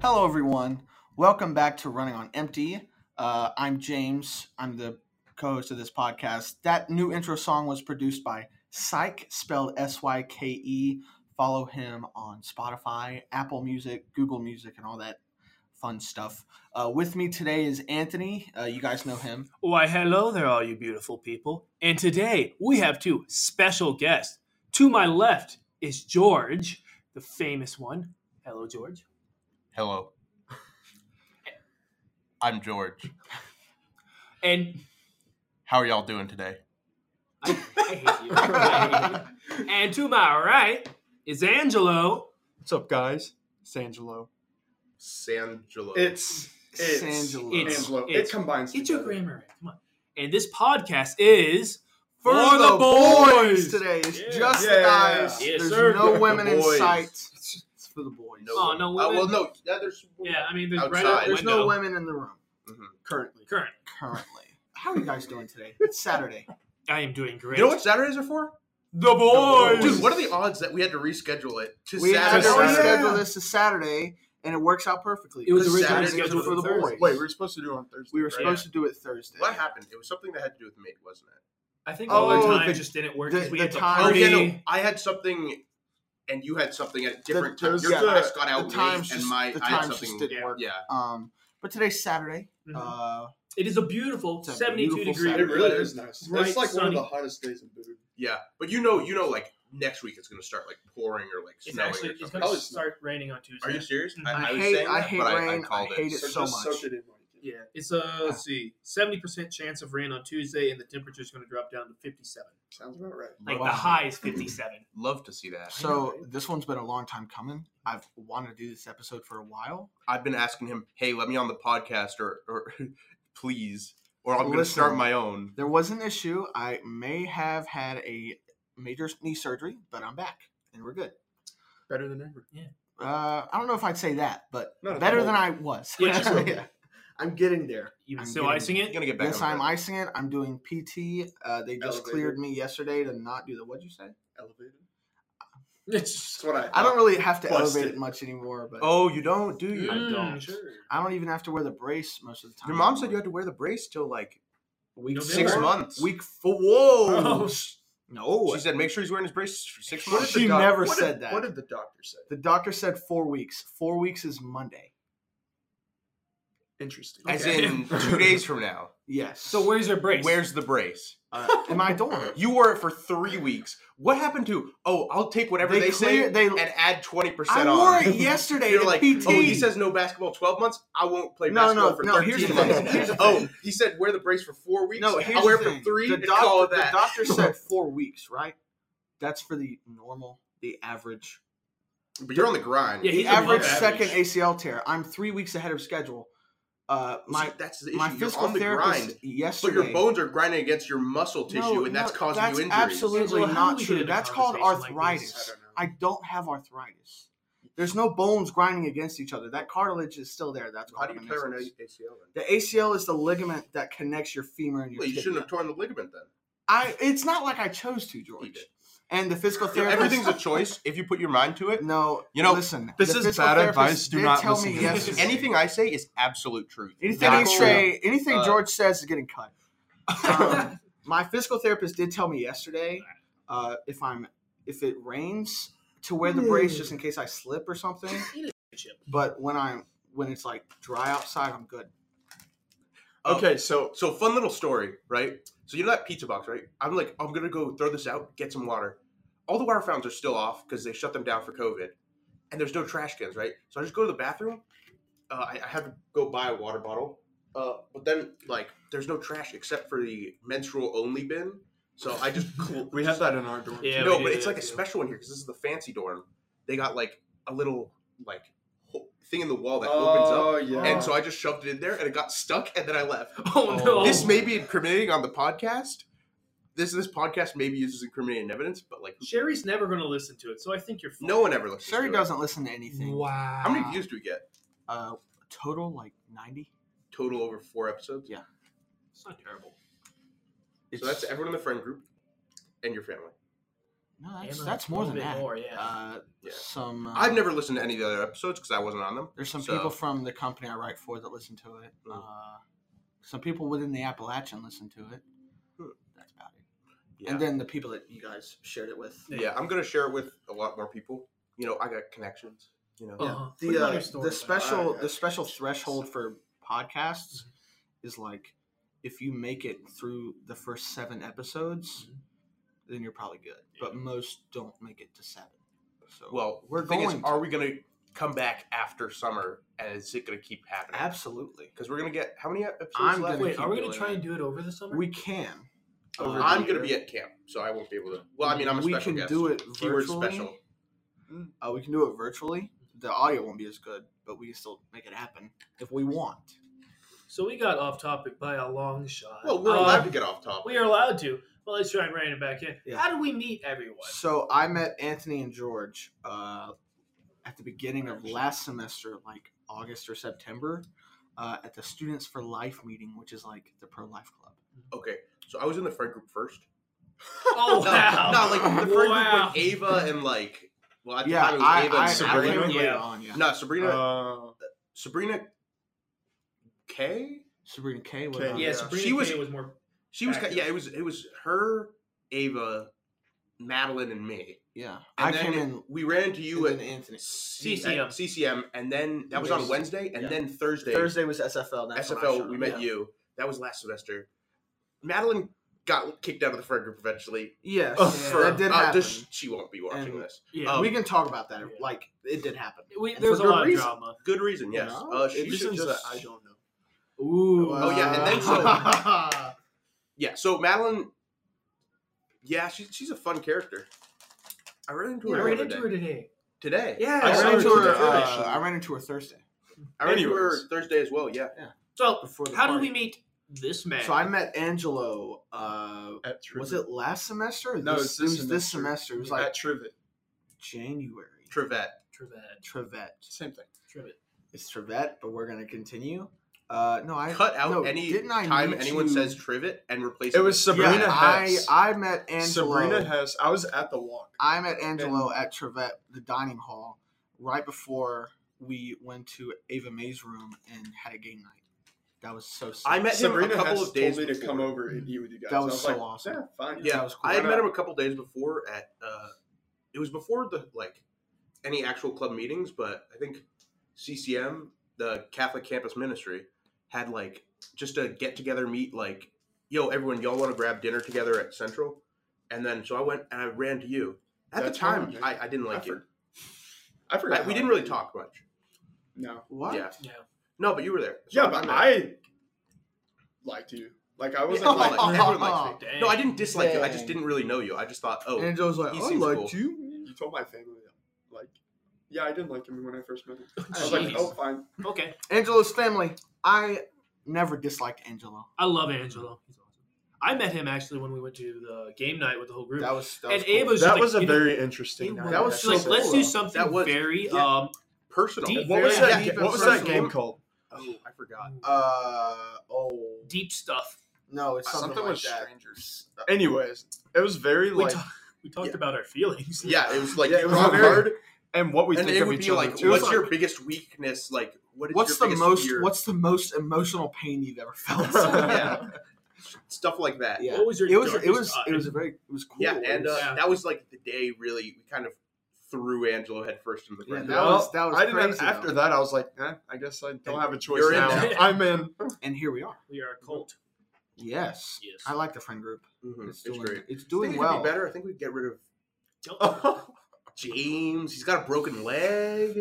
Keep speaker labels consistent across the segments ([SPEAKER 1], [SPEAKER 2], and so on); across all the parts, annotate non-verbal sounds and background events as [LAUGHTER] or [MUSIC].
[SPEAKER 1] Hello, everyone. Welcome back to Running on Empty. Uh, I'm James. I'm the co host of this podcast. That new intro song was produced by Psyche, spelled S Y K E. Follow him on Spotify, Apple Music, Google Music, and all that fun stuff. Uh, with me today is Anthony. Uh, you guys know him.
[SPEAKER 2] Why, hello there, all you beautiful people. And today we have two special guests. To my left is George, the famous one. Hello, George.
[SPEAKER 3] Hello. I'm George.
[SPEAKER 2] And
[SPEAKER 3] How are y'all doing today?
[SPEAKER 2] I, I hate you. I hate you. And to my right is Angelo.
[SPEAKER 4] What's up, guys? It's Angelo.
[SPEAKER 5] Sangelo.
[SPEAKER 4] It's it's
[SPEAKER 1] Sangelo.
[SPEAKER 2] It's-
[SPEAKER 4] Angelo.
[SPEAKER 2] it's-
[SPEAKER 4] it combines.
[SPEAKER 2] Get your
[SPEAKER 4] together.
[SPEAKER 2] grammar right. Come on. And this podcast is For,
[SPEAKER 1] We're
[SPEAKER 2] the, Boys.
[SPEAKER 1] today. It's
[SPEAKER 5] Yeah.
[SPEAKER 1] just the
[SPEAKER 4] Yeah.
[SPEAKER 1] guys.
[SPEAKER 2] Yes,
[SPEAKER 1] There's
[SPEAKER 2] sir.
[SPEAKER 1] no
[SPEAKER 5] The
[SPEAKER 1] women in
[SPEAKER 5] boys.
[SPEAKER 1] sight. It's it's for the boys.
[SPEAKER 5] no,
[SPEAKER 2] Oh, no
[SPEAKER 5] Uh, well,
[SPEAKER 2] women?
[SPEAKER 5] no. Yeah, there's
[SPEAKER 2] Yeah, I mean, there's
[SPEAKER 5] Outside.
[SPEAKER 2] right out
[SPEAKER 1] There's no
[SPEAKER 2] window.
[SPEAKER 1] women in the room
[SPEAKER 5] Mhm.
[SPEAKER 1] currently.
[SPEAKER 2] Current.
[SPEAKER 1] Currently. How are you guys doing today? It's
[SPEAKER 5] [LAUGHS]
[SPEAKER 1] Saturday.
[SPEAKER 2] I am doing great.
[SPEAKER 5] You know what Saturdays are for?
[SPEAKER 2] The boys.
[SPEAKER 5] Dude, what are the odds that we had to reschedule it to
[SPEAKER 1] We had
[SPEAKER 5] Saturday?
[SPEAKER 1] to
[SPEAKER 2] Saturday.
[SPEAKER 1] reschedule this to Saturday, and it works out perfectly.
[SPEAKER 2] It was
[SPEAKER 1] Because
[SPEAKER 5] originally
[SPEAKER 1] Saturday
[SPEAKER 5] scheduled
[SPEAKER 1] was for the
[SPEAKER 2] for Thursday.
[SPEAKER 1] boys.
[SPEAKER 4] Wait, we were supposed to do it on Thursday.
[SPEAKER 1] we were
[SPEAKER 4] right?
[SPEAKER 1] supposed to do it Thursday.
[SPEAKER 5] What happened? It was something that had to do with me, wasn't it?
[SPEAKER 2] I think all
[SPEAKER 1] Oh,
[SPEAKER 2] our time
[SPEAKER 1] the-
[SPEAKER 2] just didn't work
[SPEAKER 1] the-
[SPEAKER 2] because we
[SPEAKER 1] the
[SPEAKER 2] had to
[SPEAKER 1] time-
[SPEAKER 5] Oh,
[SPEAKER 2] party.
[SPEAKER 5] yeah, no. I had something, and you had something at different
[SPEAKER 4] The-
[SPEAKER 5] times.
[SPEAKER 4] those-
[SPEAKER 5] Your
[SPEAKER 1] yeah.
[SPEAKER 5] class got out
[SPEAKER 1] The times
[SPEAKER 5] late,
[SPEAKER 1] just,
[SPEAKER 5] and my
[SPEAKER 1] the
[SPEAKER 5] I had
[SPEAKER 1] times
[SPEAKER 5] something.
[SPEAKER 1] just didn't
[SPEAKER 2] yeah.
[SPEAKER 1] work.
[SPEAKER 5] yeah.
[SPEAKER 1] Um, but today's Saturday.
[SPEAKER 2] Mhm.
[SPEAKER 1] Uh,
[SPEAKER 2] It is a beautiful
[SPEAKER 1] It's a
[SPEAKER 2] 72
[SPEAKER 1] beautiful
[SPEAKER 2] degree.
[SPEAKER 4] It
[SPEAKER 1] Saturday.
[SPEAKER 4] really is nice.
[SPEAKER 2] Bright,
[SPEAKER 4] it's like
[SPEAKER 2] sunny.
[SPEAKER 4] one of the hottest days in Boone.
[SPEAKER 5] Yeah, but you know, you know, like next week it's gonna start like pouring or like
[SPEAKER 2] It's
[SPEAKER 5] snowing
[SPEAKER 2] actually
[SPEAKER 5] or
[SPEAKER 2] it's
[SPEAKER 5] something.
[SPEAKER 2] gonna
[SPEAKER 4] Oh, it's-
[SPEAKER 2] start raining on Tuesday.
[SPEAKER 5] Are you serious?
[SPEAKER 1] I
[SPEAKER 5] was
[SPEAKER 1] hate-
[SPEAKER 5] saying
[SPEAKER 1] I
[SPEAKER 5] that,
[SPEAKER 1] hate
[SPEAKER 5] but
[SPEAKER 1] rain. I
[SPEAKER 5] called
[SPEAKER 1] hate it.
[SPEAKER 4] So,
[SPEAKER 1] so
[SPEAKER 4] just
[SPEAKER 1] much.
[SPEAKER 4] soak it in. When you
[SPEAKER 2] Yeah, it's a let's see, seventy percent chance of rain on Tuesday, and the temperature is going to drop down to fifty-seven.
[SPEAKER 4] Sounds about right.
[SPEAKER 2] Like
[SPEAKER 1] Wow.
[SPEAKER 2] the high is fifty-seven.
[SPEAKER 3] Love to see that.
[SPEAKER 1] so this one's been a long time coming. I've wanted to do this episode for a while.
[SPEAKER 5] [LAUGHS] I've been asking him, "Hey, let me on the podcast, or, or [LAUGHS] please, or I'm going to
[SPEAKER 1] Listen.
[SPEAKER 5] start my own."
[SPEAKER 1] There was an issue. I may have had a major knee surgery, but I'm back and we're good.
[SPEAKER 4] Better than ever.
[SPEAKER 1] Uh, I don't know if I'd say that, but
[SPEAKER 4] Not at
[SPEAKER 1] better
[SPEAKER 4] all.
[SPEAKER 1] than I was.
[SPEAKER 2] Yeah, you
[SPEAKER 1] [LAUGHS]
[SPEAKER 2] will.
[SPEAKER 1] I'm getting there.
[SPEAKER 2] Even
[SPEAKER 1] I'm
[SPEAKER 2] still
[SPEAKER 1] getting-
[SPEAKER 2] icing
[SPEAKER 5] You're
[SPEAKER 2] it.
[SPEAKER 1] [LAUGHS]
[SPEAKER 5] going to get back.
[SPEAKER 1] Yes,
[SPEAKER 5] on
[SPEAKER 1] I'm
[SPEAKER 5] that.
[SPEAKER 1] icing it. I'm doing PT. Uh, they just
[SPEAKER 4] Elevated.
[SPEAKER 1] cleared me yesterday to not do the. What'd you say?
[SPEAKER 4] Elevated.
[SPEAKER 2] It's
[SPEAKER 4] That's what I.
[SPEAKER 1] I don't really have to
[SPEAKER 4] Busted.
[SPEAKER 1] elevate it much anymore, but
[SPEAKER 5] Uh, Oh, you don't, do you?
[SPEAKER 2] Mm,
[SPEAKER 1] I don't.
[SPEAKER 2] Sure.
[SPEAKER 1] I don't even have to wear the brace most of the time.
[SPEAKER 5] Your mom said you
[SPEAKER 1] anymore.
[SPEAKER 5] had to wear the brace till like
[SPEAKER 1] week
[SPEAKER 2] November.
[SPEAKER 5] six
[SPEAKER 2] Four?
[SPEAKER 5] months.
[SPEAKER 1] Week
[SPEAKER 5] four. Whoa.
[SPEAKER 2] Oh.
[SPEAKER 1] [LAUGHS] No,
[SPEAKER 5] She said, "Make sure he's wearing his brace for six
[SPEAKER 1] What
[SPEAKER 5] months."
[SPEAKER 1] she never said that.
[SPEAKER 4] What did the doctor say?
[SPEAKER 1] the doctor said four weeks. Four weeks is Monday.
[SPEAKER 4] Interesting.
[SPEAKER 5] As
[SPEAKER 1] [LAUGHS]
[SPEAKER 2] Okay.
[SPEAKER 4] [LAUGHS]
[SPEAKER 5] in two days from now.
[SPEAKER 1] Yes.
[SPEAKER 2] So where's your brace?
[SPEAKER 5] Where's the brace?
[SPEAKER 1] uh, in my dorm?
[SPEAKER 5] You wore it for three weeks. What happened to? Oh, I'll take [LAUGHS] whatever
[SPEAKER 1] They
[SPEAKER 5] they,
[SPEAKER 1] clear-
[SPEAKER 5] say
[SPEAKER 1] they-
[SPEAKER 5] and add twenty percent
[SPEAKER 1] I
[SPEAKER 5] on.
[SPEAKER 1] wore it yesterday
[SPEAKER 5] [LAUGHS] You're
[SPEAKER 1] to
[SPEAKER 5] like,
[SPEAKER 1] PT.
[SPEAKER 5] oh, he says no basketball twelve months. I won't play
[SPEAKER 1] No,
[SPEAKER 5] basketball
[SPEAKER 1] no,
[SPEAKER 5] for
[SPEAKER 1] no,
[SPEAKER 5] thirteen
[SPEAKER 1] here's the
[SPEAKER 5] months.
[SPEAKER 1] thing, here's the
[SPEAKER 5] oh, he said wear the brace for four weeks.
[SPEAKER 1] no. Here's
[SPEAKER 5] I'll wear
[SPEAKER 1] the
[SPEAKER 5] it for
[SPEAKER 1] thing.
[SPEAKER 5] three.
[SPEAKER 1] The
[SPEAKER 5] and
[SPEAKER 1] doctor,
[SPEAKER 5] call it
[SPEAKER 1] the
[SPEAKER 5] that.
[SPEAKER 1] doctor
[SPEAKER 5] [LAUGHS]
[SPEAKER 1] said four weeks, right? That's for the normal, the average,
[SPEAKER 5] but you're on the grind.
[SPEAKER 2] Yeah,
[SPEAKER 1] the
[SPEAKER 2] he's
[SPEAKER 1] average
[SPEAKER 2] above average.
[SPEAKER 1] second ACL tear. I'm three weeks ahead of schedule. Uh, my
[SPEAKER 5] See, that's the issue.
[SPEAKER 1] my
[SPEAKER 5] you're
[SPEAKER 1] physical
[SPEAKER 5] on the
[SPEAKER 1] therapist
[SPEAKER 5] grind, but
[SPEAKER 1] yesterday.
[SPEAKER 5] your bones are grinding against your muscle tissue,
[SPEAKER 1] No,
[SPEAKER 5] and that's
[SPEAKER 1] no,
[SPEAKER 5] causing
[SPEAKER 1] that's
[SPEAKER 5] you injuries.
[SPEAKER 1] absolutely
[SPEAKER 2] Well, how
[SPEAKER 1] not
[SPEAKER 2] do we get
[SPEAKER 1] true.
[SPEAKER 2] into
[SPEAKER 1] That's called
[SPEAKER 2] conversation like this?
[SPEAKER 1] arthritis.
[SPEAKER 4] I
[SPEAKER 1] I don't have arthritis. There's no bones grinding against each other. That cartilage is still there. That's
[SPEAKER 5] How
[SPEAKER 1] called
[SPEAKER 5] do you
[SPEAKER 1] a
[SPEAKER 5] tear an
[SPEAKER 1] meniscus.
[SPEAKER 5] ACL? Then?
[SPEAKER 1] The ACL is the ligament that connects your femur and your
[SPEAKER 5] Well, you shouldn't
[SPEAKER 1] tibia.
[SPEAKER 5] have torn the ligament then.
[SPEAKER 1] I. It's not like I chose to, George.
[SPEAKER 5] did.
[SPEAKER 1] And the physical
[SPEAKER 5] Yeah,
[SPEAKER 1] therapist.
[SPEAKER 5] everything's a choice if you put your mind to it.
[SPEAKER 1] no.
[SPEAKER 3] You know,
[SPEAKER 1] listen.
[SPEAKER 3] this
[SPEAKER 1] the
[SPEAKER 3] is
[SPEAKER 1] physical
[SPEAKER 3] bad
[SPEAKER 1] therapist
[SPEAKER 3] advice. Do
[SPEAKER 1] did
[SPEAKER 3] not
[SPEAKER 1] tell
[SPEAKER 3] listen
[SPEAKER 1] me
[SPEAKER 3] to this.
[SPEAKER 1] yesterday.
[SPEAKER 5] Anything I say is absolute truth.
[SPEAKER 1] Anything
[SPEAKER 3] Not
[SPEAKER 1] you
[SPEAKER 3] true.
[SPEAKER 1] say, anything
[SPEAKER 5] Uh,
[SPEAKER 1] George says is getting cut.
[SPEAKER 6] [LAUGHS]
[SPEAKER 1] Um, my physical therapist did tell me yesterday uh, if I'm if it rains to wear the brace just in case I slip or something. But when I'm when it's like dry outside, I'm good.
[SPEAKER 5] Oh,
[SPEAKER 4] okay, so
[SPEAKER 5] So fun little story, right? So you know that pizza box, right? I'm like, I'm gonna go throw this out, get some water. All the water fountains are still off because they shut them down for COVID, and there's no trash cans, right? So I just go to the bathroom. Uh, I, I have to go buy a water bottle, uh, but then like there's no trash except for the menstrual only bin. So I
[SPEAKER 4] [LAUGHS]
[SPEAKER 5] just cool.
[SPEAKER 4] we have that in our dorm.
[SPEAKER 2] Yeah,
[SPEAKER 5] no,
[SPEAKER 2] we
[SPEAKER 5] but
[SPEAKER 2] do
[SPEAKER 5] it's
[SPEAKER 2] that
[SPEAKER 5] like a
[SPEAKER 2] too.
[SPEAKER 5] special one here because this is the fancy dorm. They got like a little like ho- thing in the wall that opens up.
[SPEAKER 4] Oh yeah.
[SPEAKER 5] And so I just shoved it in there and it got stuck and then I left.
[SPEAKER 2] [LAUGHS] Oh no.
[SPEAKER 5] This may be incriminating on the podcast. This this podcast maybe uses incriminating evidence, but like
[SPEAKER 2] Sherry's never going to listen to it, so I think you're. Fine.
[SPEAKER 5] no one ever listens.
[SPEAKER 1] Sherry
[SPEAKER 5] to it.
[SPEAKER 1] doesn't listen to anything.
[SPEAKER 2] Wow.
[SPEAKER 5] How many views do we get
[SPEAKER 1] Uh, total like ninety.
[SPEAKER 5] total over four episodes?
[SPEAKER 1] Yeah.
[SPEAKER 2] It's not terrible.
[SPEAKER 5] So that's everyone in the friend group and your family.
[SPEAKER 1] No, that's,
[SPEAKER 6] Amber,
[SPEAKER 1] that's more
[SPEAKER 6] a
[SPEAKER 1] than
[SPEAKER 6] bit
[SPEAKER 1] that.
[SPEAKER 6] More, yeah.
[SPEAKER 1] Uh,
[SPEAKER 5] Yeah.
[SPEAKER 1] Some uh,
[SPEAKER 5] I've never listened to any of the other episodes because I wasn't on them.
[SPEAKER 1] There's some
[SPEAKER 5] so-
[SPEAKER 1] people from the company I write for that listen to it.
[SPEAKER 5] Mm.
[SPEAKER 1] Uh, some people within the Appalachian listen to it. That's about it.
[SPEAKER 5] Hmm. Yeah.
[SPEAKER 1] And then the people that you guys shared it with.
[SPEAKER 5] yeah, I'm gonna share it with a lot more people. You know, I got connections. You know,
[SPEAKER 6] Yeah.
[SPEAKER 2] Uh-huh.
[SPEAKER 6] What
[SPEAKER 1] the
[SPEAKER 6] about
[SPEAKER 1] uh,
[SPEAKER 6] your story, by
[SPEAKER 1] the
[SPEAKER 6] the
[SPEAKER 1] special
[SPEAKER 4] way?
[SPEAKER 1] the special threshold for podcasts is like if you make it through the first seven episodes, then you're probably good. But most don't make it to seven. So
[SPEAKER 5] well,
[SPEAKER 1] We're
[SPEAKER 5] the thing is,
[SPEAKER 1] going to.
[SPEAKER 5] are we gonna come back after summer, and is it gonna keep happening?
[SPEAKER 1] absolutely,
[SPEAKER 5] Because we're gonna get how many episodes
[SPEAKER 1] I'm
[SPEAKER 5] left?
[SPEAKER 1] gonna
[SPEAKER 2] Wait,
[SPEAKER 1] keep
[SPEAKER 2] are we gonna
[SPEAKER 1] doing
[SPEAKER 2] try
[SPEAKER 1] it.
[SPEAKER 2] and do it over the summer?
[SPEAKER 1] we can.
[SPEAKER 5] Uh,
[SPEAKER 1] the
[SPEAKER 5] I'm
[SPEAKER 1] year.
[SPEAKER 5] gonna be at camp, so I won't be able to. Well, I mean, I'm a
[SPEAKER 1] we
[SPEAKER 5] special
[SPEAKER 1] can
[SPEAKER 5] guest.
[SPEAKER 1] do it
[SPEAKER 5] Keyword
[SPEAKER 1] virtually.
[SPEAKER 5] special.
[SPEAKER 1] Uh, we can do it virtually. The audio won't be as good, but we can still make it happen if we want.
[SPEAKER 2] so we got off topic by a long shot.
[SPEAKER 5] Well, we're
[SPEAKER 2] Uh,
[SPEAKER 5] allowed to get off topic.
[SPEAKER 2] We are allowed to. Well, let's try and rein it back in.
[SPEAKER 1] Yeah.
[SPEAKER 2] How do we meet everyone?
[SPEAKER 1] So I met Anthony and George uh, at the beginning of last semester, like August or September, uh, at the Students for Life meeting, which is like the pro life club.
[SPEAKER 5] Okay, so I was in the friend group first.
[SPEAKER 2] Oh
[SPEAKER 5] [LAUGHS] No,
[SPEAKER 2] wow!
[SPEAKER 5] no, like the friend group
[SPEAKER 2] Wow.
[SPEAKER 5] with Ava and like, well, at the
[SPEAKER 1] yeah,
[SPEAKER 5] time it was
[SPEAKER 1] I, I,
[SPEAKER 5] Ava and
[SPEAKER 1] I came
[SPEAKER 5] Sabrina.
[SPEAKER 1] in later
[SPEAKER 2] Yeah.
[SPEAKER 1] on. Yeah,
[SPEAKER 5] No, Sabrina,
[SPEAKER 4] Uh,
[SPEAKER 5] Sabrina K.
[SPEAKER 1] Sabrina K. Was
[SPEAKER 4] Okay,
[SPEAKER 1] on.
[SPEAKER 2] yeah,
[SPEAKER 4] yeah.
[SPEAKER 2] Sabrina
[SPEAKER 5] She was-
[SPEAKER 2] Kay was more.
[SPEAKER 5] She was,
[SPEAKER 2] Active.
[SPEAKER 5] yeah, it was, it was her, Ava, Madeline, and me.
[SPEAKER 1] yeah.
[SPEAKER 5] And
[SPEAKER 1] I
[SPEAKER 5] then
[SPEAKER 1] came in.
[SPEAKER 5] We ran to you
[SPEAKER 1] and
[SPEAKER 5] and
[SPEAKER 1] then Anthony.
[SPEAKER 5] C-
[SPEAKER 2] CCM.
[SPEAKER 5] CCM, and then that was on Wednesday, and
[SPEAKER 1] Yeah.
[SPEAKER 5] then Thursday,
[SPEAKER 1] Thursday was SFL. and That's when I showed
[SPEAKER 5] SFL, we
[SPEAKER 1] up.
[SPEAKER 5] met
[SPEAKER 1] Yeah.
[SPEAKER 5] you. That was last semester. Madeline got kicked out of the friend group eventually.
[SPEAKER 1] Yes,
[SPEAKER 2] Oh,
[SPEAKER 1] yeah,
[SPEAKER 2] for-
[SPEAKER 1] that did
[SPEAKER 5] uh,
[SPEAKER 1] happen.
[SPEAKER 5] this- she won't be watching
[SPEAKER 1] And-
[SPEAKER 5] this.
[SPEAKER 2] Yeah,
[SPEAKER 5] um,
[SPEAKER 1] we can talk about that.
[SPEAKER 2] yeah.
[SPEAKER 1] Like it did happen.
[SPEAKER 2] we,
[SPEAKER 1] for
[SPEAKER 2] there's a
[SPEAKER 1] good
[SPEAKER 2] lot of
[SPEAKER 1] reason.
[SPEAKER 2] drama.
[SPEAKER 5] Good reason, yes.
[SPEAKER 1] No,
[SPEAKER 5] Uh, she
[SPEAKER 4] it
[SPEAKER 5] should just.
[SPEAKER 4] just, that I don't know.
[SPEAKER 2] Ooh.
[SPEAKER 1] Oh,
[SPEAKER 5] yeah, and
[SPEAKER 2] [LAUGHS]
[SPEAKER 5] then
[SPEAKER 1] so-
[SPEAKER 5] Yeah, so Madeline. Yeah, she's she's a fun character. I ran into
[SPEAKER 2] I
[SPEAKER 5] her.
[SPEAKER 2] ran
[SPEAKER 5] the
[SPEAKER 2] into
[SPEAKER 5] other
[SPEAKER 2] her
[SPEAKER 5] day.
[SPEAKER 2] today.
[SPEAKER 5] today.
[SPEAKER 2] Yeah,
[SPEAKER 5] I,
[SPEAKER 1] I
[SPEAKER 5] ran into her.
[SPEAKER 1] uh,
[SPEAKER 5] actually.
[SPEAKER 1] I ran into her Thursday.
[SPEAKER 5] I ran into her
[SPEAKER 4] Anyways.
[SPEAKER 5] Thursday as well. Yeah.
[SPEAKER 2] So,
[SPEAKER 1] before the
[SPEAKER 2] how did
[SPEAKER 1] party.
[SPEAKER 2] we meet this man?
[SPEAKER 1] So I met Angelo. Uh,
[SPEAKER 4] At
[SPEAKER 1] was
[SPEAKER 4] Trivet.
[SPEAKER 1] it last semester? or
[SPEAKER 4] No,
[SPEAKER 1] this,
[SPEAKER 4] it's
[SPEAKER 1] it
[SPEAKER 4] this
[SPEAKER 1] was this semester.
[SPEAKER 4] semester.
[SPEAKER 1] It was like
[SPEAKER 4] at Trivet?
[SPEAKER 1] January.
[SPEAKER 5] Trevette.
[SPEAKER 2] Trivet.
[SPEAKER 1] Trevette.
[SPEAKER 4] Same thing.
[SPEAKER 2] Trivet.
[SPEAKER 1] It's Trevette, but we're gonna continue. Uh, no, I
[SPEAKER 5] Cut out
[SPEAKER 1] no,
[SPEAKER 5] any
[SPEAKER 1] didn't I
[SPEAKER 5] time
[SPEAKER 1] meet
[SPEAKER 5] anyone
[SPEAKER 1] you-
[SPEAKER 5] says Trivet and replace
[SPEAKER 4] It was
[SPEAKER 5] with-
[SPEAKER 4] Sabrina
[SPEAKER 1] yeah,
[SPEAKER 4] Hess.
[SPEAKER 1] I I met Angelo.
[SPEAKER 4] Sabrina Hess. I was at the walk.
[SPEAKER 1] I met Angelo at Trevette, the dining hall, right before we went to Ava May's room and had a game night. That was so sick.
[SPEAKER 5] I met him
[SPEAKER 4] Sabrina
[SPEAKER 5] a couple
[SPEAKER 4] Hess
[SPEAKER 5] of days
[SPEAKER 4] told me to
[SPEAKER 5] before.
[SPEAKER 4] come over and eat with you guys.
[SPEAKER 1] That
[SPEAKER 4] I
[SPEAKER 1] was so
[SPEAKER 4] like,
[SPEAKER 1] awesome.
[SPEAKER 4] Yeah, fine.
[SPEAKER 5] Yeah,
[SPEAKER 1] that was cool.
[SPEAKER 5] I had
[SPEAKER 4] Why
[SPEAKER 5] met
[SPEAKER 4] not?
[SPEAKER 5] him a couple days before at uh, it was before the like any actual club meetings, but I think CCM, the Catholic Campus Ministry, had like just a get together meet like, yo, everyone, y'all want to grab dinner together at Central, and then so I went and I ran to you. At
[SPEAKER 4] That's
[SPEAKER 5] the time,
[SPEAKER 4] right.
[SPEAKER 5] I, I didn't like
[SPEAKER 4] I
[SPEAKER 5] you.
[SPEAKER 4] for- I
[SPEAKER 5] I-
[SPEAKER 4] forgot.
[SPEAKER 5] we
[SPEAKER 4] how
[SPEAKER 5] didn't
[SPEAKER 4] I
[SPEAKER 5] really
[SPEAKER 4] did.
[SPEAKER 5] talk much.
[SPEAKER 4] No.
[SPEAKER 1] what?
[SPEAKER 5] Yeah,
[SPEAKER 2] Yeah.
[SPEAKER 5] no, but you were there. That's
[SPEAKER 4] Yeah,
[SPEAKER 5] what
[SPEAKER 4] but
[SPEAKER 5] meant.
[SPEAKER 4] I liked you. Like I wasn't
[SPEAKER 5] Yeah, [LAUGHS]
[SPEAKER 4] like
[SPEAKER 5] [LAUGHS] like, everyone likes me.
[SPEAKER 2] Dang.
[SPEAKER 5] No, I didn't dislike you. I just
[SPEAKER 1] Dang.
[SPEAKER 5] didn't really know you. I just thought, oh,
[SPEAKER 1] Angelo's like,
[SPEAKER 5] He
[SPEAKER 1] I
[SPEAKER 5] seems
[SPEAKER 1] liked
[SPEAKER 5] cool.
[SPEAKER 1] you.
[SPEAKER 4] You told my family, like, yeah, I didn't like him when I first met him. I was
[SPEAKER 2] Jeez.
[SPEAKER 4] like, oh, fine.
[SPEAKER 2] Okay.
[SPEAKER 1] Angelo's family. I never disliked Angelo.
[SPEAKER 2] I love Angelo. He's awesome. I met him actually when we went to the game night with the whole group.
[SPEAKER 1] That was that
[SPEAKER 2] and
[SPEAKER 1] was cool.
[SPEAKER 2] Ava was just
[SPEAKER 4] That
[SPEAKER 2] like,
[SPEAKER 4] was a
[SPEAKER 2] you know,
[SPEAKER 4] very interesting. night.
[SPEAKER 1] That was
[SPEAKER 2] she's
[SPEAKER 1] so
[SPEAKER 2] like,
[SPEAKER 1] cool,
[SPEAKER 2] let's
[SPEAKER 1] though.
[SPEAKER 2] do something
[SPEAKER 5] That was-
[SPEAKER 2] very
[SPEAKER 5] yeah.
[SPEAKER 2] um
[SPEAKER 5] personal.
[SPEAKER 2] Deep.
[SPEAKER 4] What was
[SPEAKER 2] Yeah,
[SPEAKER 4] that?
[SPEAKER 5] deep
[SPEAKER 4] what was that
[SPEAKER 5] personal.
[SPEAKER 4] game called?
[SPEAKER 5] Oh, I forgot.
[SPEAKER 1] Uh oh.
[SPEAKER 2] deep stuff.
[SPEAKER 1] No, it's something,
[SPEAKER 4] Something
[SPEAKER 1] like
[SPEAKER 4] with
[SPEAKER 1] that.
[SPEAKER 4] strangers. Anyways, it was very
[SPEAKER 2] We,
[SPEAKER 4] like,
[SPEAKER 2] ta- we talked
[SPEAKER 5] yeah.
[SPEAKER 2] about our feelings. [LAUGHS]
[SPEAKER 5] Yeah, it was like
[SPEAKER 4] yeah, it was
[SPEAKER 5] rock
[SPEAKER 4] very-
[SPEAKER 5] hard.
[SPEAKER 4] and what we
[SPEAKER 5] and
[SPEAKER 4] think
[SPEAKER 5] it
[SPEAKER 4] of
[SPEAKER 5] would
[SPEAKER 4] each
[SPEAKER 5] be
[SPEAKER 4] other.
[SPEAKER 5] like,
[SPEAKER 4] too.
[SPEAKER 5] what's
[SPEAKER 4] It was
[SPEAKER 5] your
[SPEAKER 4] like-
[SPEAKER 5] biggest weakness? Like, what is
[SPEAKER 1] What's
[SPEAKER 5] your
[SPEAKER 1] the
[SPEAKER 5] biggest
[SPEAKER 1] most?
[SPEAKER 5] fear?
[SPEAKER 1] What's the most emotional pain you've ever felt?
[SPEAKER 5] [LAUGHS]
[SPEAKER 1] [LAUGHS]
[SPEAKER 5] Yeah. stuff like that?
[SPEAKER 1] yeah.
[SPEAKER 2] What was your
[SPEAKER 1] It was. It
[SPEAKER 2] darkest
[SPEAKER 1] was. It
[SPEAKER 2] time?
[SPEAKER 1] was a very. It was cool.
[SPEAKER 5] Yeah, and uh,
[SPEAKER 2] Yeah.
[SPEAKER 5] that was like the day. Really, we kind of threw Angelo headfirst into the
[SPEAKER 1] Yeah,
[SPEAKER 5] ground.
[SPEAKER 1] that
[SPEAKER 4] Well,
[SPEAKER 1] was that was
[SPEAKER 4] I didn't.
[SPEAKER 1] crazy.
[SPEAKER 4] after
[SPEAKER 1] though.
[SPEAKER 4] that, I was like, eh, I guess I don't have a choice
[SPEAKER 5] You're in
[SPEAKER 4] now.
[SPEAKER 2] now.
[SPEAKER 4] I'm in. [LAUGHS]
[SPEAKER 1] and here we are.
[SPEAKER 2] we are a cult.
[SPEAKER 1] Yes,
[SPEAKER 2] Yes.
[SPEAKER 1] I like the friend group.
[SPEAKER 5] Mhm,
[SPEAKER 1] It's
[SPEAKER 5] It's
[SPEAKER 1] doing.
[SPEAKER 5] great.
[SPEAKER 1] It's
[SPEAKER 5] I
[SPEAKER 1] doing
[SPEAKER 5] think it
[SPEAKER 1] well.
[SPEAKER 5] Could be better. I think we get rid of
[SPEAKER 2] Don't-
[SPEAKER 5] Oh, [LAUGHS] James. He's got a broken leg,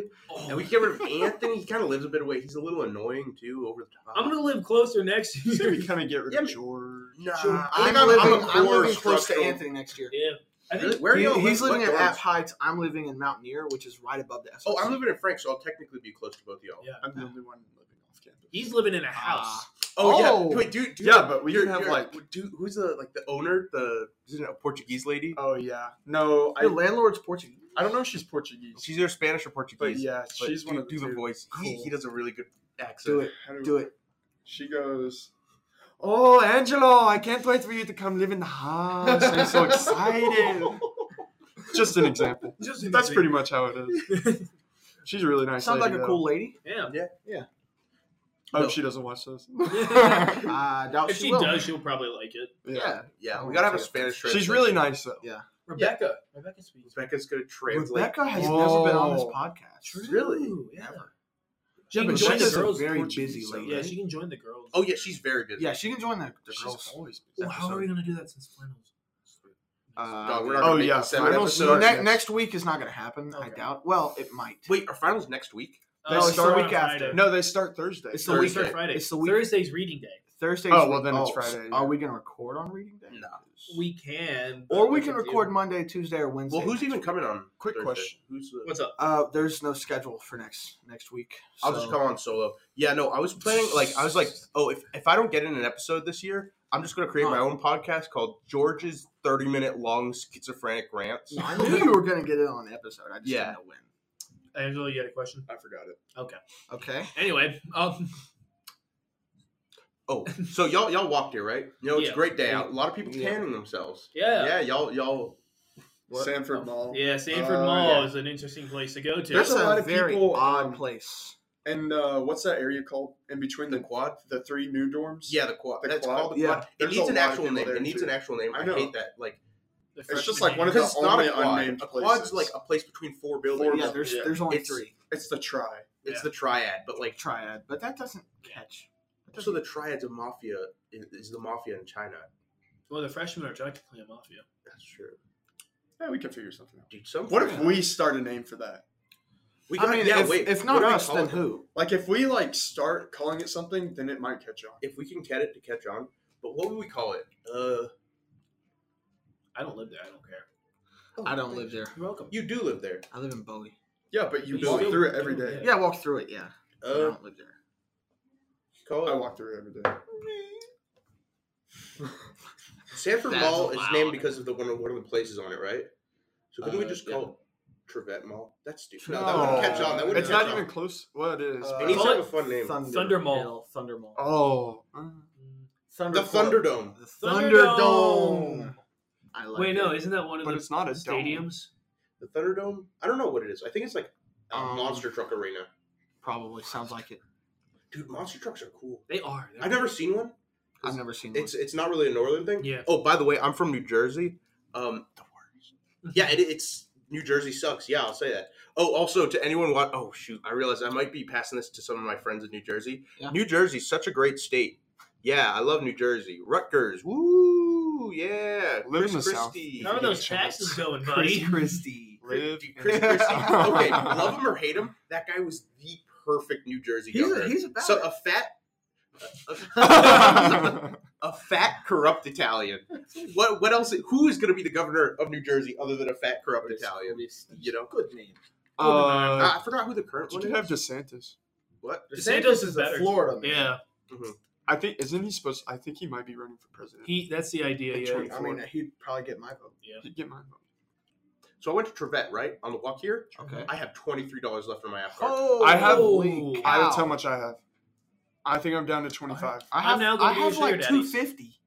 [SPEAKER 5] and we
[SPEAKER 2] Oh,
[SPEAKER 5] get rid
[SPEAKER 1] [LAUGHS]
[SPEAKER 5] of Anthony. He kind of lives a bit away. He's a little annoying too, over the top.
[SPEAKER 2] I'm gonna live closer next
[SPEAKER 4] He's
[SPEAKER 2] year.
[SPEAKER 4] gonna be kind of get rid
[SPEAKER 5] Yeah,
[SPEAKER 4] of
[SPEAKER 5] but-
[SPEAKER 4] George.
[SPEAKER 5] Nah,
[SPEAKER 2] Sure.
[SPEAKER 5] I think
[SPEAKER 1] I'm,
[SPEAKER 5] I'm,
[SPEAKER 1] living,
[SPEAKER 5] I'm a
[SPEAKER 1] I'm
[SPEAKER 5] core
[SPEAKER 1] living close to
[SPEAKER 5] structural-
[SPEAKER 1] Anthony next year.
[SPEAKER 2] [LAUGHS] yeah, I think
[SPEAKER 5] Really? Where are
[SPEAKER 1] He-
[SPEAKER 5] you?
[SPEAKER 1] he's
[SPEAKER 5] What-
[SPEAKER 1] living
[SPEAKER 5] what
[SPEAKER 1] at
[SPEAKER 5] dorms?
[SPEAKER 1] App Heights. I'm living in Mountaineer, which is right above the SRC.
[SPEAKER 5] Oh, I'm living in Frank, so I'll technically be close to both of y'all.
[SPEAKER 2] Yeah.
[SPEAKER 4] I'm the only one living off campus.
[SPEAKER 2] he's living
[SPEAKER 5] Ah.
[SPEAKER 2] in a house.
[SPEAKER 1] Oh.
[SPEAKER 5] Oh, yeah. Wait, dude, dude
[SPEAKER 4] Yeah, but we
[SPEAKER 5] you're-
[SPEAKER 4] didn't have,
[SPEAKER 5] you're-
[SPEAKER 4] like-
[SPEAKER 5] dude, who's the like the owner? The isn't it a Portuguese lady?
[SPEAKER 4] Oh yeah. No, I,
[SPEAKER 1] Your landlord's Portuguese.
[SPEAKER 4] I don't know if she's Portuguese,
[SPEAKER 5] She's either Spanish or
[SPEAKER 4] but
[SPEAKER 5] Portuguese.
[SPEAKER 4] yeah,
[SPEAKER 5] but
[SPEAKER 4] she's
[SPEAKER 5] do,
[SPEAKER 4] one of the
[SPEAKER 5] do the
[SPEAKER 4] two.
[SPEAKER 5] voice. He,
[SPEAKER 4] Cool.
[SPEAKER 5] he does a really good accent.
[SPEAKER 1] Do it.
[SPEAKER 4] How
[SPEAKER 1] Do it.
[SPEAKER 4] She goes,
[SPEAKER 5] [LAUGHS]
[SPEAKER 4] "Oh, [LAUGHS] Angelo, I can't wait for you to come live in the house. I'm so excited." Just an example.
[SPEAKER 2] Just
[SPEAKER 4] That's pretty much how it is. She's a really nice.
[SPEAKER 1] Sounds
[SPEAKER 4] lady,
[SPEAKER 1] like a
[SPEAKER 4] though.
[SPEAKER 1] cool lady.
[SPEAKER 2] Yeah.
[SPEAKER 4] I hope
[SPEAKER 1] No.
[SPEAKER 4] she doesn't watch this.
[SPEAKER 1] I doubt
[SPEAKER 2] if
[SPEAKER 1] she,
[SPEAKER 2] she
[SPEAKER 1] will.
[SPEAKER 2] does, she'll probably like it.
[SPEAKER 1] yeah.
[SPEAKER 5] Yeah, we gotta have a Spanish translation.
[SPEAKER 4] She's really nice though.
[SPEAKER 2] Rebecca. Rebecca speaks.
[SPEAKER 5] Rebecca's gonna translate.
[SPEAKER 1] Rebecca has never
[SPEAKER 5] Whoa.
[SPEAKER 1] been on this podcast.
[SPEAKER 5] Really?
[SPEAKER 2] Ooh, Yeah.
[SPEAKER 1] Ever.
[SPEAKER 2] She
[SPEAKER 1] Yeah,
[SPEAKER 2] can
[SPEAKER 1] but
[SPEAKER 2] join the
[SPEAKER 1] she's a
[SPEAKER 2] girls.
[SPEAKER 1] very
[SPEAKER 4] Portuguese,
[SPEAKER 1] busy
[SPEAKER 4] so
[SPEAKER 1] lady.
[SPEAKER 2] yeah, she can join the girls.
[SPEAKER 5] Oh yeah, she's very busy.
[SPEAKER 1] Yeah, she can join the, the
[SPEAKER 4] She's
[SPEAKER 1] girls.
[SPEAKER 4] always
[SPEAKER 2] Ooh, how are we gonna do that since finals?
[SPEAKER 1] Uh,
[SPEAKER 5] Dog, we're not
[SPEAKER 4] Oh,
[SPEAKER 5] gonna make
[SPEAKER 4] yeah,
[SPEAKER 5] it seven
[SPEAKER 4] finals
[SPEAKER 5] episodes.
[SPEAKER 1] ne-
[SPEAKER 4] start- yes.
[SPEAKER 1] Next week is not going to happen. I
[SPEAKER 2] Okay.
[SPEAKER 1] doubt. Well, it might.
[SPEAKER 5] Wait, our finals next week.
[SPEAKER 1] They
[SPEAKER 2] Oh, it's
[SPEAKER 1] start
[SPEAKER 2] on
[SPEAKER 1] week after.
[SPEAKER 2] Friday.
[SPEAKER 4] No, they start Thursday.
[SPEAKER 1] It's the
[SPEAKER 2] Thursday,
[SPEAKER 1] week.
[SPEAKER 5] Thursday.
[SPEAKER 2] Friday.
[SPEAKER 1] It's the week-
[SPEAKER 2] Thursday's reading day.
[SPEAKER 1] Thursday's
[SPEAKER 4] Oh, well, then it's
[SPEAKER 1] oh,
[SPEAKER 4] Friday,
[SPEAKER 1] Are
[SPEAKER 4] yeah.
[SPEAKER 1] we going to record on reading day?
[SPEAKER 5] No.
[SPEAKER 2] We can. but
[SPEAKER 1] Or we
[SPEAKER 2] that's
[SPEAKER 1] can
[SPEAKER 2] up to you.
[SPEAKER 1] record Monday, Tuesday, or Wednesday.
[SPEAKER 5] Well, who's
[SPEAKER 1] next
[SPEAKER 5] even
[SPEAKER 1] week.
[SPEAKER 5] coming on?
[SPEAKER 4] Quick
[SPEAKER 5] Thursday?
[SPEAKER 4] question.
[SPEAKER 5] Who's the?
[SPEAKER 2] What's up?
[SPEAKER 1] Uh, there's no schedule for next next week.
[SPEAKER 5] I'll just
[SPEAKER 1] so-
[SPEAKER 5] come on solo. Yeah, no, I was planning. Like, I was like, oh, if, if I don't get in an episode this year, I'm just gonna create my
[SPEAKER 1] Huh.
[SPEAKER 5] own podcast called George's 30 minute long schizophrenic
[SPEAKER 4] [LAUGHS]
[SPEAKER 5] rants.
[SPEAKER 1] No, I knew you were going to get it on the episode. I just
[SPEAKER 5] Yeah.
[SPEAKER 1] didn't know when.
[SPEAKER 2] Angela, you had a question?
[SPEAKER 4] I forgot it.
[SPEAKER 2] Okay.
[SPEAKER 1] Okay.
[SPEAKER 2] Anyway, um,
[SPEAKER 5] Oh, so y'all y'all walked here, right? You know, it's
[SPEAKER 2] Yeah.
[SPEAKER 5] a great day out. A lot of people
[SPEAKER 1] Yeah.
[SPEAKER 5] tanning themselves.
[SPEAKER 2] yeah.
[SPEAKER 5] Yeah, y'all y'all.
[SPEAKER 1] What?
[SPEAKER 4] Sanford Mall.
[SPEAKER 2] Yeah, Sanford
[SPEAKER 4] Uh,
[SPEAKER 2] Mall
[SPEAKER 4] yeah.
[SPEAKER 2] is an interesting place to go to.
[SPEAKER 4] There's
[SPEAKER 1] That's
[SPEAKER 4] a lot of
[SPEAKER 1] very
[SPEAKER 4] people,
[SPEAKER 1] odd
[SPEAKER 4] um,
[SPEAKER 1] place.
[SPEAKER 4] And uh, what's that area called in between the
[SPEAKER 5] quad?
[SPEAKER 4] the three new dorms?
[SPEAKER 5] Yeah, the quad.
[SPEAKER 4] The
[SPEAKER 5] That's
[SPEAKER 4] quad?
[SPEAKER 5] called the
[SPEAKER 1] Yeah.
[SPEAKER 5] quad. It
[SPEAKER 4] There's
[SPEAKER 5] needs
[SPEAKER 4] a
[SPEAKER 5] an
[SPEAKER 4] lot of
[SPEAKER 5] actual
[SPEAKER 4] people
[SPEAKER 5] name.
[SPEAKER 4] there,
[SPEAKER 5] It needs
[SPEAKER 4] too.
[SPEAKER 5] an actual name.
[SPEAKER 4] I
[SPEAKER 5] I,
[SPEAKER 4] know.
[SPEAKER 5] hate that. Like
[SPEAKER 2] The
[SPEAKER 4] It's just
[SPEAKER 2] freshman
[SPEAKER 4] like one of
[SPEAKER 2] year.
[SPEAKER 4] the
[SPEAKER 5] because it's not
[SPEAKER 4] only
[SPEAKER 5] a quad.
[SPEAKER 4] unnamed
[SPEAKER 5] A quad's
[SPEAKER 4] places.
[SPEAKER 5] like a place between four buildings.
[SPEAKER 4] Four
[SPEAKER 1] Yeah,
[SPEAKER 4] buildings.
[SPEAKER 1] there's
[SPEAKER 2] yeah.
[SPEAKER 1] there's only
[SPEAKER 5] It's-
[SPEAKER 1] three
[SPEAKER 4] It's the try.
[SPEAKER 5] It's
[SPEAKER 2] Yeah.
[SPEAKER 5] the triad, but like
[SPEAKER 1] triad, but that doesn't catch.
[SPEAKER 5] so the triad's a mafia is, is the mafia in China.
[SPEAKER 2] Well, the freshmen are technically a mafia.
[SPEAKER 5] That's true.
[SPEAKER 4] Yeah, we can figure something out.
[SPEAKER 5] Dude, some
[SPEAKER 4] What if we start a name for that?
[SPEAKER 5] we
[SPEAKER 1] I mean,
[SPEAKER 5] yeah,
[SPEAKER 1] if,
[SPEAKER 5] wait,
[SPEAKER 1] if
[SPEAKER 5] what
[SPEAKER 1] not
[SPEAKER 5] do we
[SPEAKER 1] us,
[SPEAKER 5] call
[SPEAKER 1] then
[SPEAKER 5] it?
[SPEAKER 1] who?
[SPEAKER 4] Like if we like start calling it something, then it might catch on.
[SPEAKER 5] If we can get it to catch on, but what would we call it? Uh
[SPEAKER 2] I don't live there. I don't care.
[SPEAKER 1] I don't live there.
[SPEAKER 2] You're welcome.
[SPEAKER 5] You do live there.
[SPEAKER 1] I live in Bowie.
[SPEAKER 4] Yeah, but you
[SPEAKER 2] You
[SPEAKER 4] walk
[SPEAKER 2] still-
[SPEAKER 4] through it every day.
[SPEAKER 2] Yeah.
[SPEAKER 1] Yeah, I walk through it. Yeah, but I
[SPEAKER 5] Uh
[SPEAKER 1] don't live there.
[SPEAKER 5] call
[SPEAKER 4] I
[SPEAKER 5] it
[SPEAKER 4] walk through it every day.
[SPEAKER 5] Sanford
[SPEAKER 1] That's
[SPEAKER 5] Mall is
[SPEAKER 1] loud.
[SPEAKER 5] named because of the one of one of the places on it, right? So couldn't we
[SPEAKER 1] Uh,
[SPEAKER 5] just call it Trevette Mall? That's stupid. No, that
[SPEAKER 1] No.
[SPEAKER 5] wouldn't catch on. That wouldn't
[SPEAKER 4] It's
[SPEAKER 5] catch
[SPEAKER 4] not
[SPEAKER 5] on.
[SPEAKER 4] even close. Well, it is.
[SPEAKER 1] Uh,
[SPEAKER 5] It needs
[SPEAKER 2] Call
[SPEAKER 5] to have
[SPEAKER 2] it
[SPEAKER 5] a fun name.
[SPEAKER 1] Thunder,
[SPEAKER 2] Thunder Mall. Uh,
[SPEAKER 1] Hill, Thunder Mall.
[SPEAKER 4] oh,
[SPEAKER 1] Thunder
[SPEAKER 5] The Thunderdome.
[SPEAKER 1] The
[SPEAKER 2] Thunderdome.
[SPEAKER 1] Thunderdome. I like
[SPEAKER 2] Wait,
[SPEAKER 1] it.
[SPEAKER 2] no, isn't that one of
[SPEAKER 4] but
[SPEAKER 2] the
[SPEAKER 4] it's not a stadium.
[SPEAKER 2] stadiums?
[SPEAKER 5] The Thunderdome? I don't know what it is. I think it's like a
[SPEAKER 1] Um,
[SPEAKER 5] monster truck arena.
[SPEAKER 1] Probably sounds like it.
[SPEAKER 5] Dude, monster trucks are cool.
[SPEAKER 2] They are. They're-
[SPEAKER 5] I've never seen one.
[SPEAKER 1] I've never seen
[SPEAKER 5] It's it's not really a northern thing.
[SPEAKER 2] Yeah.
[SPEAKER 5] Oh, by the way, I'm from New Jersey. Um, yeah, it, it's New Jersey sucks. Yeah, I'll say that. Oh, also to anyone want oh shoot, I realize I might be passing this to some of my friends in New Jersey.
[SPEAKER 1] Yeah.
[SPEAKER 5] New Jersey's such a great state. Yeah, I love New Jersey. Rutgers, woo, yeah.
[SPEAKER 4] Live in
[SPEAKER 5] Chris
[SPEAKER 4] the South.
[SPEAKER 5] Christie.
[SPEAKER 2] How are those [LAUGHS] taxes going, buddy?
[SPEAKER 1] Christie.
[SPEAKER 4] Live
[SPEAKER 5] Dude,
[SPEAKER 1] [LAUGHS]
[SPEAKER 5] [LAUGHS]
[SPEAKER 4] in-
[SPEAKER 5] Chris Christie. Okay, love him or hate him, that guy was the perfect New Jersey
[SPEAKER 1] He's
[SPEAKER 5] governor.
[SPEAKER 1] a, he's a bad
[SPEAKER 5] so a fat,
[SPEAKER 4] [LAUGHS]
[SPEAKER 1] [LAUGHS]
[SPEAKER 5] [LAUGHS] a,
[SPEAKER 4] I
[SPEAKER 5] a fat corrupt Italian. What what else? Who is going to be the governor of New Jersey other than a fat corrupt Italian? You know,
[SPEAKER 1] good name.
[SPEAKER 4] Uh,
[SPEAKER 5] Ah, I forgot who the current
[SPEAKER 4] you
[SPEAKER 5] one
[SPEAKER 4] could
[SPEAKER 5] is.
[SPEAKER 4] have DeSantis.
[SPEAKER 5] what?
[SPEAKER 2] DeSantis
[SPEAKER 1] DeSantis
[SPEAKER 2] is
[SPEAKER 1] is a
[SPEAKER 5] uh,
[SPEAKER 2] better.
[SPEAKER 1] Florida man.
[SPEAKER 2] yeah,
[SPEAKER 4] I think isn't he supposed? I think he might be running for president.
[SPEAKER 2] he. That's the idea.
[SPEAKER 4] Which
[SPEAKER 2] Yeah.
[SPEAKER 4] one?
[SPEAKER 1] I mean, he'd probably get my vote.
[SPEAKER 4] He'd get my vote.
[SPEAKER 5] So I went to Trevette, right? On the walk here,
[SPEAKER 1] Okay.
[SPEAKER 5] I have twenty three dollars left in my app card.
[SPEAKER 1] Oh,
[SPEAKER 4] I have-
[SPEAKER 1] holy
[SPEAKER 4] I, that's
[SPEAKER 1] cow.
[SPEAKER 4] how much I have. I think I'm down to twenty five.
[SPEAKER 1] I
[SPEAKER 2] I'm
[SPEAKER 1] have
[SPEAKER 2] now gonna
[SPEAKER 1] I
[SPEAKER 2] be a
[SPEAKER 1] have
[SPEAKER 2] sugar
[SPEAKER 1] like
[SPEAKER 2] daddy.
[SPEAKER 1] two fifty.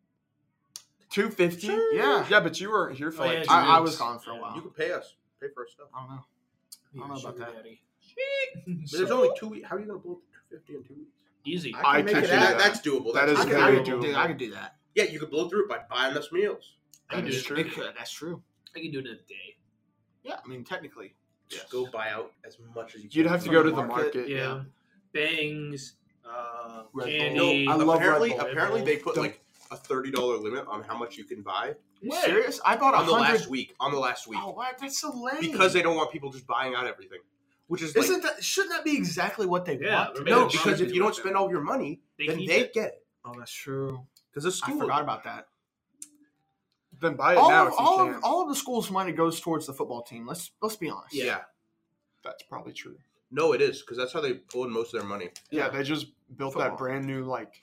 [SPEAKER 4] Two fifty.
[SPEAKER 1] Yeah.
[SPEAKER 4] Yeah, but you weren't here for
[SPEAKER 2] Oh,
[SPEAKER 4] like
[SPEAKER 2] yeah,
[SPEAKER 4] two
[SPEAKER 1] I, I
[SPEAKER 4] weeks.
[SPEAKER 1] was gone for a
[SPEAKER 2] Yeah.
[SPEAKER 4] Oh.
[SPEAKER 1] while.
[SPEAKER 5] You can pay us, pay for our stuff.
[SPEAKER 1] I don't know. I don't know about that.
[SPEAKER 2] [LAUGHS]
[SPEAKER 5] But there's only two weeks. How are you going to blow through two fifty in two weeks?
[SPEAKER 2] Easy.
[SPEAKER 4] I
[SPEAKER 1] can
[SPEAKER 4] can
[SPEAKER 1] make
[SPEAKER 4] do
[SPEAKER 1] it
[SPEAKER 4] that.
[SPEAKER 1] happen.
[SPEAKER 5] That- that's doable.
[SPEAKER 4] That
[SPEAKER 5] that's
[SPEAKER 4] is
[SPEAKER 1] I could,
[SPEAKER 5] doable.
[SPEAKER 1] I
[SPEAKER 4] very
[SPEAKER 1] could do,
[SPEAKER 4] doable.
[SPEAKER 1] I could do that.
[SPEAKER 5] Yeah, you could blow through it by buying us meals.
[SPEAKER 2] I can
[SPEAKER 4] That
[SPEAKER 2] do
[SPEAKER 4] is
[SPEAKER 2] it.
[SPEAKER 4] true.
[SPEAKER 1] It could, that's true.
[SPEAKER 2] I can do it in a day.
[SPEAKER 1] Yeah, I mean technically.
[SPEAKER 5] Just go buy out as much as you.
[SPEAKER 4] You'd
[SPEAKER 5] can.
[SPEAKER 4] have to
[SPEAKER 1] From
[SPEAKER 4] go
[SPEAKER 1] the
[SPEAKER 4] to the
[SPEAKER 1] market,
[SPEAKER 4] market.
[SPEAKER 2] Yeah. Bangs. Uh,
[SPEAKER 1] Red Bull.
[SPEAKER 2] candy.
[SPEAKER 1] No, I love
[SPEAKER 5] apparently,
[SPEAKER 1] Red Bull.
[SPEAKER 5] apparently they put
[SPEAKER 1] The-
[SPEAKER 5] like a thirty dollar limit on how much you can buy
[SPEAKER 1] You serious? I bought
[SPEAKER 5] on
[SPEAKER 1] a
[SPEAKER 5] the
[SPEAKER 1] hundred.
[SPEAKER 5] last week. On the last week,
[SPEAKER 1] Oh, what? That's so lame.
[SPEAKER 5] because they don't want people just buying out everything, which is like,
[SPEAKER 1] isn't that shouldn't that be exactly what they
[SPEAKER 2] Yeah,
[SPEAKER 1] want?
[SPEAKER 2] we're
[SPEAKER 5] no.
[SPEAKER 2] It should
[SPEAKER 5] Because if
[SPEAKER 1] be
[SPEAKER 5] you don't
[SPEAKER 1] like that.
[SPEAKER 5] spend all your money,
[SPEAKER 2] They
[SPEAKER 5] then
[SPEAKER 2] keep
[SPEAKER 5] they
[SPEAKER 2] it.
[SPEAKER 5] get it
[SPEAKER 1] Oh, that's true.
[SPEAKER 5] because the
[SPEAKER 1] I
[SPEAKER 5] school.
[SPEAKER 1] forgot about that.
[SPEAKER 4] Then buy it
[SPEAKER 1] all
[SPEAKER 4] now
[SPEAKER 1] of,
[SPEAKER 4] if you
[SPEAKER 1] all,
[SPEAKER 4] can.
[SPEAKER 1] of, all of the school's money goes towards the football team. Let's let's be honest.
[SPEAKER 5] yeah.
[SPEAKER 4] That's probably true.
[SPEAKER 5] No, it is because that's how they pulled most of their money.
[SPEAKER 4] Yeah, they just built
[SPEAKER 1] Football.
[SPEAKER 4] that brand new like,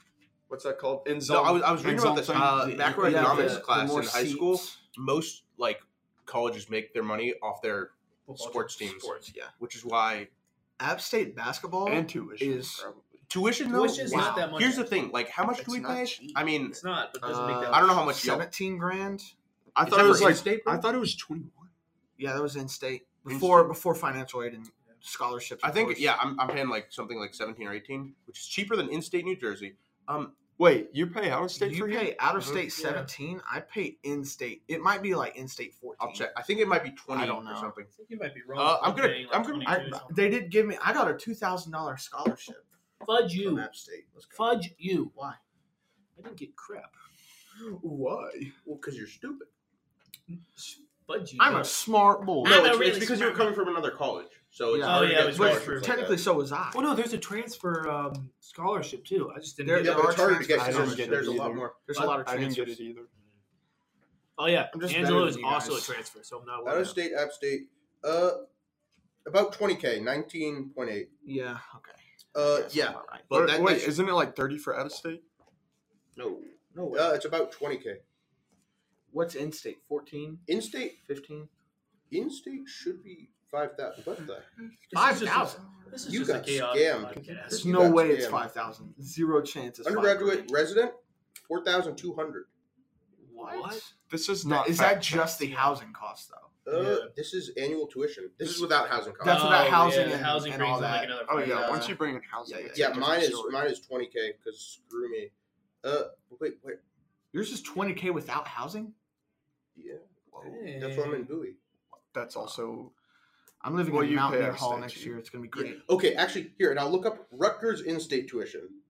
[SPEAKER 4] what's that called? End
[SPEAKER 5] No,
[SPEAKER 4] zone.
[SPEAKER 5] I was, I was reading about this
[SPEAKER 4] Something-
[SPEAKER 5] uh,
[SPEAKER 1] Yeah,
[SPEAKER 5] macroeconomics
[SPEAKER 1] the- the
[SPEAKER 5] class
[SPEAKER 1] more
[SPEAKER 5] in high school.
[SPEAKER 1] seats.
[SPEAKER 5] Most like colleges make their money off their, sports teams,
[SPEAKER 2] Sports.
[SPEAKER 1] Yeah.
[SPEAKER 5] which is why
[SPEAKER 1] App State basketball.
[SPEAKER 4] and tuition
[SPEAKER 1] is-
[SPEAKER 4] probably.
[SPEAKER 5] tuition. Though,
[SPEAKER 2] Tuition's
[SPEAKER 1] not
[SPEAKER 2] that much.
[SPEAKER 5] Here's the thing: like, how much
[SPEAKER 4] It's
[SPEAKER 5] do we
[SPEAKER 4] not
[SPEAKER 5] pay?
[SPEAKER 4] cheap.
[SPEAKER 5] I mean,
[SPEAKER 2] It's not, but doesn't make
[SPEAKER 1] Uh,
[SPEAKER 2] that.
[SPEAKER 5] I don't know how much y'all.
[SPEAKER 1] Seventeen grand.
[SPEAKER 4] I
[SPEAKER 5] Is
[SPEAKER 4] thought
[SPEAKER 5] that
[SPEAKER 4] it
[SPEAKER 5] for
[SPEAKER 4] was like
[SPEAKER 5] in-state, bro?
[SPEAKER 4] I thought it was twenty one.
[SPEAKER 1] Yeah, that was in state
[SPEAKER 5] In
[SPEAKER 1] before
[SPEAKER 5] state.
[SPEAKER 1] before financial aid and scholarships.
[SPEAKER 5] I
[SPEAKER 1] of
[SPEAKER 5] think
[SPEAKER 1] course.
[SPEAKER 5] yeah, I'm, I'm paying like something like 17 or 18, which is cheaper than in-state New Jersey. Um,
[SPEAKER 4] Wait, you pay out of state
[SPEAKER 1] you
[SPEAKER 4] for
[SPEAKER 1] pay
[SPEAKER 4] you?
[SPEAKER 1] out of
[SPEAKER 5] Mm-hmm.
[SPEAKER 1] state
[SPEAKER 5] Uh-huh.
[SPEAKER 7] Mhm. Yeah.
[SPEAKER 1] seventeen. I pay in state. It might be like in state fourteen.
[SPEAKER 5] I'll check. I think it might be 20
[SPEAKER 1] I don't
[SPEAKER 5] or
[SPEAKER 1] know.
[SPEAKER 5] something.
[SPEAKER 8] think you might be wrong.
[SPEAKER 5] Uh, I'm
[SPEAKER 8] You're
[SPEAKER 5] gonna-
[SPEAKER 8] paying,
[SPEAKER 5] I'm gonna-
[SPEAKER 8] 22
[SPEAKER 1] I,
[SPEAKER 8] or something.
[SPEAKER 1] they did give me. I got a two thousand dollar scholarship
[SPEAKER 8] fudge
[SPEAKER 1] from
[SPEAKER 8] you,
[SPEAKER 1] App State. Let's go.
[SPEAKER 8] fudge you.
[SPEAKER 1] Why?
[SPEAKER 8] I didn't get crap.
[SPEAKER 5] Why? Well, because you're stupid.
[SPEAKER 8] Fudge you.
[SPEAKER 1] I'm a smart boy.
[SPEAKER 8] I'm
[SPEAKER 5] No,
[SPEAKER 8] a
[SPEAKER 5] it's,
[SPEAKER 8] really
[SPEAKER 5] it's because you were
[SPEAKER 8] smart
[SPEAKER 5] coming from another college, so it's
[SPEAKER 1] Yeah.
[SPEAKER 5] harder
[SPEAKER 8] Oh,
[SPEAKER 5] to
[SPEAKER 8] yeah,
[SPEAKER 5] get
[SPEAKER 8] that's
[SPEAKER 1] But
[SPEAKER 8] smart
[SPEAKER 5] scholarships like
[SPEAKER 1] technically,
[SPEAKER 5] that.
[SPEAKER 1] so was I.
[SPEAKER 8] Well, Oh, no, there's a transfer um, scholarship too. I just didn't.
[SPEAKER 1] There-
[SPEAKER 8] get
[SPEAKER 5] yeah,
[SPEAKER 8] it.
[SPEAKER 5] but it's harder to
[SPEAKER 1] transfers.
[SPEAKER 5] get
[SPEAKER 1] I didn't
[SPEAKER 5] scholarships.
[SPEAKER 1] get it
[SPEAKER 5] There's a
[SPEAKER 4] either.
[SPEAKER 5] lot more.
[SPEAKER 1] There's a lot of
[SPEAKER 4] I didn't get
[SPEAKER 1] transfers.
[SPEAKER 4] it either.
[SPEAKER 8] Oh yeah,
[SPEAKER 1] I'm just
[SPEAKER 8] Angelo
[SPEAKER 1] better
[SPEAKER 8] is
[SPEAKER 1] than you
[SPEAKER 8] also a
[SPEAKER 1] guys.
[SPEAKER 8] transfer, so I'm not
[SPEAKER 5] Out
[SPEAKER 8] worried.
[SPEAKER 5] of state, app state, uh, about 20k, 19.8.
[SPEAKER 1] Yeah. Okay.
[SPEAKER 5] Uh,
[SPEAKER 1] That's
[SPEAKER 5] yeah,
[SPEAKER 1] about right.
[SPEAKER 5] but
[SPEAKER 4] Wait,
[SPEAKER 5] that,
[SPEAKER 4] wait,
[SPEAKER 5] that's-
[SPEAKER 4] isn't it like thirty for out of state?
[SPEAKER 5] no,
[SPEAKER 1] No way.
[SPEAKER 5] uh, it's about 20k.
[SPEAKER 1] What's in state? 14?
[SPEAKER 5] In state,
[SPEAKER 1] 15?
[SPEAKER 5] in state should be 5,000. What the?
[SPEAKER 8] This is just a-
[SPEAKER 1] 5,000.
[SPEAKER 8] This is
[SPEAKER 5] You
[SPEAKER 8] just a
[SPEAKER 5] got
[SPEAKER 8] chaotic
[SPEAKER 5] scammed.
[SPEAKER 8] podcast.
[SPEAKER 1] There's
[SPEAKER 5] You
[SPEAKER 1] no
[SPEAKER 5] got
[SPEAKER 1] way it's
[SPEAKER 5] scammed.
[SPEAKER 1] 5,000. Zero chance it's
[SPEAKER 5] Undergraduate
[SPEAKER 1] 5,000.
[SPEAKER 5] resident, 4,200.
[SPEAKER 8] What?
[SPEAKER 4] This is
[SPEAKER 1] That-
[SPEAKER 4] not.
[SPEAKER 1] Is
[SPEAKER 4] fact-
[SPEAKER 1] that just the housing cost, though?
[SPEAKER 5] Uh,
[SPEAKER 8] Yeah.
[SPEAKER 5] This is annual tuition. This is without housing costs.
[SPEAKER 1] That's
[SPEAKER 8] Oh,
[SPEAKER 1] without
[SPEAKER 8] yeah,
[SPEAKER 1] housing
[SPEAKER 8] the
[SPEAKER 1] and,
[SPEAKER 8] housing
[SPEAKER 1] and
[SPEAKER 8] brings
[SPEAKER 1] all
[SPEAKER 8] in, like,
[SPEAKER 1] that.
[SPEAKER 8] another
[SPEAKER 4] Oh yeah.
[SPEAKER 1] Yeah.
[SPEAKER 4] Once you bring in housing,
[SPEAKER 1] Yeah,
[SPEAKER 4] it's a
[SPEAKER 5] Uh, yeah,
[SPEAKER 4] different
[SPEAKER 5] mine is
[SPEAKER 4] story.
[SPEAKER 5] mine is 20k because screw me. Uh, wait, wait.
[SPEAKER 1] Yours is 20K without housing?
[SPEAKER 5] Yeah, that's why I'm in Bowie.
[SPEAKER 4] That's
[SPEAKER 8] Oh.
[SPEAKER 4] also
[SPEAKER 1] I'm living
[SPEAKER 4] Well,
[SPEAKER 1] in
[SPEAKER 4] you pay
[SPEAKER 1] Mountaineer
[SPEAKER 4] out of
[SPEAKER 1] Hall
[SPEAKER 4] state,
[SPEAKER 1] next
[SPEAKER 4] too.
[SPEAKER 1] year. It's going to be
[SPEAKER 5] Yeah.
[SPEAKER 1] great.
[SPEAKER 5] Okay, actually, here and I'll look up Rutgers in-state tuition.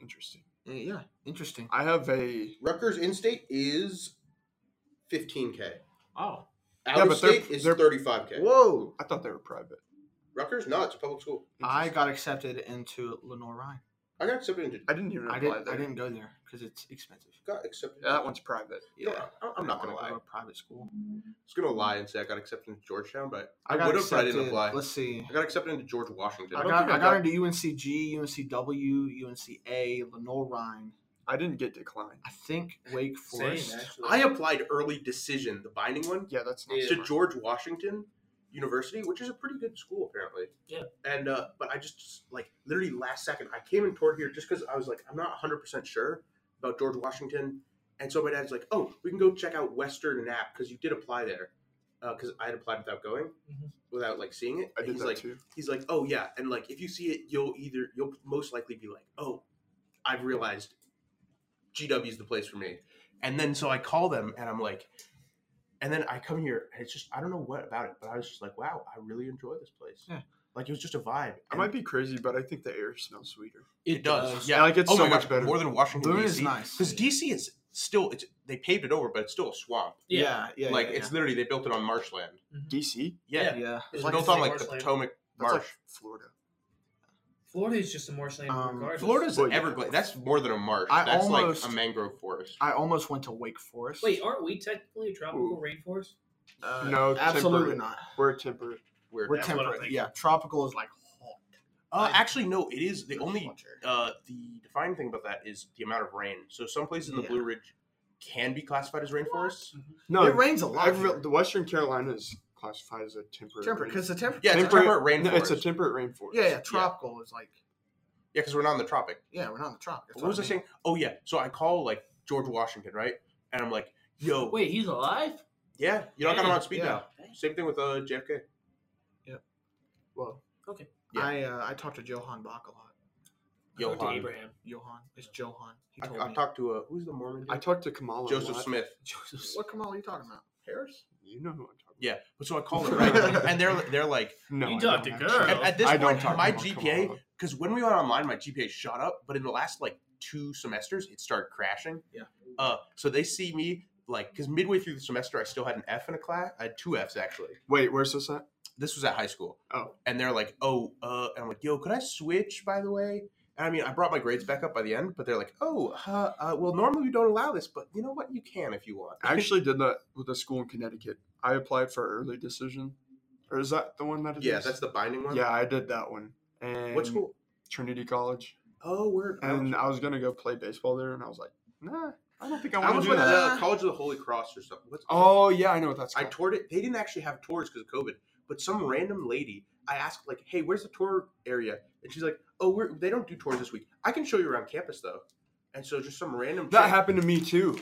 [SPEAKER 4] interesting.
[SPEAKER 1] Yeah. yeah. Interesting.
[SPEAKER 4] I have a
[SPEAKER 5] Rutgers in-state is 15k.
[SPEAKER 1] Oh.
[SPEAKER 5] Out
[SPEAKER 4] Yeah,
[SPEAKER 5] of
[SPEAKER 4] but they're-
[SPEAKER 5] state is
[SPEAKER 4] they're-
[SPEAKER 5] 35k.
[SPEAKER 4] whoa. I thought they were private.
[SPEAKER 5] Rutgers? No, it's a public school.
[SPEAKER 1] I got accepted into Lenore Ryan.
[SPEAKER 5] I got accepted into.
[SPEAKER 4] I didn't even
[SPEAKER 1] I
[SPEAKER 4] apply
[SPEAKER 1] didn't,
[SPEAKER 4] there.
[SPEAKER 1] I didn't go there because it's expensive.
[SPEAKER 5] Got accepted.
[SPEAKER 4] Yeah, that one's private.
[SPEAKER 5] Yeah, I- I'm not gonna
[SPEAKER 1] wanna
[SPEAKER 5] lie.
[SPEAKER 1] Go to a private school.
[SPEAKER 5] It's gonna lie and say I got accepted into Georgetown, but I,
[SPEAKER 1] got
[SPEAKER 5] would have, but I didn't
[SPEAKER 1] accepted-
[SPEAKER 5] apply.
[SPEAKER 1] Let's see.
[SPEAKER 5] I got accepted into George Washington.
[SPEAKER 1] I
[SPEAKER 4] don't
[SPEAKER 1] got,
[SPEAKER 4] think
[SPEAKER 1] I
[SPEAKER 4] I
[SPEAKER 1] got
[SPEAKER 4] got-
[SPEAKER 1] into UNCG, UNCW, UNCA, Lenore Rhine.
[SPEAKER 4] I didn't get declined.
[SPEAKER 1] I think Wake
[SPEAKER 8] Same,
[SPEAKER 1] Forest.
[SPEAKER 8] actually.
[SPEAKER 5] I applied early decision, the binding one,
[SPEAKER 4] Yeah, that's not.
[SPEAKER 8] Yeah.
[SPEAKER 5] to
[SPEAKER 4] smart.
[SPEAKER 5] George Washington University, which is a pretty good school apparently.
[SPEAKER 8] Yeah.
[SPEAKER 5] And uh, but I just like literally last second, I came in toward here just because I was like, I'm not 100 percent sure about George Washington, and so my dad's like, oh, we can go check out Western and App because you did apply there, because I had applied without going,
[SPEAKER 8] Mhm.
[SPEAKER 5] without like seeing it.
[SPEAKER 4] I
[SPEAKER 5] And
[SPEAKER 4] did
[SPEAKER 5] he's
[SPEAKER 4] that
[SPEAKER 5] like,
[SPEAKER 4] too.
[SPEAKER 5] he's like, oh yeah, and like if you see it, you'll either you'll most likely be like, oh, I've realized GW is the place for me, and then so I call them and I'm like, and then I come here and it's just I don't know what about it, but I was just like, wow, I really enjoy this place.
[SPEAKER 1] Yeah.
[SPEAKER 5] like it was just a vibe.
[SPEAKER 4] I
[SPEAKER 5] And
[SPEAKER 4] might be crazy, but I think the air smells sweeter.
[SPEAKER 5] It does.
[SPEAKER 1] does.
[SPEAKER 5] Yeah,
[SPEAKER 4] like it's
[SPEAKER 5] oh
[SPEAKER 4] so
[SPEAKER 5] my
[SPEAKER 4] much
[SPEAKER 5] God,
[SPEAKER 4] better.
[SPEAKER 5] more than Washington
[SPEAKER 1] Boone
[SPEAKER 5] DC.
[SPEAKER 1] is nice.
[SPEAKER 5] because DC is still it's they paved it over, but it's still a swamp.
[SPEAKER 8] Yeah.
[SPEAKER 1] yeah, yeah.
[SPEAKER 5] like
[SPEAKER 1] yeah,
[SPEAKER 5] it's literally they built it on marshland.
[SPEAKER 4] DC.
[SPEAKER 5] Yeah,
[SPEAKER 1] yeah. yeah.
[SPEAKER 5] it's
[SPEAKER 8] Like
[SPEAKER 5] built
[SPEAKER 8] it's
[SPEAKER 5] on
[SPEAKER 8] like
[SPEAKER 5] like the
[SPEAKER 8] marshland.
[SPEAKER 5] Potomac
[SPEAKER 4] That's
[SPEAKER 5] marsh.
[SPEAKER 4] like Florida.
[SPEAKER 8] Florida is just a marshland.
[SPEAKER 1] Um,
[SPEAKER 8] regardless.
[SPEAKER 5] Florida's
[SPEAKER 4] Well,
[SPEAKER 5] an
[SPEAKER 4] yeah.
[SPEAKER 5] Everglades. That's more than a marsh.
[SPEAKER 1] I
[SPEAKER 5] That's
[SPEAKER 1] almost-
[SPEAKER 5] like a mangrove forest.
[SPEAKER 1] I almost went to Wake Forest.
[SPEAKER 8] Wait, aren't we technically a tropical
[SPEAKER 4] Ooh.
[SPEAKER 8] rainforest?
[SPEAKER 1] Uh,
[SPEAKER 4] No,
[SPEAKER 1] absolutely
[SPEAKER 4] temperate.
[SPEAKER 1] not.
[SPEAKER 4] We're temperate.
[SPEAKER 5] Weird.
[SPEAKER 1] We're
[SPEAKER 8] That's what I'm
[SPEAKER 1] temperate.
[SPEAKER 8] thinking.
[SPEAKER 1] Yeah, tropical is like hot.
[SPEAKER 5] Uh, actually, no. It is the
[SPEAKER 1] It's
[SPEAKER 5] only
[SPEAKER 1] hotter.
[SPEAKER 5] uh, the defining thing about that is the amount of rain. So some places in the
[SPEAKER 1] Yeah.
[SPEAKER 5] Blue Ridge can be classified as rainforests.
[SPEAKER 1] it
[SPEAKER 4] No,
[SPEAKER 1] rains a lot.
[SPEAKER 4] I've re-
[SPEAKER 1] Here.
[SPEAKER 4] the Western Carolina is classified as a temperate.
[SPEAKER 1] Temperate
[SPEAKER 4] rain-
[SPEAKER 1] because the temperature.
[SPEAKER 5] Yeah, it's a
[SPEAKER 4] temperate,
[SPEAKER 5] temperate
[SPEAKER 4] no, it's a
[SPEAKER 5] rainforest.
[SPEAKER 4] temperate rainforest.
[SPEAKER 1] yeah, yeah. Tropical is like
[SPEAKER 5] Yeah, because we're not in the tropic.
[SPEAKER 1] yeah. We're not in the tropics.
[SPEAKER 5] what was I saying? Oh yeah. So I call like George Washington, right? And I'm like, Yo,
[SPEAKER 8] Wait, he's alive?
[SPEAKER 5] yeah, you don't got him on speed
[SPEAKER 1] Yeah.
[SPEAKER 5] dial. Same thing with uh, JFK.
[SPEAKER 4] Well,
[SPEAKER 5] Yeah.
[SPEAKER 1] I uh, I talked to Johan Bach a lot.
[SPEAKER 8] I talked
[SPEAKER 5] Johan.
[SPEAKER 8] to
[SPEAKER 2] [LAUGHS]
[SPEAKER 8] Abraham.
[SPEAKER 1] Johan, it's Johan. He told
[SPEAKER 5] I, I
[SPEAKER 1] me.
[SPEAKER 5] talked to uh, who's the Mormon?
[SPEAKER 4] I
[SPEAKER 5] dude?
[SPEAKER 4] talked to Kamala.
[SPEAKER 5] Joseph
[SPEAKER 4] Watt.
[SPEAKER 5] Smith.
[SPEAKER 8] Joseph Smith.
[SPEAKER 1] what Kamal are you talking about? Harris?
[SPEAKER 4] You know who I'm talking.
[SPEAKER 5] Yeah, but so I call
[SPEAKER 1] [LAUGHS]
[SPEAKER 5] them, right? and they're they're like,
[SPEAKER 4] About. No,
[SPEAKER 8] You
[SPEAKER 4] I
[SPEAKER 8] talked
[SPEAKER 4] don't
[SPEAKER 8] to
[SPEAKER 4] actually.
[SPEAKER 8] girl.
[SPEAKER 5] At, at this
[SPEAKER 4] I don't
[SPEAKER 5] point,
[SPEAKER 4] talk
[SPEAKER 5] my
[SPEAKER 4] about
[SPEAKER 5] GPA,
[SPEAKER 4] Kamala.
[SPEAKER 5] because when we went online, my GPA shot up, but in the last like two semesters, it started crashing.
[SPEAKER 1] Yeah.
[SPEAKER 5] Uh, so they see me like, because midway through the semester, I still had an F in a class. I had two Fs actually.
[SPEAKER 4] Wait, where's this at?
[SPEAKER 5] This was at high school.
[SPEAKER 4] Oh.
[SPEAKER 5] And they're like, oh, uh, and I'm like, yo, could I switch, by the way? And I mean, I brought my grades back up by the end, but they're like, oh, uh, uh, well, normally we don't allow this, but you know what? You can if you want.
[SPEAKER 4] I actually did that with a school in Connecticut. I applied for early decision, or is that the one that? It
[SPEAKER 5] yeah,
[SPEAKER 4] is?
[SPEAKER 5] that's the binding one.
[SPEAKER 4] Yeah, I did that one. And
[SPEAKER 5] What school?
[SPEAKER 4] Trinity College.
[SPEAKER 5] Oh, word. I
[SPEAKER 4] And
[SPEAKER 5] was-
[SPEAKER 4] I was gonna go play baseball there, and I was like, nah, I don't think I
[SPEAKER 5] I
[SPEAKER 4] want
[SPEAKER 5] was
[SPEAKER 4] to do
[SPEAKER 5] with
[SPEAKER 4] that.
[SPEAKER 5] uh, College of the Holy Cross or something. What's
[SPEAKER 4] Oh yeah, I know what that's.
[SPEAKER 5] I
[SPEAKER 4] called.
[SPEAKER 5] toured it. They didn't actually have tours because of COVID, but some random lady, I asked, like, hey, where's the tour area? And she's like, oh, we're, they don't do tours this week. I can show you around campus, though. And so just some random.
[SPEAKER 4] that
[SPEAKER 5] chick-
[SPEAKER 4] happened to me too.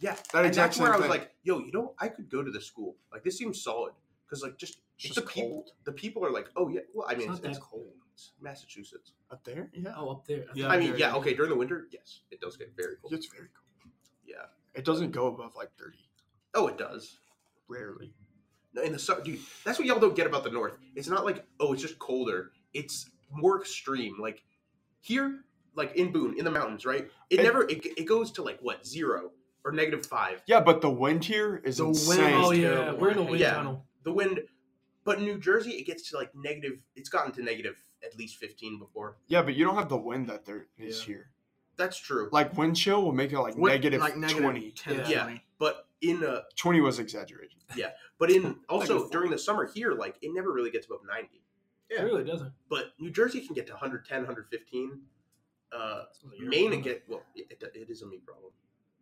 [SPEAKER 5] Yeah,
[SPEAKER 4] That
[SPEAKER 5] and
[SPEAKER 4] exact
[SPEAKER 5] that's
[SPEAKER 4] same
[SPEAKER 5] where I was
[SPEAKER 4] thing.
[SPEAKER 5] like, yo, you know, I could go to this school. Like this seems solid because like just
[SPEAKER 4] it's
[SPEAKER 5] it's
[SPEAKER 4] just
[SPEAKER 5] the people.
[SPEAKER 4] cold
[SPEAKER 5] The people are like, oh yeah, well I
[SPEAKER 2] It's
[SPEAKER 5] mean
[SPEAKER 2] not
[SPEAKER 5] it's,
[SPEAKER 2] that
[SPEAKER 5] it's
[SPEAKER 2] cold.
[SPEAKER 5] Massachusetts.
[SPEAKER 4] up there. Yeah,
[SPEAKER 2] Oh, up there.
[SPEAKER 1] Yeah,
[SPEAKER 5] I mean,
[SPEAKER 1] very
[SPEAKER 5] yeah, okay, during the winter, yes, it does get very cold.
[SPEAKER 4] it's very cold.
[SPEAKER 5] Yeah.
[SPEAKER 4] It doesn't go above like thirty,
[SPEAKER 5] Oh, it does.
[SPEAKER 4] rarely.
[SPEAKER 5] No, in the summer, dude, that's what y'all don't get about the north. It's not like oh, it's just colder. It's more extreme. Like here, like in Boone, in the mountains, right? It
[SPEAKER 4] And-
[SPEAKER 5] never it, it goes to like what zero or negative five.
[SPEAKER 4] Yeah, but the wind here is
[SPEAKER 5] The wind-
[SPEAKER 4] insane.
[SPEAKER 2] Oh
[SPEAKER 5] It's
[SPEAKER 2] yeah,
[SPEAKER 5] terrible.
[SPEAKER 2] we're in the wind
[SPEAKER 5] Yeah.
[SPEAKER 2] tunnel.
[SPEAKER 5] The wind, but in New Jersey, it gets to like negative. It's gotten to negative at least fifteen before.
[SPEAKER 4] Yeah, but you don't have the wind that there is
[SPEAKER 1] Yeah.
[SPEAKER 4] here.
[SPEAKER 5] That's true.
[SPEAKER 4] Like wind chill will make it like
[SPEAKER 1] What-
[SPEAKER 4] negative
[SPEAKER 1] like negative
[SPEAKER 4] 20.
[SPEAKER 1] 10
[SPEAKER 2] Yeah.
[SPEAKER 5] Yeah.
[SPEAKER 1] 20.
[SPEAKER 5] but in uh,
[SPEAKER 4] Twenty was exaggeration.
[SPEAKER 5] but in also
[SPEAKER 4] Negative.
[SPEAKER 5] during the summer here, like it never really gets above ninety.
[SPEAKER 2] It really doesn't.
[SPEAKER 5] But New Jersey can get to 110, 115. Uh, Maine it get well. It, it- it is a me problem.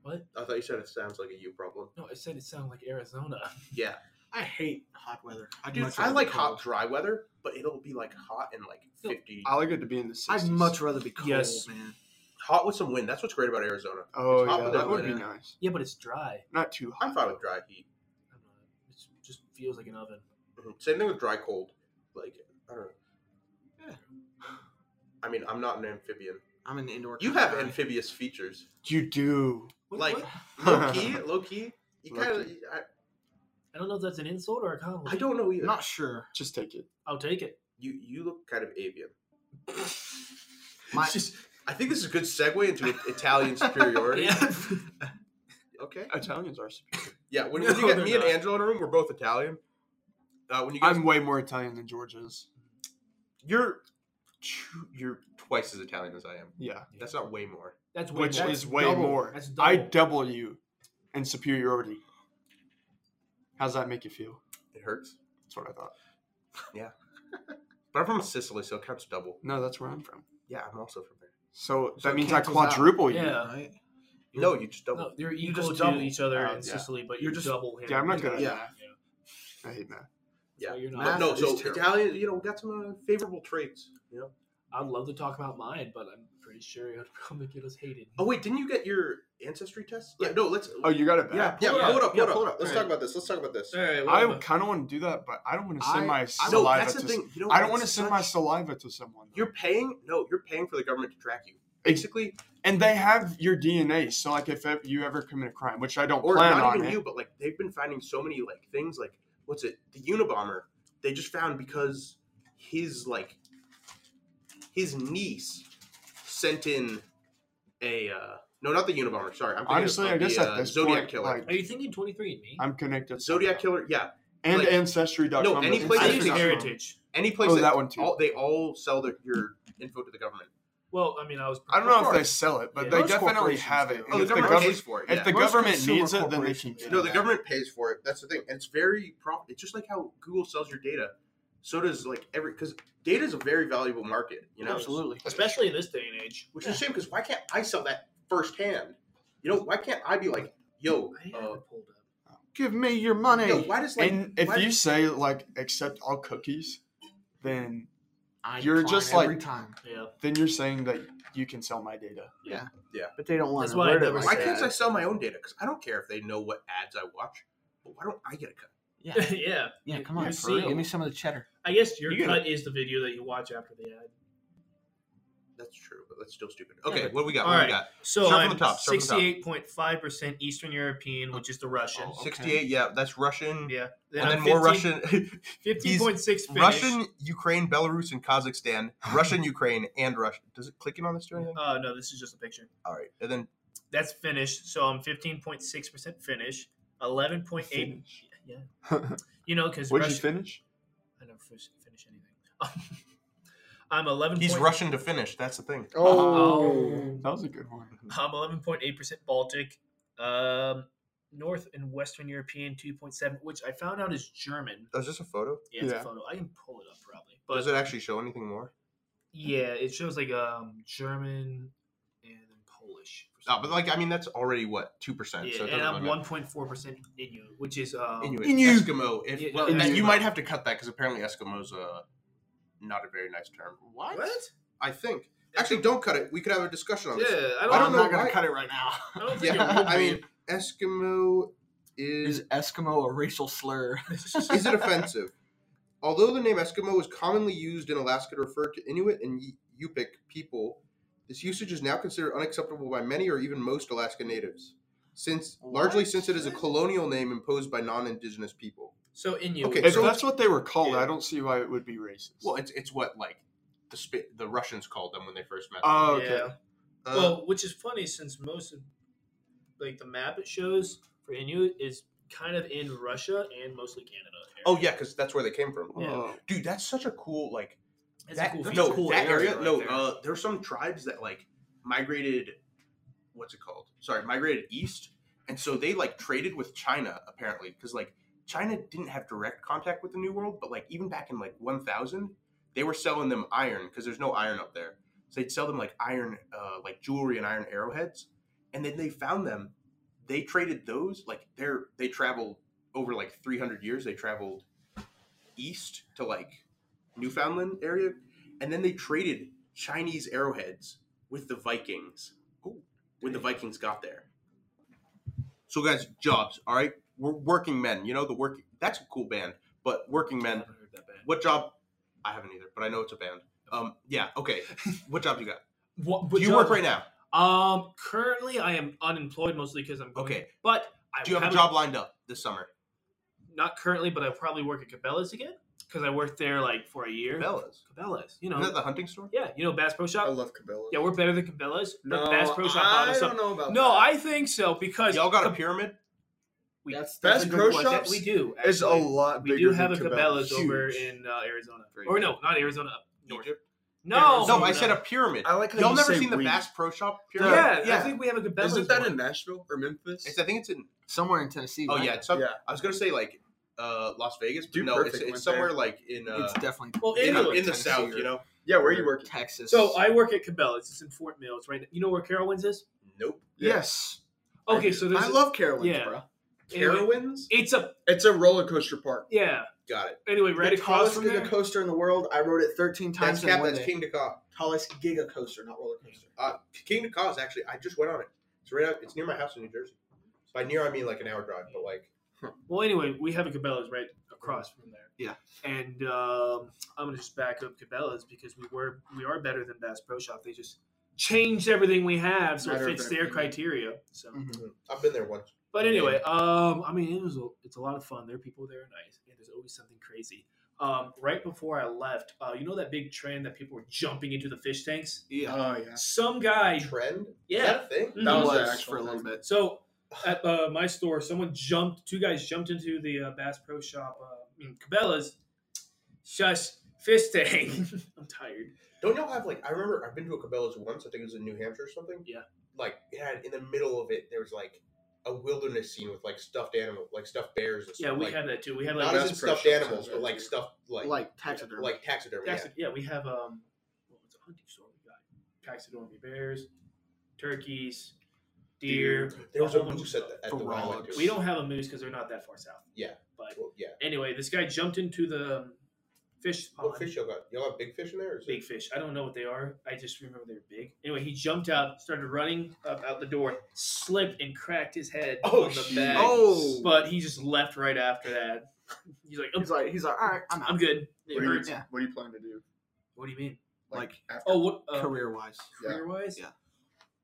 [SPEAKER 2] What?
[SPEAKER 5] I thought you said it sounds like a you problem.
[SPEAKER 2] No, I said it sounded like Arizona. [LAUGHS]
[SPEAKER 5] Yeah,
[SPEAKER 1] I hate hot weather. I'd
[SPEAKER 5] dude,
[SPEAKER 1] much
[SPEAKER 5] I
[SPEAKER 1] rather
[SPEAKER 5] like
[SPEAKER 1] be
[SPEAKER 5] hot
[SPEAKER 1] cold.
[SPEAKER 5] dry weather, but it'll be like hot and like
[SPEAKER 2] No.
[SPEAKER 5] fifty.
[SPEAKER 4] I like it to be in the 60s.
[SPEAKER 1] I'd much rather be cold,
[SPEAKER 2] Yes.
[SPEAKER 1] man.
[SPEAKER 5] Hot with some wind. That's what's great about Arizona.
[SPEAKER 4] Oh
[SPEAKER 5] Top
[SPEAKER 4] yeah,
[SPEAKER 5] of
[SPEAKER 4] that
[SPEAKER 5] the
[SPEAKER 4] would be
[SPEAKER 1] wind.
[SPEAKER 4] nice.
[SPEAKER 2] Yeah, but it's dry.
[SPEAKER 4] Not too hot.
[SPEAKER 5] I'm fine with dry heat.
[SPEAKER 2] I don't know. It's- It just feels like an oven.
[SPEAKER 5] Mhm. Same thing with dry cold. Like I don't know.
[SPEAKER 1] Yeah.
[SPEAKER 5] I mean, I'm not an amphibian.
[SPEAKER 1] I'm an indoor.
[SPEAKER 5] You
[SPEAKER 1] kind of
[SPEAKER 5] have
[SPEAKER 1] guy.
[SPEAKER 5] amphibious features. [LAUGHS]
[SPEAKER 4] You do.
[SPEAKER 2] What-
[SPEAKER 5] Like-
[SPEAKER 2] what?
[SPEAKER 5] Low key, low key. You
[SPEAKER 4] Low
[SPEAKER 5] kind of.
[SPEAKER 4] key.
[SPEAKER 5] I,
[SPEAKER 2] I don't know if that's an insult or a compliment.
[SPEAKER 5] I don't know either.
[SPEAKER 1] I'm not sure.
[SPEAKER 4] [LAUGHS] Just take it.
[SPEAKER 2] I'll take it.
[SPEAKER 5] You you look kind of [LAUGHS] avian.
[SPEAKER 1] My-
[SPEAKER 2] Just-
[SPEAKER 5] I think this is a good segue into Italian superiority.
[SPEAKER 2] yeah. [LAUGHS]
[SPEAKER 5] Okay.
[SPEAKER 4] Italians are. superior.
[SPEAKER 2] [LAUGHS]
[SPEAKER 5] Yeah, when,
[SPEAKER 2] No,
[SPEAKER 5] when you get
[SPEAKER 2] they're
[SPEAKER 5] me
[SPEAKER 2] not.
[SPEAKER 5] and Angela in a room, we're both Italian. Uh, when you guys,
[SPEAKER 4] I'm way more Italian than George is.
[SPEAKER 5] you're two- you're twice as Italian as I am.
[SPEAKER 4] Yeah,
[SPEAKER 5] That's not way more.
[SPEAKER 2] That's way
[SPEAKER 4] which
[SPEAKER 2] more.
[SPEAKER 4] is way
[SPEAKER 2] double.
[SPEAKER 4] more.
[SPEAKER 2] That's
[SPEAKER 4] I
[SPEAKER 2] double.
[SPEAKER 4] double you in superiority. How's that make you feel?
[SPEAKER 5] It hurts.
[SPEAKER 4] That's what I thought.
[SPEAKER 5] But I'm from Sicily, so it counts double.
[SPEAKER 4] No, that's where I'm from.
[SPEAKER 5] Yeah, I'm also from there.
[SPEAKER 4] So,
[SPEAKER 1] So it
[SPEAKER 4] that means I
[SPEAKER 1] cancels out.
[SPEAKER 4] quadruple you.
[SPEAKER 2] Yeah.
[SPEAKER 1] Right?
[SPEAKER 5] No, you just double.
[SPEAKER 2] No, they're
[SPEAKER 1] You
[SPEAKER 2] equal
[SPEAKER 1] just
[SPEAKER 2] to
[SPEAKER 1] double.
[SPEAKER 2] each other
[SPEAKER 4] Oh,
[SPEAKER 2] in
[SPEAKER 4] yeah.
[SPEAKER 2] Sicily, but
[SPEAKER 1] You're
[SPEAKER 2] you're,
[SPEAKER 1] just-
[SPEAKER 2] double him.
[SPEAKER 4] Yeah, I'm not
[SPEAKER 2] You're
[SPEAKER 4] good at
[SPEAKER 1] Yeah.
[SPEAKER 4] I hate math.
[SPEAKER 5] Yeah.
[SPEAKER 2] So you're not.
[SPEAKER 5] But no,
[SPEAKER 1] Math
[SPEAKER 5] so
[SPEAKER 1] is terrible.
[SPEAKER 5] Italian, you know, got some uh, favorable traits. You know.
[SPEAKER 2] I'd love to talk about mine, but I'm pretty sure it would probably get us hated.
[SPEAKER 5] Oh wait, didn't you get your ancestry test? Yeah. No, let's.
[SPEAKER 4] Oh, you got it
[SPEAKER 5] yeah,
[SPEAKER 4] back.
[SPEAKER 5] yeah,
[SPEAKER 2] pull it
[SPEAKER 5] pull it
[SPEAKER 2] up.
[SPEAKER 5] up,
[SPEAKER 2] Yeah,
[SPEAKER 5] pull it
[SPEAKER 2] pull
[SPEAKER 5] up.
[SPEAKER 2] it up.
[SPEAKER 5] Let's
[SPEAKER 2] All
[SPEAKER 5] talk
[SPEAKER 2] right.
[SPEAKER 5] about this. Let's talk about this.
[SPEAKER 2] All right,
[SPEAKER 4] I kind of want to do that, but I don't want to send
[SPEAKER 1] I-
[SPEAKER 5] I
[SPEAKER 4] my
[SPEAKER 5] know
[SPEAKER 4] saliva
[SPEAKER 5] that's
[SPEAKER 4] to.
[SPEAKER 5] the thing. You know,
[SPEAKER 4] I don't want to
[SPEAKER 5] it's
[SPEAKER 4] send my
[SPEAKER 5] such-
[SPEAKER 4] saliva to someone. though.
[SPEAKER 5] You're paying. No, you're paying for the government to track you. Basically,
[SPEAKER 4] and they have your DNA, so like if ev- you ever commit a crime, which I don't
[SPEAKER 5] or
[SPEAKER 4] plan
[SPEAKER 5] not
[SPEAKER 4] on
[SPEAKER 5] even
[SPEAKER 4] it.
[SPEAKER 5] you, but like they've been finding so many like things like what's it? The Unabomber. They just found because his like his niece sent in a uh no, not the Unabomber. Sorry, I'm thinking
[SPEAKER 4] Honestly,
[SPEAKER 5] of
[SPEAKER 4] I guess
[SPEAKER 5] the,
[SPEAKER 4] at
[SPEAKER 5] uh,
[SPEAKER 4] this
[SPEAKER 5] Zodiac
[SPEAKER 4] point,
[SPEAKER 5] killer.
[SPEAKER 4] like
[SPEAKER 2] Are you thinking 23andMe?
[SPEAKER 4] I'm connected.
[SPEAKER 5] Zodiac
[SPEAKER 4] somehow.
[SPEAKER 5] killer. Yeah,
[SPEAKER 4] and
[SPEAKER 5] like-
[SPEAKER 4] Ancestry.com.
[SPEAKER 5] No,
[SPEAKER 4] but
[SPEAKER 5] any place-
[SPEAKER 2] I use
[SPEAKER 4] Ancestry.com.
[SPEAKER 2] heritage.
[SPEAKER 5] any place
[SPEAKER 4] Oh,
[SPEAKER 5] that,
[SPEAKER 4] that one too.
[SPEAKER 5] All, they all sell their, your info to the government.
[SPEAKER 2] Well, I mean, I was.
[SPEAKER 4] I don't know if they
[SPEAKER 5] course.
[SPEAKER 4] sell it, but
[SPEAKER 2] Yeah.
[SPEAKER 4] they
[SPEAKER 1] Most
[SPEAKER 4] definitely
[SPEAKER 1] corporations
[SPEAKER 4] have it.
[SPEAKER 1] do.
[SPEAKER 4] And
[SPEAKER 5] Oh, the
[SPEAKER 4] if the
[SPEAKER 5] government
[SPEAKER 4] government,
[SPEAKER 5] pays for it.
[SPEAKER 4] if
[SPEAKER 5] yeah.
[SPEAKER 4] the
[SPEAKER 1] Most
[SPEAKER 4] government
[SPEAKER 1] consumer
[SPEAKER 4] needs it, then they can.
[SPEAKER 1] corporations
[SPEAKER 4] do
[SPEAKER 1] do
[SPEAKER 5] No,
[SPEAKER 4] it.
[SPEAKER 5] the government pays for it. That's the thing, and it's very profit. It's just like how Google sells your data. So does like every because data is a very valuable market. You know,
[SPEAKER 1] Absolutely.
[SPEAKER 2] especially in this day and age.
[SPEAKER 5] which is a shame because why can't I sell that firsthand? You know, why can't I be like, yo,
[SPEAKER 2] I
[SPEAKER 5] uh,
[SPEAKER 2] haven't pulled up.
[SPEAKER 1] Give me your money.
[SPEAKER 5] yo why does like
[SPEAKER 4] And if
[SPEAKER 5] why-
[SPEAKER 4] you say like accept all cookies, then
[SPEAKER 1] I
[SPEAKER 4] You're
[SPEAKER 1] decline
[SPEAKER 4] just like-
[SPEAKER 1] every time,
[SPEAKER 2] Yeah, [LAUGHS]
[SPEAKER 4] then you're saying that you can sell my data.
[SPEAKER 1] but they don't want
[SPEAKER 2] That's
[SPEAKER 1] to.
[SPEAKER 2] why I
[SPEAKER 1] word it
[SPEAKER 2] never
[SPEAKER 1] like
[SPEAKER 5] why
[SPEAKER 2] say
[SPEAKER 5] can't
[SPEAKER 1] that.
[SPEAKER 5] I sell my own data? Because I don't care if they know what ads I watch, but why don't I get a cut?
[SPEAKER 1] Yeah,
[SPEAKER 2] yeah.
[SPEAKER 1] yeah.
[SPEAKER 2] You-
[SPEAKER 1] Come on,
[SPEAKER 2] you're
[SPEAKER 1] for real.
[SPEAKER 2] seeing-
[SPEAKER 1] give me some of the cheddar.
[SPEAKER 2] I guess your
[SPEAKER 5] You gotta-
[SPEAKER 2] cut is the video that you watch after the ad.
[SPEAKER 5] That's true, but that's still stupid. Okay,
[SPEAKER 2] but-
[SPEAKER 5] what we got?
[SPEAKER 2] all
[SPEAKER 5] What
[SPEAKER 2] right.
[SPEAKER 5] we got?
[SPEAKER 2] So
[SPEAKER 5] Start
[SPEAKER 2] I'm
[SPEAKER 5] from the top, start from the
[SPEAKER 2] sixty-eight point five percent Eastern European, which is the Russian.
[SPEAKER 4] Oh, okay.
[SPEAKER 5] Sixty-eight. Yeah, that's Russian.
[SPEAKER 2] Yeah.
[SPEAKER 5] And then
[SPEAKER 2] I'm
[SPEAKER 5] more
[SPEAKER 2] 15
[SPEAKER 5] Russian. [LAUGHS]
[SPEAKER 2] 15.6 Finnish.
[SPEAKER 5] Russian, Ukraine, Belarus, and
[SPEAKER 2] [LAUGHS]
[SPEAKER 5] Kazakhstan. Russian, Ukraine, and Russia. Does it clicking on this do anything?
[SPEAKER 2] Uh, no, this is just a picture.
[SPEAKER 5] All right, and then
[SPEAKER 2] That's Finnish. So I'm 15.6% Finnish. 11.8. Yeah.
[SPEAKER 4] [LAUGHS]
[SPEAKER 2] You know, because
[SPEAKER 4] What did you
[SPEAKER 2] Russia.
[SPEAKER 4] finish?
[SPEAKER 2] I never finish, finish anything. [LAUGHS] I'm 11.
[SPEAKER 5] he's
[SPEAKER 2] point-
[SPEAKER 5] Russian to finish. That's the thing.
[SPEAKER 2] Oh.
[SPEAKER 4] That was a good one.
[SPEAKER 2] I'm 11.8% Baltic. Um, North and Western European 2.7, which I found out is German.
[SPEAKER 5] Oh, is this a photo?
[SPEAKER 2] Yeah, it's
[SPEAKER 4] Yeah.
[SPEAKER 2] a photo. I can pull it up probably.
[SPEAKER 5] Does
[SPEAKER 2] But
[SPEAKER 5] it actually show anything more?
[SPEAKER 2] yeah, it shows like um German and then Polish. for some
[SPEAKER 5] Oh, but like I mean, that's already what two percent.
[SPEAKER 2] Yeah,
[SPEAKER 5] so it
[SPEAKER 2] and
[SPEAKER 5] doesn't
[SPEAKER 2] I'm
[SPEAKER 5] really
[SPEAKER 2] one
[SPEAKER 5] matter.
[SPEAKER 2] point four percent Inuit, which is um,
[SPEAKER 5] Inuit,
[SPEAKER 1] Inuit.
[SPEAKER 5] Eskimo. If
[SPEAKER 2] Yeah,
[SPEAKER 5] well,
[SPEAKER 2] Inuit.
[SPEAKER 5] that- you might have to cut that because apparently Eskimo's a not a very nice term.
[SPEAKER 1] What?
[SPEAKER 5] I think actually, don't cut it. We could have a discussion on
[SPEAKER 2] Yeah,
[SPEAKER 5] this.
[SPEAKER 2] I
[SPEAKER 5] I
[SPEAKER 2] don't,
[SPEAKER 5] don't
[SPEAKER 1] I'm
[SPEAKER 5] know
[SPEAKER 1] not gonna
[SPEAKER 5] why-
[SPEAKER 1] cut it right now.
[SPEAKER 2] I don't think it
[SPEAKER 5] Yeah,
[SPEAKER 2] would
[SPEAKER 5] I mean,
[SPEAKER 2] be.
[SPEAKER 5] Eskimo
[SPEAKER 1] Is
[SPEAKER 5] is
[SPEAKER 1] Eskimo a racial slur?
[SPEAKER 5] is it offensive? Although the name Eskimo is commonly used in Alaska to refer to Inuit and Ye- Yupik people, this usage is now considered unacceptable by many or even most Alaska natives, since largely
[SPEAKER 1] What?
[SPEAKER 5] since it is a colonial name imposed by non-indigenous people.
[SPEAKER 2] So Inuit.
[SPEAKER 5] Okay,
[SPEAKER 4] If
[SPEAKER 5] so-
[SPEAKER 4] that's what they were called,
[SPEAKER 5] Yeah.
[SPEAKER 4] I don't see why it would be racist.
[SPEAKER 5] Well, it's it's what like the sp- the Russians called them when they first met. them.
[SPEAKER 4] oh, okay.
[SPEAKER 2] Yeah.
[SPEAKER 5] Uh,
[SPEAKER 2] well, which is funny since most of like the map it shows for Inuit is kind of in Russia and mostly Canada.
[SPEAKER 5] oh yeah, because that's where they came from.
[SPEAKER 2] Yeah.
[SPEAKER 4] Oh.
[SPEAKER 5] Dude, that's such a cool like
[SPEAKER 2] It's
[SPEAKER 5] that,
[SPEAKER 2] a cool
[SPEAKER 5] no,
[SPEAKER 2] feature.
[SPEAKER 5] that area,
[SPEAKER 8] right
[SPEAKER 5] no,
[SPEAKER 8] there.
[SPEAKER 5] uh, there's some tribes that like migrated. What's it called? Sorry, migrated east, and so they like traded with China apparently because like China didn't have direct contact with the New World, but like even back in like 1000, they were selling them iron because there's no iron up there, so they'd sell them like iron, uh, like jewelry and iron arrowheads, and then they found them. They traded those like they're they traveled over like 300 years. They traveled east to like Newfoundland area, and then they traded Chinese arrowheads with the Vikings. when the Vikings got there. So guys, jobs, all right? We're working men, you know, the working that's a cool band, but working men,
[SPEAKER 2] Never heard that band.
[SPEAKER 5] what job I haven't either, but I know it's a band. Um yeah,
[SPEAKER 2] [LAUGHS]
[SPEAKER 5] okay. What job you got?
[SPEAKER 2] What,
[SPEAKER 5] Do you work right now?
[SPEAKER 2] Um, currently I am unemployed mostly because I'm going,
[SPEAKER 5] Okay.
[SPEAKER 2] But I
[SPEAKER 5] Do you have a
[SPEAKER 2] haven't-
[SPEAKER 5] job lined up this summer?
[SPEAKER 2] Not currently, but I'll probably work at Cabela's again because I worked there like for a year.
[SPEAKER 5] Cabela's.
[SPEAKER 2] Cabela's, you know,
[SPEAKER 5] Isn't that the hunting store?
[SPEAKER 2] yeah, you know Bass Pro
[SPEAKER 7] I
[SPEAKER 2] Shop.
[SPEAKER 7] love Cabela's.
[SPEAKER 2] Yeah, we're better than Cabela's. but
[SPEAKER 7] no,
[SPEAKER 2] Bass Pro Shop bought
[SPEAKER 7] I
[SPEAKER 2] us
[SPEAKER 7] don't
[SPEAKER 2] up.
[SPEAKER 7] know about
[SPEAKER 2] No,
[SPEAKER 7] that.
[SPEAKER 2] I think so because
[SPEAKER 5] Y'all got a
[SPEAKER 2] Cab-
[SPEAKER 5] pyramid?
[SPEAKER 2] we-
[SPEAKER 1] That's,
[SPEAKER 7] Bass
[SPEAKER 1] that's a good
[SPEAKER 7] Pro
[SPEAKER 1] one.
[SPEAKER 2] That
[SPEAKER 7] Shops
[SPEAKER 2] we do.
[SPEAKER 7] It's a
[SPEAKER 2] actually.
[SPEAKER 7] lot bigger
[SPEAKER 2] We do have a
[SPEAKER 7] than
[SPEAKER 2] Cabela's over
[SPEAKER 7] Huge.
[SPEAKER 2] in uh, Arizona,
[SPEAKER 7] Very
[SPEAKER 2] or
[SPEAKER 7] good.
[SPEAKER 2] no, not Arizona. Up north.
[SPEAKER 5] Egypt?
[SPEAKER 2] No,
[SPEAKER 5] No, I said a pyramid.
[SPEAKER 7] I like how
[SPEAKER 5] Y'all
[SPEAKER 7] you
[SPEAKER 5] never
[SPEAKER 7] say
[SPEAKER 5] seen the
[SPEAKER 7] we.
[SPEAKER 5] Bass Pro Shop pyramid?
[SPEAKER 2] Yeah, I
[SPEAKER 5] yeah.
[SPEAKER 2] think we have a Cabela's.
[SPEAKER 7] Isn't that
[SPEAKER 2] one.
[SPEAKER 7] in Nashville or Memphis?
[SPEAKER 5] It's, I think it's in
[SPEAKER 1] Somewhere in Tennessee.
[SPEAKER 5] Oh
[SPEAKER 1] right?
[SPEAKER 5] yeah, it's some,
[SPEAKER 7] Yeah.
[SPEAKER 5] I was gonna say like uh, Las Vegas, but
[SPEAKER 7] Dude
[SPEAKER 5] no, it's,
[SPEAKER 7] Perfect
[SPEAKER 5] it's
[SPEAKER 7] went
[SPEAKER 5] somewhere
[SPEAKER 7] there.
[SPEAKER 5] like in uh,
[SPEAKER 1] it's definitely
[SPEAKER 2] Well,
[SPEAKER 5] in,
[SPEAKER 2] anyway,
[SPEAKER 5] in the
[SPEAKER 1] Tennessee
[SPEAKER 5] south,
[SPEAKER 1] or-
[SPEAKER 5] you know.
[SPEAKER 7] yeah, where are you working?
[SPEAKER 1] Texas.
[SPEAKER 2] So I work at Cabela's. It's in Fort Mill. It's right. You know where Carowinds is?
[SPEAKER 5] Nope.
[SPEAKER 1] yes,
[SPEAKER 2] Okay, so there's
[SPEAKER 7] I love Carolines,
[SPEAKER 2] yeah.
[SPEAKER 7] bro.
[SPEAKER 2] anyway,
[SPEAKER 5] Carowinds.
[SPEAKER 2] It's a
[SPEAKER 7] It's a roller coaster park.
[SPEAKER 2] yeah.
[SPEAKER 5] Got it.
[SPEAKER 2] Anyway, right
[SPEAKER 1] the
[SPEAKER 2] across
[SPEAKER 1] tallest
[SPEAKER 2] from
[SPEAKER 1] giga
[SPEAKER 2] there.
[SPEAKER 1] coaster in the world. I rode it thirteen
[SPEAKER 5] That's
[SPEAKER 1] times in
[SPEAKER 5] cap.
[SPEAKER 1] one
[SPEAKER 5] That's
[SPEAKER 1] day.
[SPEAKER 5] King to Ka.
[SPEAKER 1] Tallest giga coaster, not roller coaster.
[SPEAKER 5] Uh, King to Ka is actually. I just went on it. It's right out. It's near my house in New Jersey. By near, I mean like an hour drive, but like
[SPEAKER 2] Well, anyway, we have a Cabela's right across from there.
[SPEAKER 1] Yeah.
[SPEAKER 2] And um, I'm gonna just back up Cabela's because we were we are better than Bass Pro Shop. They just changed everything we have so
[SPEAKER 7] Matter
[SPEAKER 2] it
[SPEAKER 7] of
[SPEAKER 2] fits their
[SPEAKER 7] opinion.
[SPEAKER 2] criteria. So.
[SPEAKER 1] Mhm.
[SPEAKER 5] I've been there once.
[SPEAKER 2] But anyway, um, I mean, it was a, it's a lot of fun. There are people there are nice, and there's always something crazy. Um, right before I left, uh, you know that big trend that people were jumping into the fish tanks.
[SPEAKER 1] Yeah,
[SPEAKER 7] Oh yeah.
[SPEAKER 2] Some guy,
[SPEAKER 5] Trend. Is
[SPEAKER 2] yeah.
[SPEAKER 5] that a thing?
[SPEAKER 7] That
[SPEAKER 2] Mhm.
[SPEAKER 7] was
[SPEAKER 1] was
[SPEAKER 7] an actual
[SPEAKER 1] for a little
[SPEAKER 7] thing.
[SPEAKER 1] bit.
[SPEAKER 2] So at uh, my store, someone jumped. Two guys jumped into the uh, Bass Pro Shop. Uh, I mean, Cabela's. Shush, fish tank. [LAUGHS] I'm tired.
[SPEAKER 5] Don't y'all have like? I remember I've been to a Cabela's once. I think it was in New Hampshire or something.
[SPEAKER 2] Yeah.
[SPEAKER 5] Like it had in the middle of it. There was like a wilderness scene with like stuffed animal, like stuffed bears and stuff.
[SPEAKER 2] Yeah, we
[SPEAKER 5] like,
[SPEAKER 2] have that too. We have
[SPEAKER 5] not
[SPEAKER 2] like
[SPEAKER 7] Bass
[SPEAKER 5] as in
[SPEAKER 7] Pro
[SPEAKER 5] stuffed
[SPEAKER 7] Shops
[SPEAKER 5] animals,
[SPEAKER 7] has
[SPEAKER 5] but
[SPEAKER 7] that
[SPEAKER 5] like
[SPEAKER 7] too.
[SPEAKER 5] stuffed like
[SPEAKER 1] like taxidermy.
[SPEAKER 5] like taxidermy. yeah.
[SPEAKER 2] Taxid- yeah. we have um, well, it's a hunting store. We got taxidermy bears, turkeys, deer.
[SPEAKER 5] There was a
[SPEAKER 2] whole bunch of
[SPEAKER 5] moose at
[SPEAKER 2] stuff.
[SPEAKER 5] the, at the one I went to.
[SPEAKER 2] We don't have a moose because they're not that far south.
[SPEAKER 5] Yeah.
[SPEAKER 2] But
[SPEAKER 5] Well, yeah.
[SPEAKER 2] anyway, this guy jumped into the um, fish pond.
[SPEAKER 5] What fish y'all got? Y'all have big fish in there? Or is
[SPEAKER 2] Big
[SPEAKER 5] It...
[SPEAKER 2] fish. I don't know what they are. I just remember they were big. Anyway, he jumped out, started running up out the door, slipped and cracked his head
[SPEAKER 5] Oh,
[SPEAKER 2] on the
[SPEAKER 5] jeez.
[SPEAKER 2] bag.
[SPEAKER 1] Oh.
[SPEAKER 2] But he just left right after that. [LAUGHS] He's like, I'm,
[SPEAKER 1] He's like, he's like, all right, I'm out.
[SPEAKER 2] I'm good. It
[SPEAKER 7] What do you,
[SPEAKER 2] hurts.
[SPEAKER 1] Yeah.
[SPEAKER 7] what do you plan to do?
[SPEAKER 2] What do you mean?
[SPEAKER 1] Like
[SPEAKER 7] after
[SPEAKER 2] Oh, what? uh,
[SPEAKER 1] career wise.
[SPEAKER 7] Yeah.
[SPEAKER 2] career wise?
[SPEAKER 1] Yeah.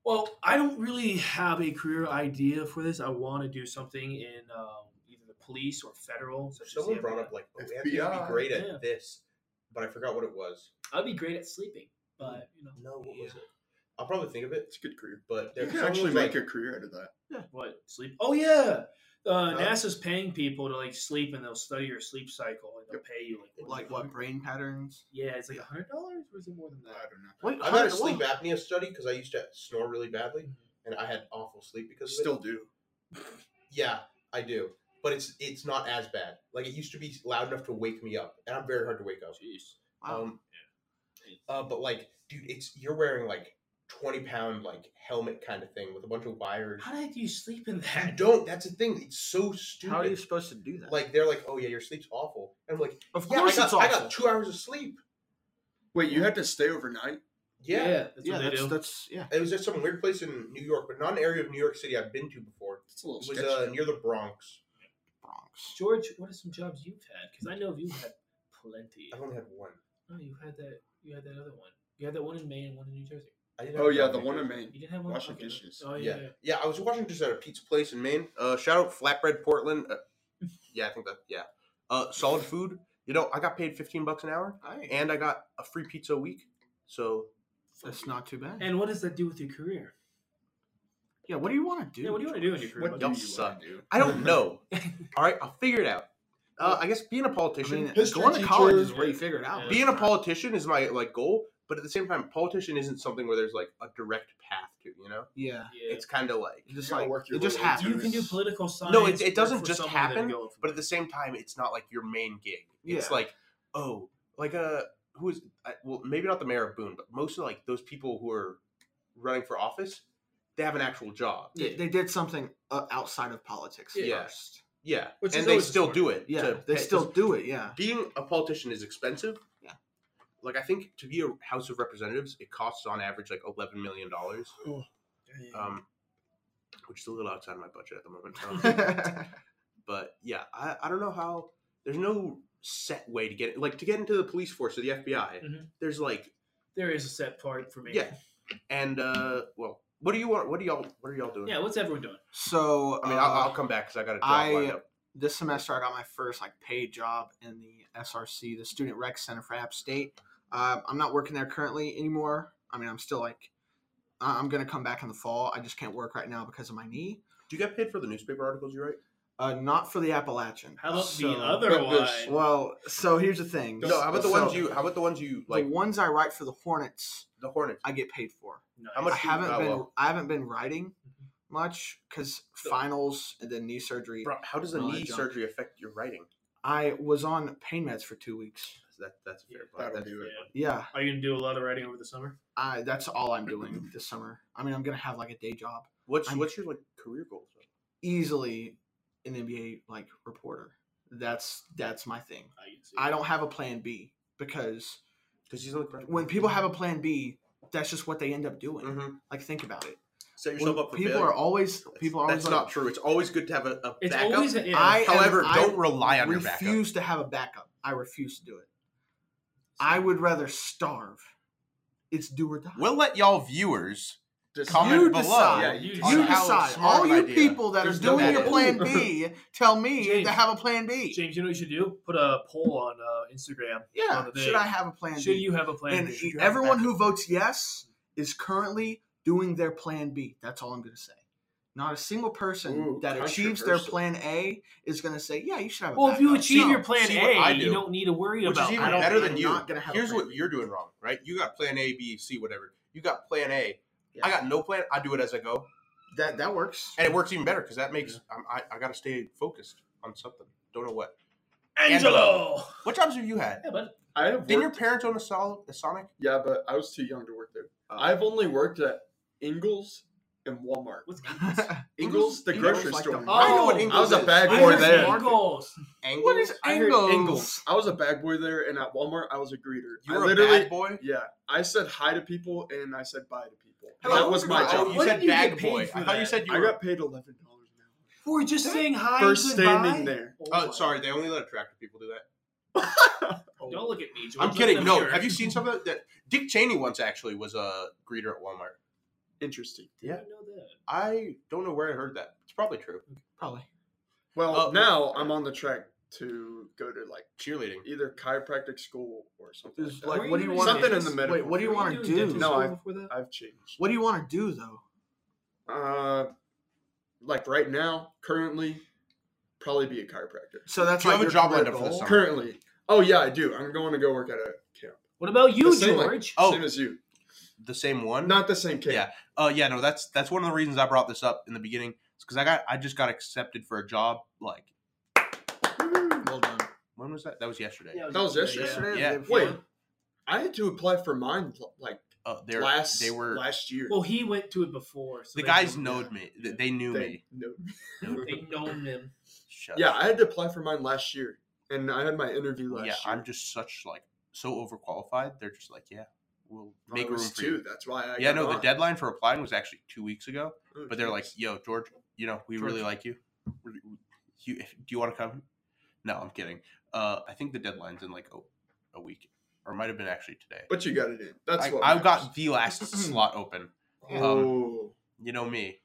[SPEAKER 2] Well, I don't really have a career idea for this. I want to do something in um, either the police or federal. Such
[SPEAKER 5] Someone
[SPEAKER 2] as the
[SPEAKER 5] brought
[SPEAKER 2] FBI.
[SPEAKER 5] up like, oh, Anthony would be
[SPEAKER 7] FBI.
[SPEAKER 5] great
[SPEAKER 2] Yeah.
[SPEAKER 5] at this, but I forgot what it was.
[SPEAKER 2] I'd be great at sleeping, but
[SPEAKER 1] [LAUGHS]
[SPEAKER 2] you know
[SPEAKER 5] No, what was
[SPEAKER 2] Yeah.
[SPEAKER 5] it? I'll probably think of it.
[SPEAKER 7] It's a good career.
[SPEAKER 5] But
[SPEAKER 7] You
[SPEAKER 5] there,
[SPEAKER 7] can actually make
[SPEAKER 5] like,
[SPEAKER 7] a career out of that.
[SPEAKER 2] what sleep? Oh yeah, uh, NASA's paying people to like sleep, and they'll study your sleep cycle, and they'll pay you like
[SPEAKER 1] Like what brain patterns?
[SPEAKER 2] Yeah, it's like a hundred dollars, or is it more than
[SPEAKER 7] I
[SPEAKER 2] that?
[SPEAKER 7] don't know.
[SPEAKER 1] Wait,
[SPEAKER 5] I've had a
[SPEAKER 1] what?
[SPEAKER 5] sleep apnea study because I used to snore really badly, and I had awful sleep because of it.
[SPEAKER 7] Still do.
[SPEAKER 5] Yeah, I do. But it's it's not as bad. Like it used to be loud enough to wake me up, and I'm very hard to wake up.
[SPEAKER 2] Jeez.
[SPEAKER 1] Wow.
[SPEAKER 5] Um, uh, but like, dude, it's you're wearing like twenty pound like helmet kind of thing with a bunch of wires.
[SPEAKER 2] How the heck do you sleep in
[SPEAKER 5] You
[SPEAKER 2] that?
[SPEAKER 5] don't. That's the thing. It's so stupid.
[SPEAKER 1] How are you supposed to do that?
[SPEAKER 5] like they're like, oh yeah, your sleep's awful. And I'm like,
[SPEAKER 1] of
[SPEAKER 5] yeah, I
[SPEAKER 1] course
[SPEAKER 5] got,
[SPEAKER 1] it's
[SPEAKER 5] I
[SPEAKER 1] awful.
[SPEAKER 5] got two hours of sleep.
[SPEAKER 7] Wait, you had to stay overnight?
[SPEAKER 5] Yeah.
[SPEAKER 2] that's
[SPEAKER 1] yeah,
[SPEAKER 2] what they
[SPEAKER 1] that's
[SPEAKER 2] do.
[SPEAKER 1] that's yeah.
[SPEAKER 5] It was at some weird place in New York, but not an area of New York City I've been to before.
[SPEAKER 7] It's a little
[SPEAKER 5] It was
[SPEAKER 7] sketchy.
[SPEAKER 5] uh, near the Bronx.
[SPEAKER 1] Bronx.
[SPEAKER 2] George, what are some jobs you've had? Because I know you've had plenty.
[SPEAKER 5] I've only had one.
[SPEAKER 2] Oh, you had that. You had that other one. You had that one in Maine and one in New Jersey.
[SPEAKER 5] I didn't
[SPEAKER 7] oh
[SPEAKER 5] have a
[SPEAKER 7] yeah,
[SPEAKER 5] job
[SPEAKER 7] the
[SPEAKER 5] in
[SPEAKER 7] one
[SPEAKER 5] New
[SPEAKER 7] in
[SPEAKER 5] Jersey.
[SPEAKER 7] Maine.
[SPEAKER 2] You didn't have one.
[SPEAKER 7] Washing
[SPEAKER 2] okay.
[SPEAKER 7] dishes.
[SPEAKER 2] Oh yeah.
[SPEAKER 5] Yeah.
[SPEAKER 2] yeah.
[SPEAKER 5] Yeah, I was watching just at a pizza place in Maine. Uh, shout out Flatbread Portland. Uh, yeah, I think that. Yeah, uh, solid food. You know, I got paid fifteen bucks an hour,
[SPEAKER 7] I,
[SPEAKER 5] and I got a free pizza a week. So
[SPEAKER 1] That's not too bad.
[SPEAKER 2] And what does that do with your career?
[SPEAKER 1] yeah, what do you want to do?
[SPEAKER 2] Yeah, what do you want to do in your career?
[SPEAKER 7] what do
[SPEAKER 5] Y'all
[SPEAKER 7] you
[SPEAKER 2] buddy?
[SPEAKER 5] suck.
[SPEAKER 7] suck. do?
[SPEAKER 5] I don't know. All right, I'll figure it out. Uh, I guess being a politician,
[SPEAKER 1] I mean,
[SPEAKER 7] History
[SPEAKER 1] going to college
[SPEAKER 7] teacher-
[SPEAKER 1] is where you figure it out.
[SPEAKER 5] being a politician is my like goal. But at the same time, politician isn't something where there's like a direct path to. You know,
[SPEAKER 1] yeah,
[SPEAKER 2] Yeah.
[SPEAKER 5] it's kind of like.
[SPEAKER 1] you just
[SPEAKER 7] You gotta
[SPEAKER 1] like
[SPEAKER 7] work your
[SPEAKER 1] it just
[SPEAKER 7] way into
[SPEAKER 1] happens.
[SPEAKER 7] it.
[SPEAKER 2] You can do political science.
[SPEAKER 5] No, it,
[SPEAKER 2] work
[SPEAKER 5] it doesn't
[SPEAKER 2] for
[SPEAKER 5] just
[SPEAKER 2] someone, then
[SPEAKER 5] happen.
[SPEAKER 2] go from
[SPEAKER 5] But at
[SPEAKER 2] there.
[SPEAKER 5] the same time, it's not like your main gig. It's
[SPEAKER 1] Yeah.
[SPEAKER 5] like, oh, like uh, who is? I- Well, maybe not the mayor of Boone, but most of like those people who are running for office, they have an actual job.
[SPEAKER 1] Yeah, they did something uh, outside of politics
[SPEAKER 5] Yeah.
[SPEAKER 1] first.
[SPEAKER 5] Yeah,
[SPEAKER 2] Which is
[SPEAKER 5] and they
[SPEAKER 2] always
[SPEAKER 5] still
[SPEAKER 2] smart.
[SPEAKER 5] do it.
[SPEAKER 1] Yeah,
[SPEAKER 5] to
[SPEAKER 1] they
[SPEAKER 5] pay-
[SPEAKER 1] still
[SPEAKER 5] 'cause
[SPEAKER 1] do it. Yeah,
[SPEAKER 5] being a politician is expensive.
[SPEAKER 1] Yeah.
[SPEAKER 5] Like I think to be a House of Representatives, it costs on average like eleven million dollars, um,
[SPEAKER 1] Mm-hmm.
[SPEAKER 5] which is a little outside my budget at the moment. Um,
[SPEAKER 1] [LAUGHS]
[SPEAKER 5] but yeah, I, I don't know how. There's no set way to get like to get into the police force or the FBI.
[SPEAKER 1] Mm-hmm.
[SPEAKER 2] Mhm.
[SPEAKER 5] There's like
[SPEAKER 2] there is a set part for me.
[SPEAKER 5] yeah, and uh, well, what do you want? What do y'all? What are y'all doing?
[SPEAKER 2] Yeah. What's everyone doing?
[SPEAKER 1] so
[SPEAKER 5] I mean,
[SPEAKER 1] uh,
[SPEAKER 5] I'll, I'll come back because I got a job
[SPEAKER 1] I-
[SPEAKER 5] lined up.
[SPEAKER 1] this semester I got my first like paid job in the SRC, the Student Rec Center for App State. Uh, I'm not working there currently anymore. I mean, I'm still like, I- I'm gonna come back in the fall. I just can't work right now because of my knee.
[SPEAKER 5] Do you get paid for the newspaper articles you write?
[SPEAKER 1] Uh, not for the Appalachian.
[SPEAKER 2] How about
[SPEAKER 1] So-
[SPEAKER 2] the other
[SPEAKER 7] but
[SPEAKER 2] one?
[SPEAKER 7] this-
[SPEAKER 1] Well, so here's the thing.
[SPEAKER 5] No, how about the
[SPEAKER 1] So,
[SPEAKER 5] ones you? How about the ones you like?
[SPEAKER 1] the ones I write for the Hornets,
[SPEAKER 5] The Hornets.
[SPEAKER 1] I get paid for.
[SPEAKER 2] Nice.
[SPEAKER 5] How
[SPEAKER 1] I
[SPEAKER 5] much- do you-
[SPEAKER 1] haven't
[SPEAKER 5] oh,
[SPEAKER 1] been
[SPEAKER 5] well. Mm-hmm.
[SPEAKER 1] I haven't been writing much because finals and then knee surgery.
[SPEAKER 5] Bro, how does a
[SPEAKER 1] Well, I
[SPEAKER 5] knee
[SPEAKER 1] don't.
[SPEAKER 5] surgery affect your writing?
[SPEAKER 1] I was on pain meds for two weeks.
[SPEAKER 5] That that's a fair.
[SPEAKER 2] Yeah,
[SPEAKER 5] point.
[SPEAKER 7] that'll
[SPEAKER 5] That's
[SPEAKER 7] do
[SPEAKER 5] fair.
[SPEAKER 7] it.
[SPEAKER 1] Yeah,
[SPEAKER 2] Are you gonna do a lot of writing over the summer?
[SPEAKER 1] I that's all I'm doing this summer. I mean, I'm gonna have like a day job
[SPEAKER 5] What's
[SPEAKER 1] I'm-
[SPEAKER 5] what's your like career goals?
[SPEAKER 1] easily, an NBA like reporter. That's that's my thing.
[SPEAKER 2] I can see.
[SPEAKER 1] I don't have a plan B because
[SPEAKER 5] Because he's only
[SPEAKER 1] when people have a plan B, that's just what they end up doing.
[SPEAKER 5] Mhm.
[SPEAKER 1] Like think about it.
[SPEAKER 5] set
[SPEAKER 1] When
[SPEAKER 5] yourself up for
[SPEAKER 1] people
[SPEAKER 5] failure.
[SPEAKER 1] are always people are always
[SPEAKER 5] that's
[SPEAKER 1] like,
[SPEAKER 5] not true. It's always good to have a, a
[SPEAKER 2] It's
[SPEAKER 5] backup.
[SPEAKER 2] always a, yeah.
[SPEAKER 1] I
[SPEAKER 5] However,
[SPEAKER 1] and I
[SPEAKER 5] don't rely on your backup.
[SPEAKER 1] refuse to have a backup. I refuse to do it. I would rather starve. It's do or die.
[SPEAKER 5] We'll let y'all viewers
[SPEAKER 7] Just-
[SPEAKER 5] comment
[SPEAKER 1] you
[SPEAKER 5] below.
[SPEAKER 1] decide.
[SPEAKER 7] Yeah,
[SPEAKER 2] you
[SPEAKER 5] on
[SPEAKER 1] you
[SPEAKER 5] how
[SPEAKER 1] decide.
[SPEAKER 5] smart
[SPEAKER 1] All
[SPEAKER 5] of
[SPEAKER 1] you
[SPEAKER 5] an idea.
[SPEAKER 1] people that
[SPEAKER 5] There's
[SPEAKER 1] are
[SPEAKER 5] no
[SPEAKER 1] doing your
[SPEAKER 5] edit.
[SPEAKER 1] plan B, tell me
[SPEAKER 2] James.
[SPEAKER 1] to have a plan B.
[SPEAKER 2] James, you know what you should do? Put a poll on uh, Instagram.
[SPEAKER 1] yeah,
[SPEAKER 2] on the
[SPEAKER 1] should
[SPEAKER 2] day.
[SPEAKER 1] I have a plan
[SPEAKER 2] Should
[SPEAKER 1] B?
[SPEAKER 2] you have a plan?
[SPEAKER 1] and
[SPEAKER 2] B?
[SPEAKER 5] should you have a
[SPEAKER 1] everyone
[SPEAKER 5] backup
[SPEAKER 1] who votes yes is currently doing their plan B. That's all I'm going to say. Not a single person
[SPEAKER 7] Ooh,
[SPEAKER 1] that achieves their
[SPEAKER 7] controversial.
[SPEAKER 1] plan A is going to say, "Yeah, you should have." A
[SPEAKER 2] well, if you
[SPEAKER 1] backup."
[SPEAKER 2] achieve
[SPEAKER 1] No.
[SPEAKER 2] your plan
[SPEAKER 5] see, what I
[SPEAKER 2] A,
[SPEAKER 5] do,
[SPEAKER 2] you don't need to worry
[SPEAKER 5] which
[SPEAKER 2] about.
[SPEAKER 5] is even
[SPEAKER 1] I don't-
[SPEAKER 5] better than
[SPEAKER 1] I'm
[SPEAKER 5] you.
[SPEAKER 1] not gonna have a
[SPEAKER 5] Here's
[SPEAKER 1] plan.
[SPEAKER 5] what you're doing wrong, right? You got plan A, B, C, whatever. You got plan A. I
[SPEAKER 1] Yeah.
[SPEAKER 5] got no plan. I do it as I go,
[SPEAKER 1] that that [LAUGHS] works.
[SPEAKER 5] and it works even better because that makes I'm, I I got to stay focused on something. Don't know what.
[SPEAKER 2] Angelo.
[SPEAKER 5] What jobs have you had?
[SPEAKER 2] Yeah, but
[SPEAKER 7] I have
[SPEAKER 5] Didn't your
[SPEAKER 7] worked-
[SPEAKER 5] parents own a, sol- a Sonic?
[SPEAKER 7] yeah, but I was too young to work there.
[SPEAKER 5] Uh,
[SPEAKER 7] I've only worked at Ingles and Walmart.
[SPEAKER 2] what's
[SPEAKER 7] Ingles, the
[SPEAKER 5] Ingles
[SPEAKER 7] grocery
[SPEAKER 1] like
[SPEAKER 7] store.
[SPEAKER 1] the-
[SPEAKER 5] I know what
[SPEAKER 2] Oh,
[SPEAKER 5] Ingles
[SPEAKER 7] I was a
[SPEAKER 5] is.
[SPEAKER 7] bad
[SPEAKER 2] I
[SPEAKER 7] boy
[SPEAKER 2] heard
[SPEAKER 7] there.
[SPEAKER 2] Angles.
[SPEAKER 5] Angles?
[SPEAKER 1] What is
[SPEAKER 7] I heard
[SPEAKER 1] angles?
[SPEAKER 7] Ingles. I was a bag boy there, and at Walmart, I was a greeter.
[SPEAKER 5] You
[SPEAKER 7] I
[SPEAKER 5] were a
[SPEAKER 7] literally,
[SPEAKER 5] bad boy.
[SPEAKER 7] yeah, I said hi to people and I said bye to people.
[SPEAKER 5] Hello,
[SPEAKER 7] that was my
[SPEAKER 5] oh,
[SPEAKER 7] job.
[SPEAKER 5] You
[SPEAKER 2] What
[SPEAKER 5] said
[SPEAKER 2] did you get
[SPEAKER 5] bag
[SPEAKER 2] paid
[SPEAKER 5] boy.
[SPEAKER 2] for
[SPEAKER 5] I thought you
[SPEAKER 2] that?
[SPEAKER 5] said you
[SPEAKER 7] I
[SPEAKER 5] were.
[SPEAKER 7] got paid eleven dollars an hour
[SPEAKER 2] We're just saying hi.
[SPEAKER 7] for
[SPEAKER 2] and goodbye?
[SPEAKER 7] standing there.
[SPEAKER 5] Oh,
[SPEAKER 2] my-
[SPEAKER 5] sorry. They only let attractive people do that.
[SPEAKER 2] Don't look at me. George.
[SPEAKER 5] I'm
[SPEAKER 2] Look
[SPEAKER 5] kidding.
[SPEAKER 2] in the
[SPEAKER 5] No,
[SPEAKER 2] mirror.
[SPEAKER 5] have you seen some of that? Dick Cheney once actually was a greeter at Walmart.
[SPEAKER 7] Interesting.
[SPEAKER 2] Did I
[SPEAKER 5] Yeah.
[SPEAKER 2] know that?
[SPEAKER 5] I don't know where I heard that. It's probably true.
[SPEAKER 1] Probably.
[SPEAKER 7] Well,
[SPEAKER 5] Uh,
[SPEAKER 7] now I'm on the track to go to like
[SPEAKER 5] Cheerleading.
[SPEAKER 7] either chiropractic school or something.
[SPEAKER 1] There's
[SPEAKER 7] like
[SPEAKER 1] like,
[SPEAKER 2] Were
[SPEAKER 1] what do
[SPEAKER 2] you
[SPEAKER 1] you
[SPEAKER 2] in
[SPEAKER 1] want?
[SPEAKER 7] Something in the medical
[SPEAKER 1] Wait, what do you
[SPEAKER 7] field.
[SPEAKER 1] want to
[SPEAKER 2] Were you doing
[SPEAKER 1] do?
[SPEAKER 2] dental
[SPEAKER 7] No,
[SPEAKER 2] school
[SPEAKER 7] I-
[SPEAKER 2] before that?
[SPEAKER 7] that. I've changed.
[SPEAKER 1] What do you want to do though?
[SPEAKER 7] Uh, like right now, currently, probably be a chiropractor.
[SPEAKER 1] So that's
[SPEAKER 5] Do you
[SPEAKER 1] like
[SPEAKER 5] have a
[SPEAKER 1] your
[SPEAKER 5] job
[SPEAKER 1] career
[SPEAKER 5] lined up for
[SPEAKER 1] goal?
[SPEAKER 5] this summer?
[SPEAKER 7] Currently, oh yeah, I do. I'm going to go work at a camp,
[SPEAKER 2] What about you,
[SPEAKER 7] The same, like-
[SPEAKER 2] George?
[SPEAKER 5] Oh.
[SPEAKER 7] same as you.
[SPEAKER 5] The same one?
[SPEAKER 7] Not the same camp.
[SPEAKER 5] Yeah. Uh, yeah, no, that's that's one of the reasons I brought this up in the beginning. It's because I got I just got accepted for a job like
[SPEAKER 1] Well done.
[SPEAKER 5] when was that? That was yesterday.
[SPEAKER 7] That was yesterday.
[SPEAKER 1] Yesterday, the
[SPEAKER 5] Yeah.
[SPEAKER 1] day before?
[SPEAKER 7] Wait, I had to apply for mine like
[SPEAKER 5] Uh, they're,
[SPEAKER 7] last
[SPEAKER 5] they were
[SPEAKER 7] last year.
[SPEAKER 2] Well, he went to it before. So
[SPEAKER 5] the
[SPEAKER 2] they
[SPEAKER 5] guys
[SPEAKER 2] know-
[SPEAKER 5] knowed me. Th- They knew
[SPEAKER 7] They-
[SPEAKER 5] me.
[SPEAKER 7] no.
[SPEAKER 2] They
[SPEAKER 4] [LAUGHS]
[SPEAKER 2] know
[SPEAKER 5] [LAUGHS]
[SPEAKER 2] him.
[SPEAKER 5] Shut
[SPEAKER 7] Yeah,
[SPEAKER 5] up.
[SPEAKER 7] I had to apply for mine last year, and I had my interview last
[SPEAKER 5] yeah.
[SPEAKER 7] year.
[SPEAKER 5] I'm just such like so overqualified. They're just like, yeah, we'll make
[SPEAKER 7] I
[SPEAKER 5] room
[SPEAKER 7] was
[SPEAKER 5] for
[SPEAKER 7] two.
[SPEAKER 5] you.
[SPEAKER 7] That's why I
[SPEAKER 5] Yeah,
[SPEAKER 7] got
[SPEAKER 5] no, the
[SPEAKER 7] on.
[SPEAKER 5] deadline for applying was actually two weeks ago.
[SPEAKER 7] Oh,
[SPEAKER 5] But they're like,
[SPEAKER 7] jeez.
[SPEAKER 5] yo, George, you know, we really like you. Really- You, if, do you want to come? No, I'm kidding. Uh, I think the deadline's in like a, a week, or it might have been actually today.
[SPEAKER 4] But you got it in. That's
[SPEAKER 5] I,
[SPEAKER 4] what
[SPEAKER 5] I've
[SPEAKER 4] matters.
[SPEAKER 5] got the last slot open. Um,
[SPEAKER 4] Oh,
[SPEAKER 5] You know me.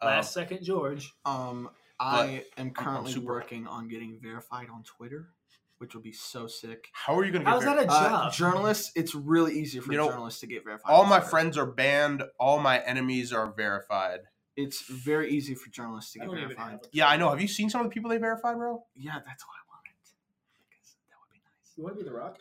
[SPEAKER 5] Uh,
[SPEAKER 2] Last second, George.
[SPEAKER 1] Um, I am currently
[SPEAKER 5] super-
[SPEAKER 1] working on getting verified on Twitter, which would be so sick.
[SPEAKER 5] how are you going to get
[SPEAKER 2] How's
[SPEAKER 5] ver-
[SPEAKER 2] that a
[SPEAKER 1] Uh,
[SPEAKER 2] job?
[SPEAKER 1] journalists, it's really easy for
[SPEAKER 5] You know,
[SPEAKER 1] journalists to get verified.
[SPEAKER 5] All
[SPEAKER 1] on
[SPEAKER 5] my
[SPEAKER 1] Twitter.
[SPEAKER 5] friends are banned. All my enemies are verified.
[SPEAKER 1] It's very easy for journalists to
[SPEAKER 2] I
[SPEAKER 1] get
[SPEAKER 2] don't even
[SPEAKER 1] verified.
[SPEAKER 2] have. A,
[SPEAKER 5] Yeah, I know. Have you seen some of the people they verified, bro?
[SPEAKER 1] Yeah, that's what I wanted. Because that would be nice.
[SPEAKER 2] you want to be the Rock?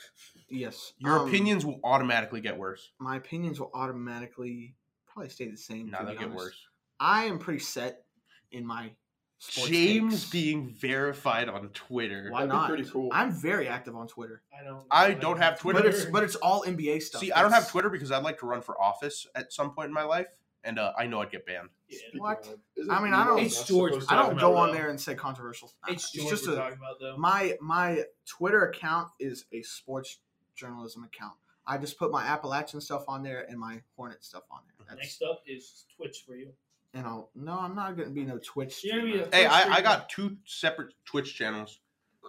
[SPEAKER 1] Yes.
[SPEAKER 5] Your
[SPEAKER 1] um,
[SPEAKER 5] opinions will automatically get worse.
[SPEAKER 1] My opinions will automatically probably stay the same.
[SPEAKER 5] No,
[SPEAKER 1] to
[SPEAKER 5] they'll
[SPEAKER 1] be
[SPEAKER 5] get
[SPEAKER 1] honest.
[SPEAKER 5] worse.
[SPEAKER 1] I am pretty set in my sports
[SPEAKER 5] James
[SPEAKER 1] takes.
[SPEAKER 5] being verified on Twitter.
[SPEAKER 1] Why
[SPEAKER 4] that'd be
[SPEAKER 1] not?
[SPEAKER 4] pretty cool.
[SPEAKER 1] I'm very active on Twitter.
[SPEAKER 2] I don't.
[SPEAKER 5] I don't have Twitter.
[SPEAKER 1] But it's but it's all NBA stuff.
[SPEAKER 5] See, I don't have
[SPEAKER 1] That's-
[SPEAKER 5] Twitter because I'd like to run for office at some point in my life, and uh, I know I'd get banned.
[SPEAKER 2] Yeah.
[SPEAKER 4] Speaking
[SPEAKER 1] What?
[SPEAKER 4] of, isn't
[SPEAKER 1] I mean, I don't-
[SPEAKER 4] Elon
[SPEAKER 2] It's
[SPEAKER 4] Musk
[SPEAKER 2] George.
[SPEAKER 4] supposed to
[SPEAKER 1] I
[SPEAKER 2] Talking
[SPEAKER 1] don't
[SPEAKER 4] have-
[SPEAKER 2] about
[SPEAKER 1] go on
[SPEAKER 2] though.
[SPEAKER 1] there and say controversial stuff.
[SPEAKER 2] It's, George
[SPEAKER 1] just
[SPEAKER 2] we're
[SPEAKER 1] a
[SPEAKER 2] talking about though.
[SPEAKER 1] my my Twitter account is a sports journalism account. I just put my Appalachian stuff on there and my Hornet stuff on there. That's,
[SPEAKER 2] Next up is Twitch for you.
[SPEAKER 1] And I'll no, I'm not gonna be no Twitch.
[SPEAKER 2] You're gonna be
[SPEAKER 1] streamer.
[SPEAKER 2] a-
[SPEAKER 5] Hey,
[SPEAKER 2] Twitch
[SPEAKER 5] I,
[SPEAKER 2] streamer.
[SPEAKER 5] I got two separate Twitch channels.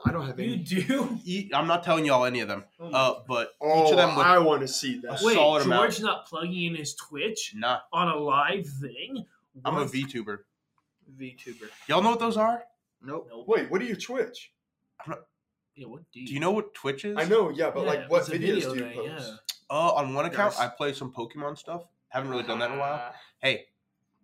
[SPEAKER 4] I don't have
[SPEAKER 2] You
[SPEAKER 4] any.
[SPEAKER 2] do.
[SPEAKER 5] E- I'm not telling y'all any of them,
[SPEAKER 2] Oh my-
[SPEAKER 5] uh, but
[SPEAKER 4] Oh,
[SPEAKER 5] each of them with
[SPEAKER 4] I want to see
[SPEAKER 5] a
[SPEAKER 4] that.
[SPEAKER 2] Wait,
[SPEAKER 5] solid
[SPEAKER 2] George
[SPEAKER 5] amount.
[SPEAKER 2] not plugging in his Twitch
[SPEAKER 5] Nah,
[SPEAKER 2] on a live thing.
[SPEAKER 5] I'm a
[SPEAKER 2] What?
[SPEAKER 5] VTuber.
[SPEAKER 1] VTuber.
[SPEAKER 5] Y'all know what those are?
[SPEAKER 1] Nope.
[SPEAKER 2] Nope.
[SPEAKER 4] Wait, what do you Twitch?
[SPEAKER 2] Yeah, what
[SPEAKER 5] Do you know what Twitch is?
[SPEAKER 4] I know, yeah, but
[SPEAKER 2] Yeah,
[SPEAKER 4] like, what
[SPEAKER 2] it's a
[SPEAKER 4] videos
[SPEAKER 2] video
[SPEAKER 4] do you
[SPEAKER 2] thing,
[SPEAKER 4] post?
[SPEAKER 2] yeah.
[SPEAKER 5] Uh, on one account,
[SPEAKER 4] Yes.
[SPEAKER 5] I play some Pokemon stuff. Haven't really done that in a while. Hey,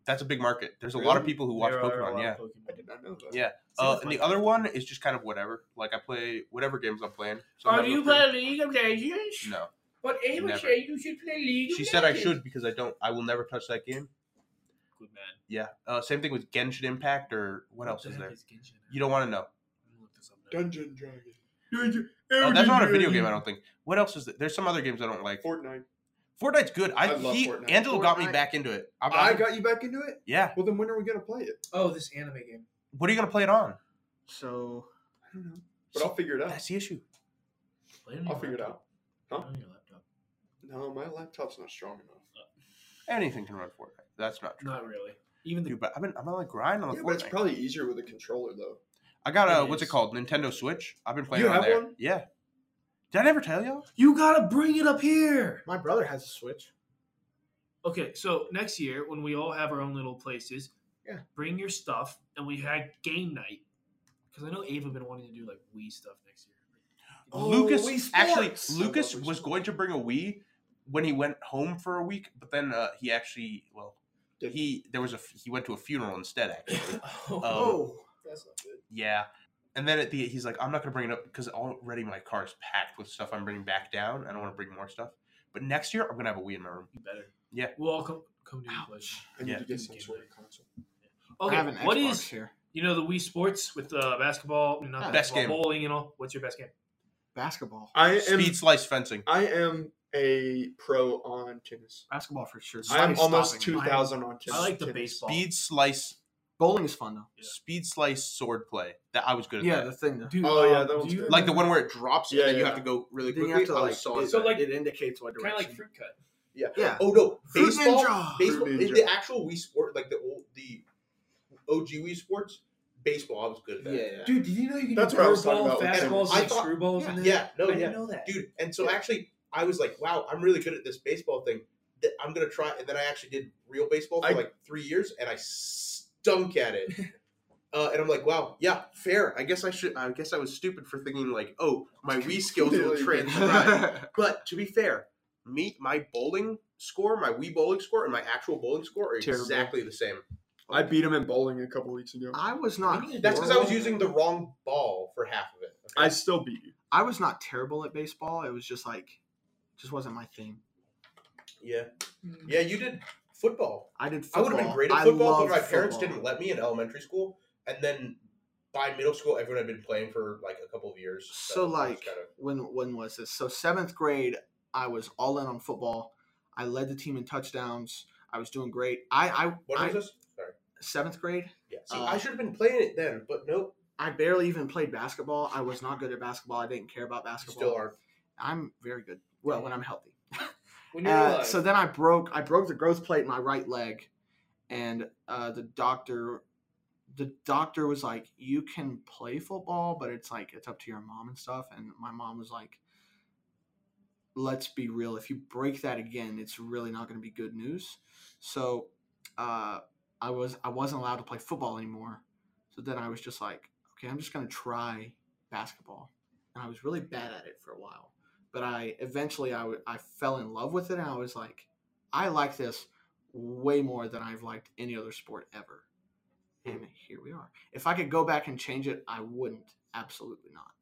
[SPEAKER 5] that's a big market. There's a lot of
[SPEAKER 4] Really?
[SPEAKER 5] people who watch
[SPEAKER 2] Uh, There are a lot
[SPEAKER 5] Pokemon.
[SPEAKER 2] of
[SPEAKER 5] Yeah.
[SPEAKER 4] I did not know that.
[SPEAKER 5] Yeah. Uh, and the other one is just kind of whatever. Like I play whatever games I'm playing.
[SPEAKER 2] Are
[SPEAKER 5] Sometimes
[SPEAKER 2] you
[SPEAKER 5] I'll play-
[SPEAKER 2] playing League of Legends?
[SPEAKER 5] No.
[SPEAKER 2] But Ava
[SPEAKER 5] Never.
[SPEAKER 2] said you should play League.
[SPEAKER 5] She
[SPEAKER 2] of
[SPEAKER 5] said I
[SPEAKER 2] Legends.
[SPEAKER 5] should because I don't. I will never touch that game.
[SPEAKER 2] Good man.
[SPEAKER 5] Yeah. Uh, same thing with Genshin Impact or what else
[SPEAKER 2] the
[SPEAKER 5] is
[SPEAKER 2] heck
[SPEAKER 5] there?
[SPEAKER 2] Genshin?
[SPEAKER 5] You don't want to know.
[SPEAKER 2] I'm gonna look this up now.
[SPEAKER 4] Dungeon Dragon.
[SPEAKER 5] Oh, that's not a video game. I don't think. What else is there? There's some other games I don't like.
[SPEAKER 4] Fortnite.
[SPEAKER 5] Fortnite's good. I,
[SPEAKER 4] I love
[SPEAKER 5] he,
[SPEAKER 4] Fortnite.
[SPEAKER 5] Angelo got me
[SPEAKER 4] Fortnite-
[SPEAKER 5] back into it. I'm,
[SPEAKER 4] I
[SPEAKER 5] I'm-
[SPEAKER 4] got you back into it.
[SPEAKER 5] Yeah.
[SPEAKER 4] Well, then when are we gonna play it?
[SPEAKER 2] Oh, this anime game.
[SPEAKER 5] What are you gonna play it on?
[SPEAKER 1] So
[SPEAKER 4] I don't know, but I'll figure it out.
[SPEAKER 5] That's the issue.
[SPEAKER 2] Play it on
[SPEAKER 4] I'll
[SPEAKER 2] your
[SPEAKER 4] figure it out.
[SPEAKER 2] laptop.
[SPEAKER 4] Huh?
[SPEAKER 2] Play it On your laptop.
[SPEAKER 4] No, my laptop's not strong enough.
[SPEAKER 5] Anything can run Fortnite. That's not true.
[SPEAKER 2] Not really. Even the
[SPEAKER 5] Dude, but I've been I'm on like grind on the
[SPEAKER 4] Yeah, but it's
[SPEAKER 5] Oh, Fortnite.
[SPEAKER 4] probably easier with a controller though.
[SPEAKER 5] I got a
[SPEAKER 2] It
[SPEAKER 5] what's it
[SPEAKER 2] is.
[SPEAKER 5] called? Nintendo Switch. I've been playing
[SPEAKER 4] You
[SPEAKER 5] on
[SPEAKER 4] have
[SPEAKER 5] there.
[SPEAKER 4] one?
[SPEAKER 5] Yeah. Did I never tell y'all?
[SPEAKER 2] you gotta bring it up here.
[SPEAKER 1] my brother has a Switch.
[SPEAKER 2] Okay, so next year when we all have our own little places,
[SPEAKER 1] Yeah.
[SPEAKER 2] bring your stuff and we had game night. Because I know Ava been wanting to do like Wii stuff next
[SPEAKER 4] [LAUGHS]
[SPEAKER 2] year.
[SPEAKER 1] Oh,
[SPEAKER 5] Lucas
[SPEAKER 1] Wii
[SPEAKER 5] actually
[SPEAKER 1] Sports.
[SPEAKER 5] Lucas
[SPEAKER 4] I love Wii
[SPEAKER 5] was
[SPEAKER 4] Sports.
[SPEAKER 5] going to bring a Wii when he went home for a week, but then uh, he actually well
[SPEAKER 4] Did-
[SPEAKER 5] he there was a f- he went to a
[SPEAKER 1] [LAUGHS]
[SPEAKER 5] funeral instead actually.
[SPEAKER 2] Oh,
[SPEAKER 5] Oh.
[SPEAKER 2] that's not good.
[SPEAKER 5] yeah. And then at the he's like I'm not going to bring it up because already my car is packed with stuff I'm bringing back down. I don't want to bring more stuff. But next year I'm going to have a Wii in my room.
[SPEAKER 2] You better.
[SPEAKER 5] Yeah.
[SPEAKER 2] We'll all come come to your place.
[SPEAKER 4] I need
[SPEAKER 5] Yeah.
[SPEAKER 4] to
[SPEAKER 2] Give me
[SPEAKER 4] get some
[SPEAKER 2] game
[SPEAKER 4] sort
[SPEAKER 2] night.
[SPEAKER 4] of console.
[SPEAKER 1] I
[SPEAKER 2] Okay,
[SPEAKER 1] have an Xbox
[SPEAKER 2] what is
[SPEAKER 1] here.
[SPEAKER 2] you know the Wii Sports with uh, basketball, not
[SPEAKER 1] Yeah.
[SPEAKER 5] Best
[SPEAKER 2] basketball,
[SPEAKER 5] game.
[SPEAKER 2] bowling and all. What's your best game?
[SPEAKER 1] Basketball.
[SPEAKER 4] I am.
[SPEAKER 5] Speed slice fencing.
[SPEAKER 4] I am a pro on tennis.
[SPEAKER 1] Basketball for sure.
[SPEAKER 4] I'm
[SPEAKER 1] Somebody's
[SPEAKER 4] almost
[SPEAKER 1] stopping me.
[SPEAKER 4] two thousand on
[SPEAKER 2] I
[SPEAKER 4] tennis.
[SPEAKER 2] like the
[SPEAKER 4] tennis.
[SPEAKER 2] baseball.
[SPEAKER 5] Speed slice
[SPEAKER 1] Bowling is fun though.
[SPEAKER 2] Yeah.
[SPEAKER 5] speed slice sword play. That I was good at
[SPEAKER 1] Yeah,
[SPEAKER 5] that.
[SPEAKER 1] the thing though.
[SPEAKER 2] Dude,
[SPEAKER 4] Oh, yeah,
[SPEAKER 2] um,
[SPEAKER 4] that one's
[SPEAKER 2] do you
[SPEAKER 4] good.
[SPEAKER 5] like the
[SPEAKER 2] remember-
[SPEAKER 5] one where it drops
[SPEAKER 4] Yeah,
[SPEAKER 5] and then you
[SPEAKER 4] yeah.
[SPEAKER 5] have to go really
[SPEAKER 1] Then
[SPEAKER 5] quickly.
[SPEAKER 1] you have to
[SPEAKER 5] I
[SPEAKER 1] like,
[SPEAKER 5] was solid
[SPEAKER 1] it,
[SPEAKER 5] at
[SPEAKER 2] So,
[SPEAKER 5] that.
[SPEAKER 2] like-
[SPEAKER 1] it indicates what
[SPEAKER 2] Kind
[SPEAKER 1] direction.
[SPEAKER 2] of like fruit cut.
[SPEAKER 1] yeah.
[SPEAKER 5] oh no,
[SPEAKER 1] Fruit
[SPEAKER 5] baseball,
[SPEAKER 1] Ninja.
[SPEAKER 5] baseball,
[SPEAKER 4] Fruit Ninja.
[SPEAKER 5] the actual Wii Sport, like the old, the OG Wii Sports, baseball. I was good at that.
[SPEAKER 2] Dude, did you know you can
[SPEAKER 4] That's
[SPEAKER 2] do
[SPEAKER 4] what I was talking
[SPEAKER 2] curveball,
[SPEAKER 4] about with
[SPEAKER 2] fastballs,
[SPEAKER 5] tennis. I
[SPEAKER 2] and
[SPEAKER 5] thought-
[SPEAKER 2] screwballs, and
[SPEAKER 5] yeah, no,
[SPEAKER 2] I didn't
[SPEAKER 5] yeah.
[SPEAKER 2] know that.
[SPEAKER 5] dude. And so actually, I was like, wow, I'm really good at this baseball thing. That I'm gonna try. And then I actually did real baseball for
[SPEAKER 4] I-
[SPEAKER 5] like three years, and I stunk at it. Uh, and I'm like, wow, yeah, fair. I guess I should. I guess I was stupid for thinking like, oh, my Wii skills will
[SPEAKER 4] Completely
[SPEAKER 1] [LAUGHS]
[SPEAKER 5] transcribe. But to be fair, me my bowling score, my Wii bowling score, and my actual bowling score are
[SPEAKER 4] Terrible.
[SPEAKER 5] exactly the same.
[SPEAKER 4] I beat him in bowling a couple weeks ago.
[SPEAKER 1] I was not.
[SPEAKER 5] That's because I was
[SPEAKER 1] horrible.
[SPEAKER 5] using the wrong ball for half of it.
[SPEAKER 4] I still beat you.
[SPEAKER 1] I was not terrible at baseball. It was just like, just wasn't my thing.
[SPEAKER 5] Yeah, yeah, you did football.
[SPEAKER 1] I did.
[SPEAKER 5] I
[SPEAKER 1] Hmm. Football.
[SPEAKER 5] would have been great at
[SPEAKER 1] I
[SPEAKER 5] football, but
[SPEAKER 1] love
[SPEAKER 5] my parents
[SPEAKER 1] football.
[SPEAKER 5] didn't let me in elementary school, and then by middle school, everyone had been playing for like a couple of years.
[SPEAKER 1] So
[SPEAKER 5] it was
[SPEAKER 1] like
[SPEAKER 5] kind of-
[SPEAKER 1] when when was this? So seventh grade, I was all in on football. I led the team in touchdowns. I was doing great. I
[SPEAKER 5] what
[SPEAKER 1] I, I
[SPEAKER 5] was this? Sorry.
[SPEAKER 1] seventh grade.
[SPEAKER 5] Yeah. See,
[SPEAKER 1] Uh,
[SPEAKER 5] I should have been playing it then, but nope.
[SPEAKER 1] I barely even played basketball. I was not good at basketball. I didn't care about
[SPEAKER 5] you
[SPEAKER 1] basketball.
[SPEAKER 5] Still are.
[SPEAKER 1] I'm very good. Well, when I'm healthy.
[SPEAKER 2] When you're
[SPEAKER 1] Uh,
[SPEAKER 2] alive.
[SPEAKER 1] so then I broke I broke the growth plate in my right leg, and uh, the doctor the doctor was like you can play football but it's like it's up to your mom and stuff and my mom was like let's be real if you break that again it's really not going to be good news so uh, i was i wasn't allowed to play football anymore so then i was just like okay i'm just going to try basketball and i was really bad at it for a while but i eventually I w- I fell in love with it and i was like i like this way more than I've liked any other sport ever. And here we are. If I could go back and change it, I wouldn't. Absolutely not.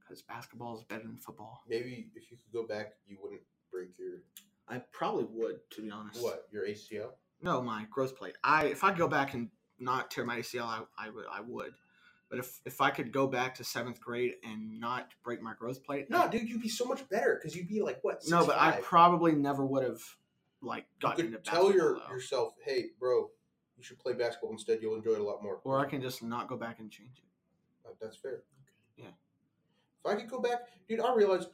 [SPEAKER 1] Because basketball is better than football.
[SPEAKER 5] Maybe if you could go back, you wouldn't break your
[SPEAKER 1] I probably would, to be honest.
[SPEAKER 5] what your ACL.
[SPEAKER 1] No, Oh my growth plate. I if I could go back and not tear my ACL, I, I would. I would. But if if I could go back to seventh grade and not break my growth plate,
[SPEAKER 9] No, dude, you'd be so much better because you'd be like what?
[SPEAKER 1] no. But I
[SPEAKER 9] 6'5"?
[SPEAKER 1] probably never would have like
[SPEAKER 5] You
[SPEAKER 1] gotten into
[SPEAKER 5] could
[SPEAKER 1] basketball.
[SPEAKER 5] tell your,
[SPEAKER 1] though.
[SPEAKER 5] yourself, hey, bro, you should play basketball instead. You'll enjoy it a lot more.
[SPEAKER 1] or I can just not go back and change it.
[SPEAKER 5] Uh, That's fair.
[SPEAKER 1] Yeah.
[SPEAKER 5] If I could go back, dude, I realized.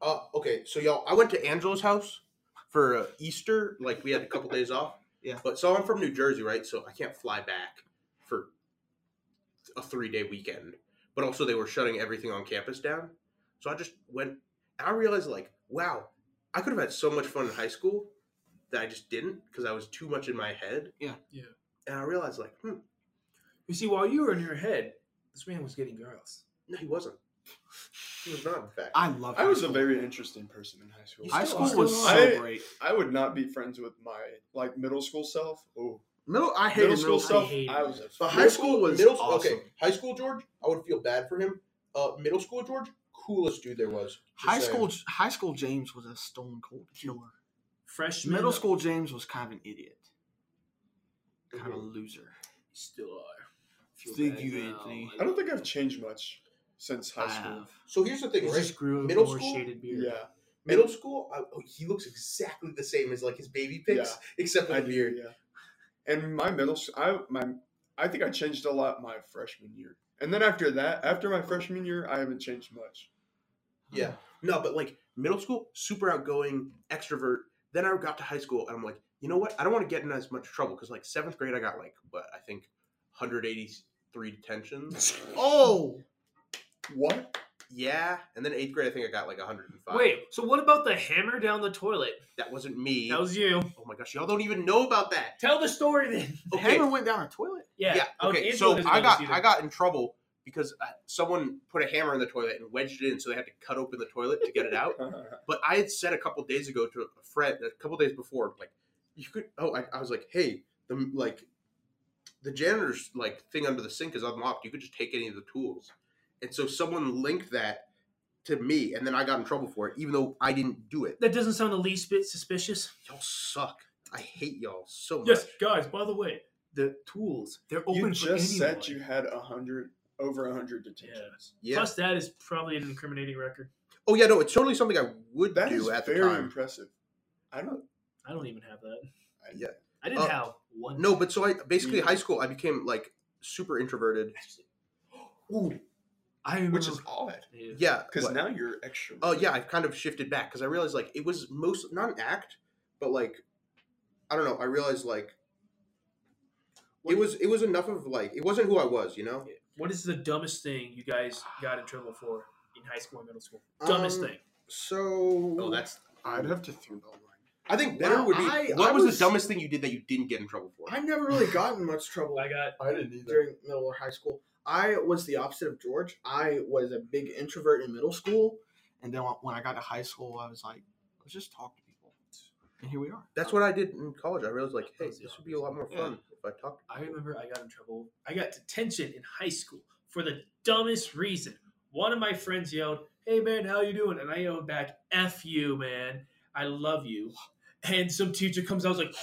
[SPEAKER 5] Uh, okay, so y'all, I went to Angela's house for uh, Easter. Like we had a couple days off.
[SPEAKER 1] Yeah.
[SPEAKER 5] But so I'm from New Jersey, right? So I can't fly back for a three day weekend. But also, they were shutting everything on campus down. So I just went. And I realized, like, wow, I could have had so much fun in high school that I just didn't because I was too much in my head.
[SPEAKER 1] Yeah.
[SPEAKER 2] Yeah.
[SPEAKER 5] And I realized, like, hmm,
[SPEAKER 2] You see, while you were in your head, this man was getting girls.
[SPEAKER 5] no, he wasn't. He was not, in fact.
[SPEAKER 1] I love.
[SPEAKER 4] I
[SPEAKER 1] high
[SPEAKER 4] was a
[SPEAKER 1] school.
[SPEAKER 4] very interesting person in high school.
[SPEAKER 5] You
[SPEAKER 1] high
[SPEAKER 5] still
[SPEAKER 1] school
[SPEAKER 5] are.
[SPEAKER 1] was so
[SPEAKER 4] I-
[SPEAKER 1] great.
[SPEAKER 4] I would not be friends with my like middle school self. Oh,
[SPEAKER 1] Middle, I hated
[SPEAKER 4] middle
[SPEAKER 1] middle
[SPEAKER 4] school
[SPEAKER 1] school.
[SPEAKER 4] self.
[SPEAKER 2] hated
[SPEAKER 4] I was a
[SPEAKER 5] But
[SPEAKER 1] Middle
[SPEAKER 5] high school,
[SPEAKER 1] school was
[SPEAKER 5] middle,
[SPEAKER 1] awesome.
[SPEAKER 5] Okay, high school George, I would feel bad for him. Uh, middle school George, coolest dude there was. Just
[SPEAKER 1] High
[SPEAKER 5] saying.
[SPEAKER 1] school, high school James was a stone cold killer.
[SPEAKER 2] Freshman.
[SPEAKER 1] Middle school James was kind of an idiot, kind of a loser.
[SPEAKER 2] Still are. Feel
[SPEAKER 1] Thank
[SPEAKER 2] bad
[SPEAKER 1] you,
[SPEAKER 2] now.
[SPEAKER 1] Anthony.
[SPEAKER 4] I don't think I've changed much since high
[SPEAKER 1] I
[SPEAKER 4] school.
[SPEAKER 1] have.
[SPEAKER 5] So here's the thing,
[SPEAKER 2] He
[SPEAKER 5] right?
[SPEAKER 2] just grew a
[SPEAKER 5] Middle
[SPEAKER 2] more
[SPEAKER 5] school?
[SPEAKER 2] shaded beard.
[SPEAKER 4] Yeah,
[SPEAKER 5] middle school, I, oh, he looks exactly the same as like his baby pics, except
[SPEAKER 4] I
[SPEAKER 5] with a
[SPEAKER 4] do,
[SPEAKER 5] beard.
[SPEAKER 4] Yeah, and my middle, s- I my, I think I changed a lot my freshman year, and then after that, after my freshman year, I haven't changed much.
[SPEAKER 5] Yeah. No, but like middle school, super outgoing, extrovert. Then I got to high school, and I'm like, you know what? I don't want to get in as much trouble because like seventh grade, I got like what I think 183
[SPEAKER 4] [LAUGHS]
[SPEAKER 5] detentions.
[SPEAKER 1] Oh,
[SPEAKER 2] [LAUGHS]
[SPEAKER 4] What?
[SPEAKER 5] yeah, and then eighth grade, I think I got like 105.
[SPEAKER 2] Wait, so what about the hammer down the toilet?
[SPEAKER 5] that wasn't me.
[SPEAKER 2] That was you.
[SPEAKER 5] oh my gosh, y'all don't even know about that.
[SPEAKER 2] Tell the story then. [LAUGHS]
[SPEAKER 1] the
[SPEAKER 5] Okay.
[SPEAKER 1] hammer went down a toilet.
[SPEAKER 2] Yeah.
[SPEAKER 5] Yeah.
[SPEAKER 2] oh,
[SPEAKER 5] Okay.
[SPEAKER 2] Angela
[SPEAKER 5] So
[SPEAKER 2] doesn't
[SPEAKER 5] I
[SPEAKER 2] know this
[SPEAKER 5] got
[SPEAKER 2] either.
[SPEAKER 5] I got in trouble because uh, someone put a hammer in the toilet and wedged it in, so they had to cut open the toilet to get it out. But I had said a couple days ago to a friend, a couple days before, like you could. Oh, I, I was like, hey, the like the janitor's like thing under the sink is unlocked. You could just take any of the tools. And so someone linked that to me, and then I got in trouble for it, even though I didn't do it.
[SPEAKER 2] That doesn't sound the least bit suspicious.
[SPEAKER 5] Y'all suck. I hate y'all so much.
[SPEAKER 2] Yes, guys. By the way, the tools they're open
[SPEAKER 4] You
[SPEAKER 2] for
[SPEAKER 4] just
[SPEAKER 2] anyone.
[SPEAKER 4] said you had a hundred over a hundred detentions.
[SPEAKER 5] Yeah.
[SPEAKER 2] Plus, that is probably an incriminating record.
[SPEAKER 5] Oh yeah, no, it's totally something I would
[SPEAKER 4] That is
[SPEAKER 5] do at the
[SPEAKER 4] very
[SPEAKER 5] time.
[SPEAKER 4] impressive. I don't.
[SPEAKER 2] I don't even have that.
[SPEAKER 4] I-
[SPEAKER 5] Yeah.
[SPEAKER 2] I didn't
[SPEAKER 5] Uh,
[SPEAKER 2] have one.
[SPEAKER 5] No, but so I basically
[SPEAKER 4] Yeah.
[SPEAKER 5] high school I became like super introverted,
[SPEAKER 2] I remember.
[SPEAKER 5] which is odd. Yeah,
[SPEAKER 4] Because
[SPEAKER 5] what-
[SPEAKER 4] now you're extra.
[SPEAKER 5] oh yeah, I've kind of shifted back because I realized like it was most not an act, but like I don't know. I realized like it was it was enough of like it wasn't who I was, you know.
[SPEAKER 2] What is the dumbest thing you guys got in trouble for in high school and middle school? Dumbest
[SPEAKER 5] Um,
[SPEAKER 2] thing.
[SPEAKER 5] So
[SPEAKER 9] Oh, that's
[SPEAKER 4] I'd have to think about mine.
[SPEAKER 5] I think better
[SPEAKER 1] Wow,
[SPEAKER 5] would be
[SPEAKER 1] I-
[SPEAKER 5] what
[SPEAKER 1] I
[SPEAKER 5] was,
[SPEAKER 1] was-
[SPEAKER 5] the dumbest thing you did that you didn't get in trouble for?
[SPEAKER 1] I never really got in much trouble
[SPEAKER 2] I got.
[SPEAKER 4] I didn't either.
[SPEAKER 1] during middle or high school. I was the opposite of George. I was a big introvert in middle school, and then when I got to high school, I was like, let's just talk to people, and here we are.
[SPEAKER 5] that's what I did in college. I realized like,
[SPEAKER 2] That
[SPEAKER 5] hey,
[SPEAKER 2] was the
[SPEAKER 5] this would be a lot more
[SPEAKER 1] Yeah.
[SPEAKER 5] fun if I talked.
[SPEAKER 2] I remember I got in trouble. I got detention in high school for the dumbest reason. One of my friends yelled, "Hey man, how you doing?" And I yelled back, "F you, man. I love you." And some teacher comes out, was like,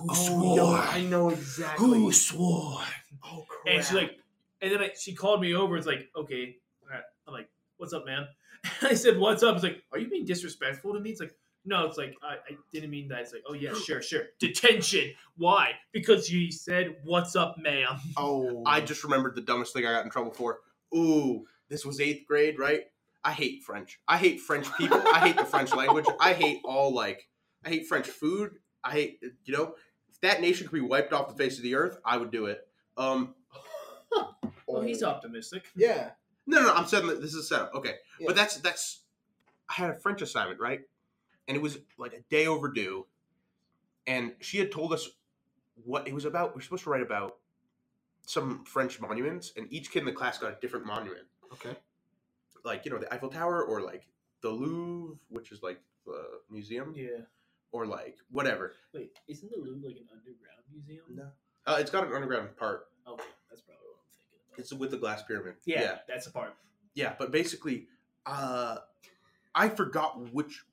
[SPEAKER 2] "Oh, "Who swore?
[SPEAKER 1] I know exactly.
[SPEAKER 2] Who swore?"
[SPEAKER 1] Oh crap!
[SPEAKER 2] And she like, and then I, she called me over. It's like, okay, all right. I'm like, what's up, man? [LAUGHS] I said, what's up? It's like, are you being disrespectful to me? It's like, no, it's like I, I didn't mean that. It's like, oh yeah, sure, sure. Detention. Why? Because you said, what's up,
[SPEAKER 5] [LAUGHS]
[SPEAKER 2] ma'am?
[SPEAKER 1] oh,
[SPEAKER 5] I just remembered the dumbest thing I got in trouble for. Ooh, this was eighth grade, right? I hate French. I hate French people. I hate the French language. I hate all like I hate French food. I hate you know if that nation could be wiped off the face of the earth, I would do it. Um, Oh,
[SPEAKER 2] Well, he's optimistic.
[SPEAKER 1] Yeah.
[SPEAKER 5] no, no, no I'm saying that this is a setup. Okay,
[SPEAKER 1] Yeah.
[SPEAKER 5] but that's that's. I had a French assignment, right? And it was like a day overdue, and she had told us what it was about. We are supposed to write about some French monuments, and each kid in the class got a different monument.
[SPEAKER 1] Okay.
[SPEAKER 5] Like you know the Eiffel Tower, or like the Louvre, which is like the museum,
[SPEAKER 2] Yeah.
[SPEAKER 5] or like whatever.
[SPEAKER 2] Wait, isn't the Louvre like an underground museum?
[SPEAKER 5] No. Uh, it's got an underground part.
[SPEAKER 2] Okay, that's probably what I'm thinking about.
[SPEAKER 5] It's with the glass pyramid.
[SPEAKER 2] yeah,
[SPEAKER 5] yeah.
[SPEAKER 2] that's the part.
[SPEAKER 5] Yeah, but basically, uh, I forgot which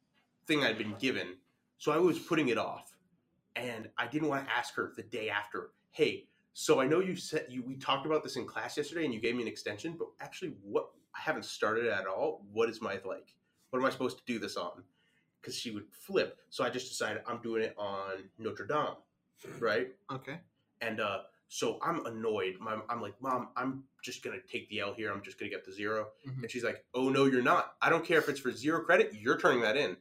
[SPEAKER 5] thing I'd been given, so I was putting it off, and I didn't want to ask her the day after. Hey, so I know you said you we talked about this in class yesterday, and you gave me an extension, but actually, what I haven't started it at all. What is my like? What am I supposed to do this on? Because she would flip. So I just decided I'm doing it on Notre Dame, right?
[SPEAKER 1] Okay.
[SPEAKER 5] And uh, so I'm annoyed. My, I'm like, Mom, I'm just going to take the L here. I'm just going to get the 0
[SPEAKER 1] Mhm.
[SPEAKER 5] And she's like, Oh, no, you're not. I don't care if it's for zero credit. You're turning that in.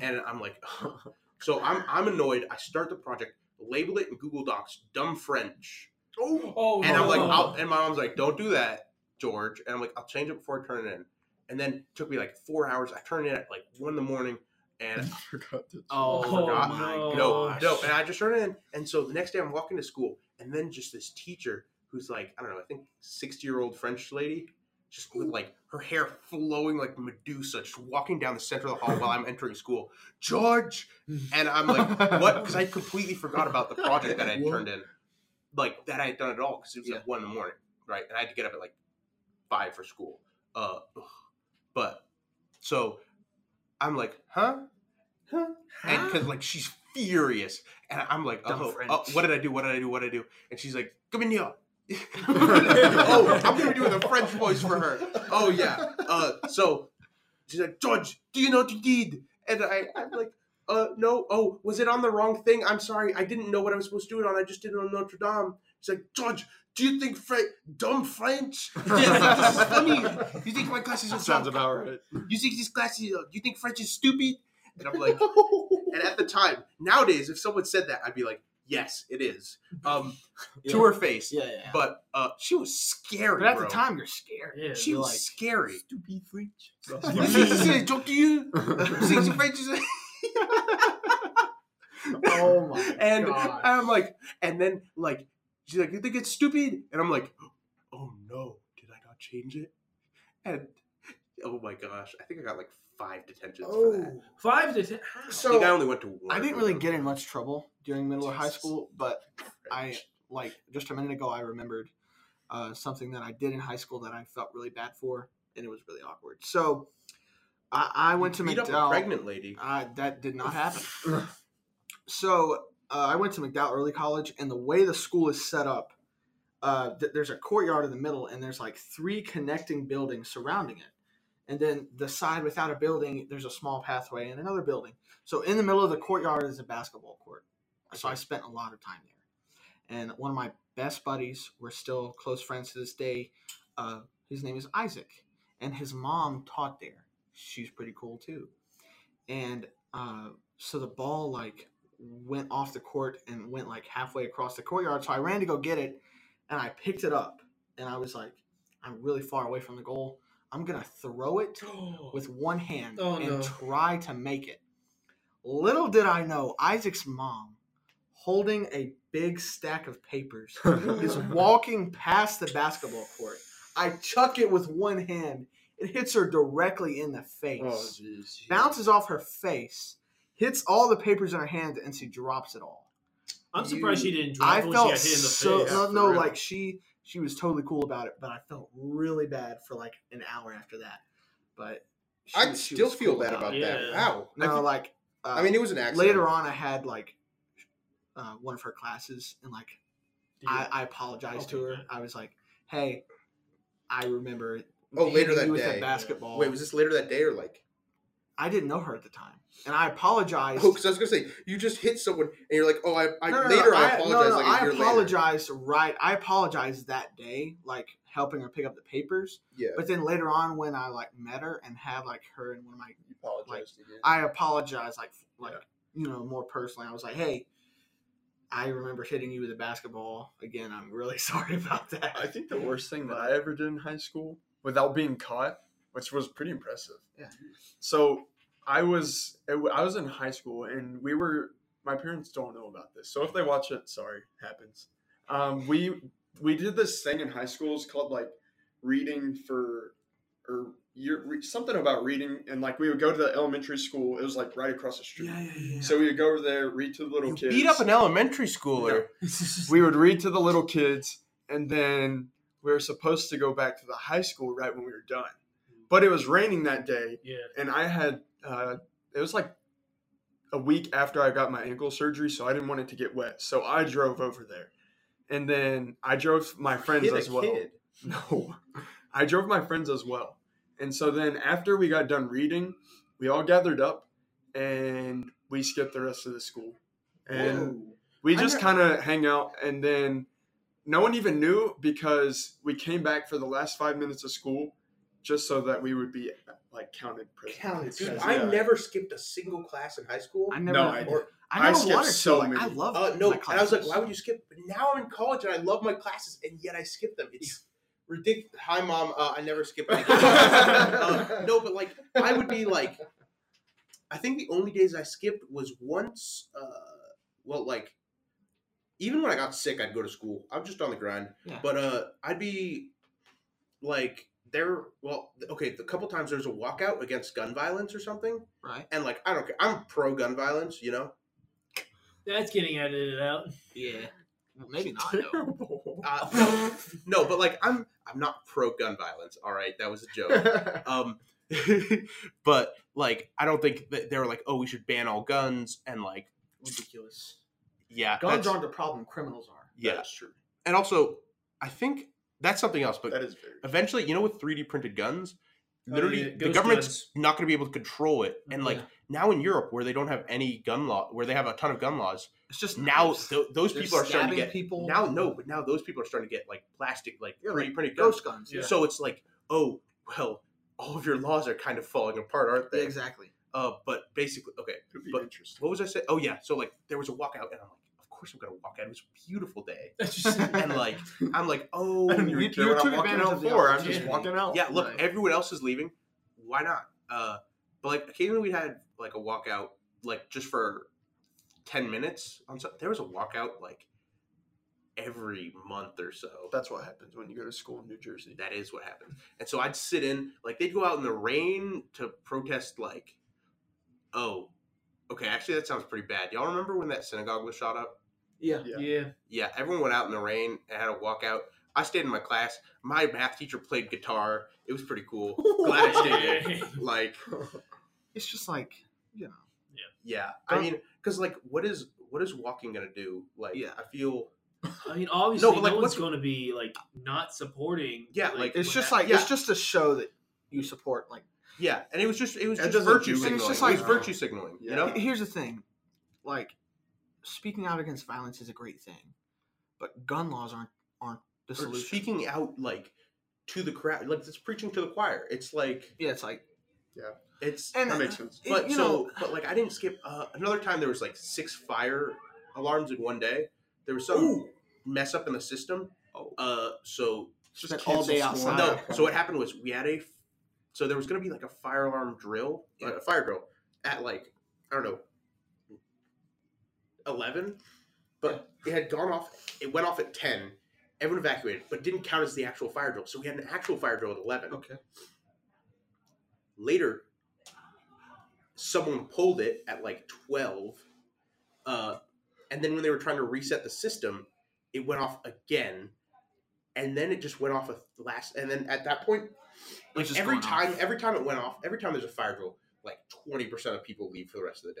[SPEAKER 5] And I'm like, [LAUGHS] So I'm, I'm annoyed. I start the project, label it in Google Docs, dumb French.
[SPEAKER 2] Oh,
[SPEAKER 5] And I'm like,
[SPEAKER 2] no.
[SPEAKER 5] I'll, and my mom's like, Don't do that, George. And I'm like, I'll change it before I turn it in. And then it took me like four hours. I turned it in at like one in the morning.
[SPEAKER 4] [LAUGHS]
[SPEAKER 5] And
[SPEAKER 7] I forgot to.
[SPEAKER 2] oh,
[SPEAKER 5] forgot.
[SPEAKER 2] no.
[SPEAKER 5] no, no. And I just turned it in. And so the next day I'm walking to school, and then just this teacher who's like, I don't know, I think 60 year old French lady, just with like her hair flowing like Medusa, just walking down the center of the hall while I'm entering school. George! And I'm
[SPEAKER 7] [LAUGHS]
[SPEAKER 5] like,
[SPEAKER 2] [LAUGHS]
[SPEAKER 5] what? [LAUGHS] Because I completely forgot about the project that I had turned in, like that I had done at all, because it was like one in the morning, right? And I had to get up at like five for school. Uh, ugh. but so I'm like, huh, huh, and because like she's furious, and I'm like,
[SPEAKER 7] Dumb
[SPEAKER 5] oh,
[SPEAKER 7] French.
[SPEAKER 5] oh, what did I do? What did I do? What did I do? And she's like, come in here. [LAUGHS] oh, I'm gonna be doing a French voice for her. Oh yeah. Uh, so she's like, George, do you know what you did? And I, I'm like, uh, no. Oh, was it on the wrong thing? I'm sorry. I didn't know what I was supposed to do it on. I just did it on Notre Dame. She's like, George, do you think French, dumb French? [LAUGHS] Yes, this is funny. You think my classes are
[SPEAKER 7] That [LAUGHS] sounds
[SPEAKER 5] dumb?
[SPEAKER 7] about right.
[SPEAKER 5] You think these classes? uh, You think French is stupid? And I'm like, [LAUGHS]
[SPEAKER 2] [LAUGHS]
[SPEAKER 5] and at the time, nowadays, if someone said that, I'd be like, yes, it is. Um, to her face.
[SPEAKER 1] Yeah, yeah.
[SPEAKER 5] But uh, she was scary.
[SPEAKER 1] But at
[SPEAKER 5] bro.
[SPEAKER 1] the time, you're scared.
[SPEAKER 2] Yeah,
[SPEAKER 5] she
[SPEAKER 1] you're
[SPEAKER 5] was
[SPEAKER 1] like, [LAUGHS]
[SPEAKER 5] scary. [LAUGHS]
[SPEAKER 7] Stupid French.
[SPEAKER 5] [LAUGHS] You think
[SPEAKER 4] [LAUGHS]
[SPEAKER 5] this is a joke to you? You
[SPEAKER 1] [LAUGHS]
[SPEAKER 5] think French is-
[SPEAKER 1] Oh
[SPEAKER 2] [LAUGHS]
[SPEAKER 1] my.
[SPEAKER 5] and
[SPEAKER 1] God.
[SPEAKER 5] I'm like, and then like, she's like, you think it's stupid? And I'm like, oh no, did I not change it? And oh my gosh, I think I got like five detentions for that.
[SPEAKER 2] Five to ten.
[SPEAKER 5] I think I
[SPEAKER 1] Oh, So
[SPEAKER 5] only went to one.
[SPEAKER 1] I didn't
[SPEAKER 5] of
[SPEAKER 1] really
[SPEAKER 5] them.
[SPEAKER 1] get in much trouble during middle or high
[SPEAKER 5] Jesus.
[SPEAKER 1] school, but I like just a minute ago I remembered uh, something that I did in high school that I felt really bad for, and it was really awkward. So I, I went to
[SPEAKER 5] beat up a
[SPEAKER 1] McDowell.
[SPEAKER 5] pregnant lady.
[SPEAKER 1] Uh, that did not happen. so uh, I went to McDowell Early College, and the way the school is set up, uh, th- there's a courtyard in the middle, and there's like three connecting buildings surrounding it. And then the side without a building, there's a small pathway and another building. So in the middle of the courtyard is a basketball court. So I spent a lot of time there. And one of my best buddies, we're still close friends to this day. Uh, his name is Isaac, and his mom taught there. She's pretty cool too. And uh, so the ball like went off the court and went like halfway across the courtyard. So I ran to go get it, and I picked it up, and I was like, I'm really far away from the goal. I'm gonna throw it with one hand
[SPEAKER 2] Oh,
[SPEAKER 1] and
[SPEAKER 2] no.
[SPEAKER 1] try to make it. Little did I know, Isaac's mom, holding a big stack of
[SPEAKER 2] [LAUGHS]
[SPEAKER 1] papers, is walking past the basketball court. I chuck it with one hand. It hits her directly in the face.
[SPEAKER 2] Oh,
[SPEAKER 7] jeez.
[SPEAKER 1] bounces off her face, hits all the papers in her hand, and she drops it all.
[SPEAKER 2] I'm surprised she didn't drop
[SPEAKER 1] I
[SPEAKER 2] when
[SPEAKER 1] felt
[SPEAKER 2] she got hit in the
[SPEAKER 1] so
[SPEAKER 2] face.
[SPEAKER 1] no,
[SPEAKER 7] for
[SPEAKER 1] no
[SPEAKER 7] real.
[SPEAKER 1] like she she was totally cool about it, but I felt really bad for like an hour after that. But she-
[SPEAKER 10] I
[SPEAKER 1] she
[SPEAKER 10] still
[SPEAKER 1] was
[SPEAKER 10] feel
[SPEAKER 1] cool
[SPEAKER 10] bad
[SPEAKER 1] about
[SPEAKER 10] about
[SPEAKER 1] it.
[SPEAKER 10] that.
[SPEAKER 2] Yeah.
[SPEAKER 10] Wow. I
[SPEAKER 1] No,
[SPEAKER 10] think-
[SPEAKER 1] like uh,
[SPEAKER 10] I mean, it was an accident.
[SPEAKER 1] later on, I had like uh, one of her classes, and like I, I apologized to her.
[SPEAKER 2] Okay.
[SPEAKER 1] I was like, "Hey, I remember."
[SPEAKER 10] Oh, later
[SPEAKER 1] hitting
[SPEAKER 10] that
[SPEAKER 1] you with
[SPEAKER 10] day.
[SPEAKER 1] a basketball.
[SPEAKER 10] Wait, was this later that day or like?
[SPEAKER 1] I didn't know her at the time, and
[SPEAKER 10] [LAUGHS]
[SPEAKER 1] I apologized.
[SPEAKER 10] Oh, because I was gonna say you just hit someone and you're like, oh, I, I
[SPEAKER 1] No, no, no,
[SPEAKER 10] later I apologize.
[SPEAKER 1] no, no,
[SPEAKER 10] like a
[SPEAKER 1] I
[SPEAKER 10] year later.
[SPEAKER 1] apologized right. I apologized that day, like helping her pick up the papers.
[SPEAKER 10] Yeah.
[SPEAKER 1] But then later on, when I like met her and had like her and one of my,
[SPEAKER 10] You apologized again.
[SPEAKER 1] I apologized like like you know more personally. I was like, hey, I remember hitting you with a basketball. Again, I'm really [LAUGHS] sorry about that.
[SPEAKER 4] I think the worst thing that I ever did in high school without being caught, which was pretty impressive.
[SPEAKER 1] Yeah.
[SPEAKER 4] So I was I w- I was in high school and we were my parents don't know about this. So if they watch it, sorry, happens. Um, we we did this thing in high school. It's called like reading for or year, re, something about reading and like we would go to the elementary school. It was like right across the street.
[SPEAKER 5] yeah, yeah.
[SPEAKER 4] So we would go over there, read to the little
[SPEAKER 5] You
[SPEAKER 4] kids.
[SPEAKER 5] beat up an elementary schooler.
[SPEAKER 4] we would read to the little kids and then we were supposed to go back to the high school right when we were done but it was raining that day
[SPEAKER 2] [LAUGHS] Yeah.
[SPEAKER 4] and i had uh, it was like a week after i got my ankle surgery so i didn't want it to get wet so i drove over there and then i drove my friends
[SPEAKER 5] Hit a
[SPEAKER 4] as well
[SPEAKER 5] kid.
[SPEAKER 4] [LAUGHS] no i drove my friends as well and so then after we got done reading we all gathered up and we skipped the rest of the school and we
[SPEAKER 5] I
[SPEAKER 4] just
[SPEAKER 5] re-
[SPEAKER 4] kind of hang out, and then no one even knew because we came back for the last five minutes of school just so that we would be like counted prisoners.
[SPEAKER 5] Dude,
[SPEAKER 4] Yeah.
[SPEAKER 5] I never skipped a single class in high school.
[SPEAKER 1] I
[SPEAKER 4] No,
[SPEAKER 1] never.
[SPEAKER 4] I,
[SPEAKER 5] or-
[SPEAKER 1] I
[SPEAKER 4] I
[SPEAKER 1] never
[SPEAKER 4] skipped
[SPEAKER 1] wanted
[SPEAKER 4] so
[SPEAKER 1] to. Like, I
[SPEAKER 4] many.
[SPEAKER 1] love.
[SPEAKER 5] Uh, no,
[SPEAKER 1] my
[SPEAKER 5] and I was like,
[SPEAKER 1] classes.
[SPEAKER 5] why would you skip? But now I'm in college and I love my classes, and yet I skip them. It's ridiculous. Hi, mom. Uh, I
[SPEAKER 1] [LAUGHS]
[SPEAKER 5] never skip. my classes. Uh, no, but like I would be like, I think the only days I skipped was once. Uh, well, like even when I got sick, I'd go to school. I'm just on the grind.
[SPEAKER 1] Yeah.
[SPEAKER 5] But uh, I'd be like there. Well, okay. A couple times there was a walkout against gun violence or something,
[SPEAKER 1] Right.
[SPEAKER 5] and like I don't care. I'm pro gun violence, you know.
[SPEAKER 2] That's getting edited out. [LAUGHS]
[SPEAKER 1] Yeah. Well, maybe not.
[SPEAKER 4] [LAUGHS]
[SPEAKER 1] though.
[SPEAKER 5] Uh,
[SPEAKER 1] [LAUGHS]
[SPEAKER 5] no, no, but like I'm I'm not pro gun violence. All right, that was a joke.
[SPEAKER 1] [LAUGHS]
[SPEAKER 5] Um, [LAUGHS] but like I don't think that they were like, oh, we should ban all guns and like,
[SPEAKER 1] Ridiculous.
[SPEAKER 5] yeah,
[SPEAKER 1] Guns
[SPEAKER 5] that's-
[SPEAKER 1] aren't the problem. Criminals are.
[SPEAKER 5] yeah,
[SPEAKER 4] That's true.
[SPEAKER 5] and also I think that's something else. But
[SPEAKER 4] That is very.
[SPEAKER 5] eventually, you know, with 3D printed guns,
[SPEAKER 2] Oh,
[SPEAKER 5] literally
[SPEAKER 2] yeah,
[SPEAKER 5] the
[SPEAKER 2] ghost
[SPEAKER 5] government's
[SPEAKER 2] guns.
[SPEAKER 5] not going to be able to control it. And like
[SPEAKER 1] Mm, Yeah.
[SPEAKER 5] now in Europe, where they don't have any gun law, where they have a ton of gun laws,
[SPEAKER 1] It's just
[SPEAKER 5] now th- those
[SPEAKER 1] They're
[SPEAKER 5] people are starting to
[SPEAKER 1] stabbing
[SPEAKER 5] get
[SPEAKER 1] people.
[SPEAKER 5] now no, but now those people are starting to get like plastic, like
[SPEAKER 1] Yeah,
[SPEAKER 5] 3D
[SPEAKER 1] like
[SPEAKER 5] printed guns.
[SPEAKER 1] ghost guns.
[SPEAKER 2] Yeah.
[SPEAKER 5] So it's like, oh, well, all of your laws are kind of falling apart, aren't
[SPEAKER 1] Yeah,
[SPEAKER 5] they?
[SPEAKER 1] exactly.
[SPEAKER 5] Uh, but basically, okay,
[SPEAKER 4] Could be
[SPEAKER 5] but-
[SPEAKER 4] interesting.
[SPEAKER 5] what was I saying? Oh, yeah, so like there was a walkout, and I'm like, of course I'm going to walk out. It was a beautiful day.
[SPEAKER 2] That's just [LAUGHS]
[SPEAKER 5] And
[SPEAKER 4] [LAUGHS]
[SPEAKER 5] like, I'm like, oh,
[SPEAKER 4] I don't even
[SPEAKER 1] you-
[SPEAKER 4] care
[SPEAKER 1] you
[SPEAKER 4] what
[SPEAKER 1] took
[SPEAKER 4] I'm walking
[SPEAKER 1] advantage
[SPEAKER 4] out
[SPEAKER 1] of the
[SPEAKER 4] for. I'm just
[SPEAKER 1] opportunity.
[SPEAKER 4] walking out.
[SPEAKER 5] yeah, look,
[SPEAKER 1] Right.
[SPEAKER 5] everyone else is leaving. Why not? Uh, but like, occasionally we had like a walkout, like just for 10 minutes. On so- there was a walkout like every month or so.
[SPEAKER 4] That's what happens when you go to school in New Jersey.
[SPEAKER 5] That is what happens. And so I'd sit in, like they'd go out in the rain to protest, like, oh, okay, actually that sounds pretty bad. Y'all remember when that synagogue was shot up?
[SPEAKER 1] Yeah.
[SPEAKER 4] Yeah.
[SPEAKER 2] yeah.
[SPEAKER 5] Yeah, everyone went out in the rain and had a walkout. I stayed in my class. My math teacher played guitar. It was pretty cool. Glad I stayed
[SPEAKER 2] Yeah.
[SPEAKER 5] in. Like,
[SPEAKER 1] It's just like you know.
[SPEAKER 5] yeah, I mean, because like, what is what is walking gonna do? Like,
[SPEAKER 1] Yeah.
[SPEAKER 5] I feel
[SPEAKER 2] I mean, obviously, no,
[SPEAKER 5] like,
[SPEAKER 2] one's
[SPEAKER 5] what's-
[SPEAKER 2] going to be like not supporting.
[SPEAKER 5] Yeah, like,
[SPEAKER 1] It's
[SPEAKER 2] what
[SPEAKER 1] just
[SPEAKER 2] hap-
[SPEAKER 1] like
[SPEAKER 5] yeah.
[SPEAKER 1] it's just to show that you support. Like
[SPEAKER 5] yeah, and it was just it was
[SPEAKER 4] That
[SPEAKER 5] just
[SPEAKER 4] doesn't
[SPEAKER 5] virtue
[SPEAKER 4] do
[SPEAKER 5] signaling.
[SPEAKER 1] anything. It's just
[SPEAKER 5] it was
[SPEAKER 1] like-
[SPEAKER 5] virtue signaling. You
[SPEAKER 4] Yeah.
[SPEAKER 5] know,
[SPEAKER 1] H- here's the thing, like speaking out against violence is a great thing, but gun laws aren't aren't the
[SPEAKER 5] or
[SPEAKER 1] solution.
[SPEAKER 5] speaking out like to the crowd like it's preaching to the choir it's like
[SPEAKER 1] yeah, it's like
[SPEAKER 5] it's
[SPEAKER 1] and
[SPEAKER 4] That makes sense.
[SPEAKER 1] it-
[SPEAKER 5] but
[SPEAKER 1] you
[SPEAKER 5] so
[SPEAKER 1] know
[SPEAKER 5] but like i didn't skip uh, another time there was like six fire alarms in one day there was some mess up in the system
[SPEAKER 1] Oh.
[SPEAKER 5] uh so
[SPEAKER 1] spent all day
[SPEAKER 5] so
[SPEAKER 1] outside. [LAUGHS]
[SPEAKER 5] no so what happened was we had a so there was gonna be like a fire alarm drill uh, a fire drill at like i don't know 11 but it had gone off it went off at 10 everyone evacuated but didn't count as the actual fire drill so we had an actual fire drill at 11
[SPEAKER 1] Okay.
[SPEAKER 5] later someone pulled it at like 12 uh, and then when they were trying to reset the system it went off again and then it just went off a last and then at that point like
[SPEAKER 1] just
[SPEAKER 5] every
[SPEAKER 1] going
[SPEAKER 5] time every time it went off every time there's a fire drill like 20% of people leave for the rest of the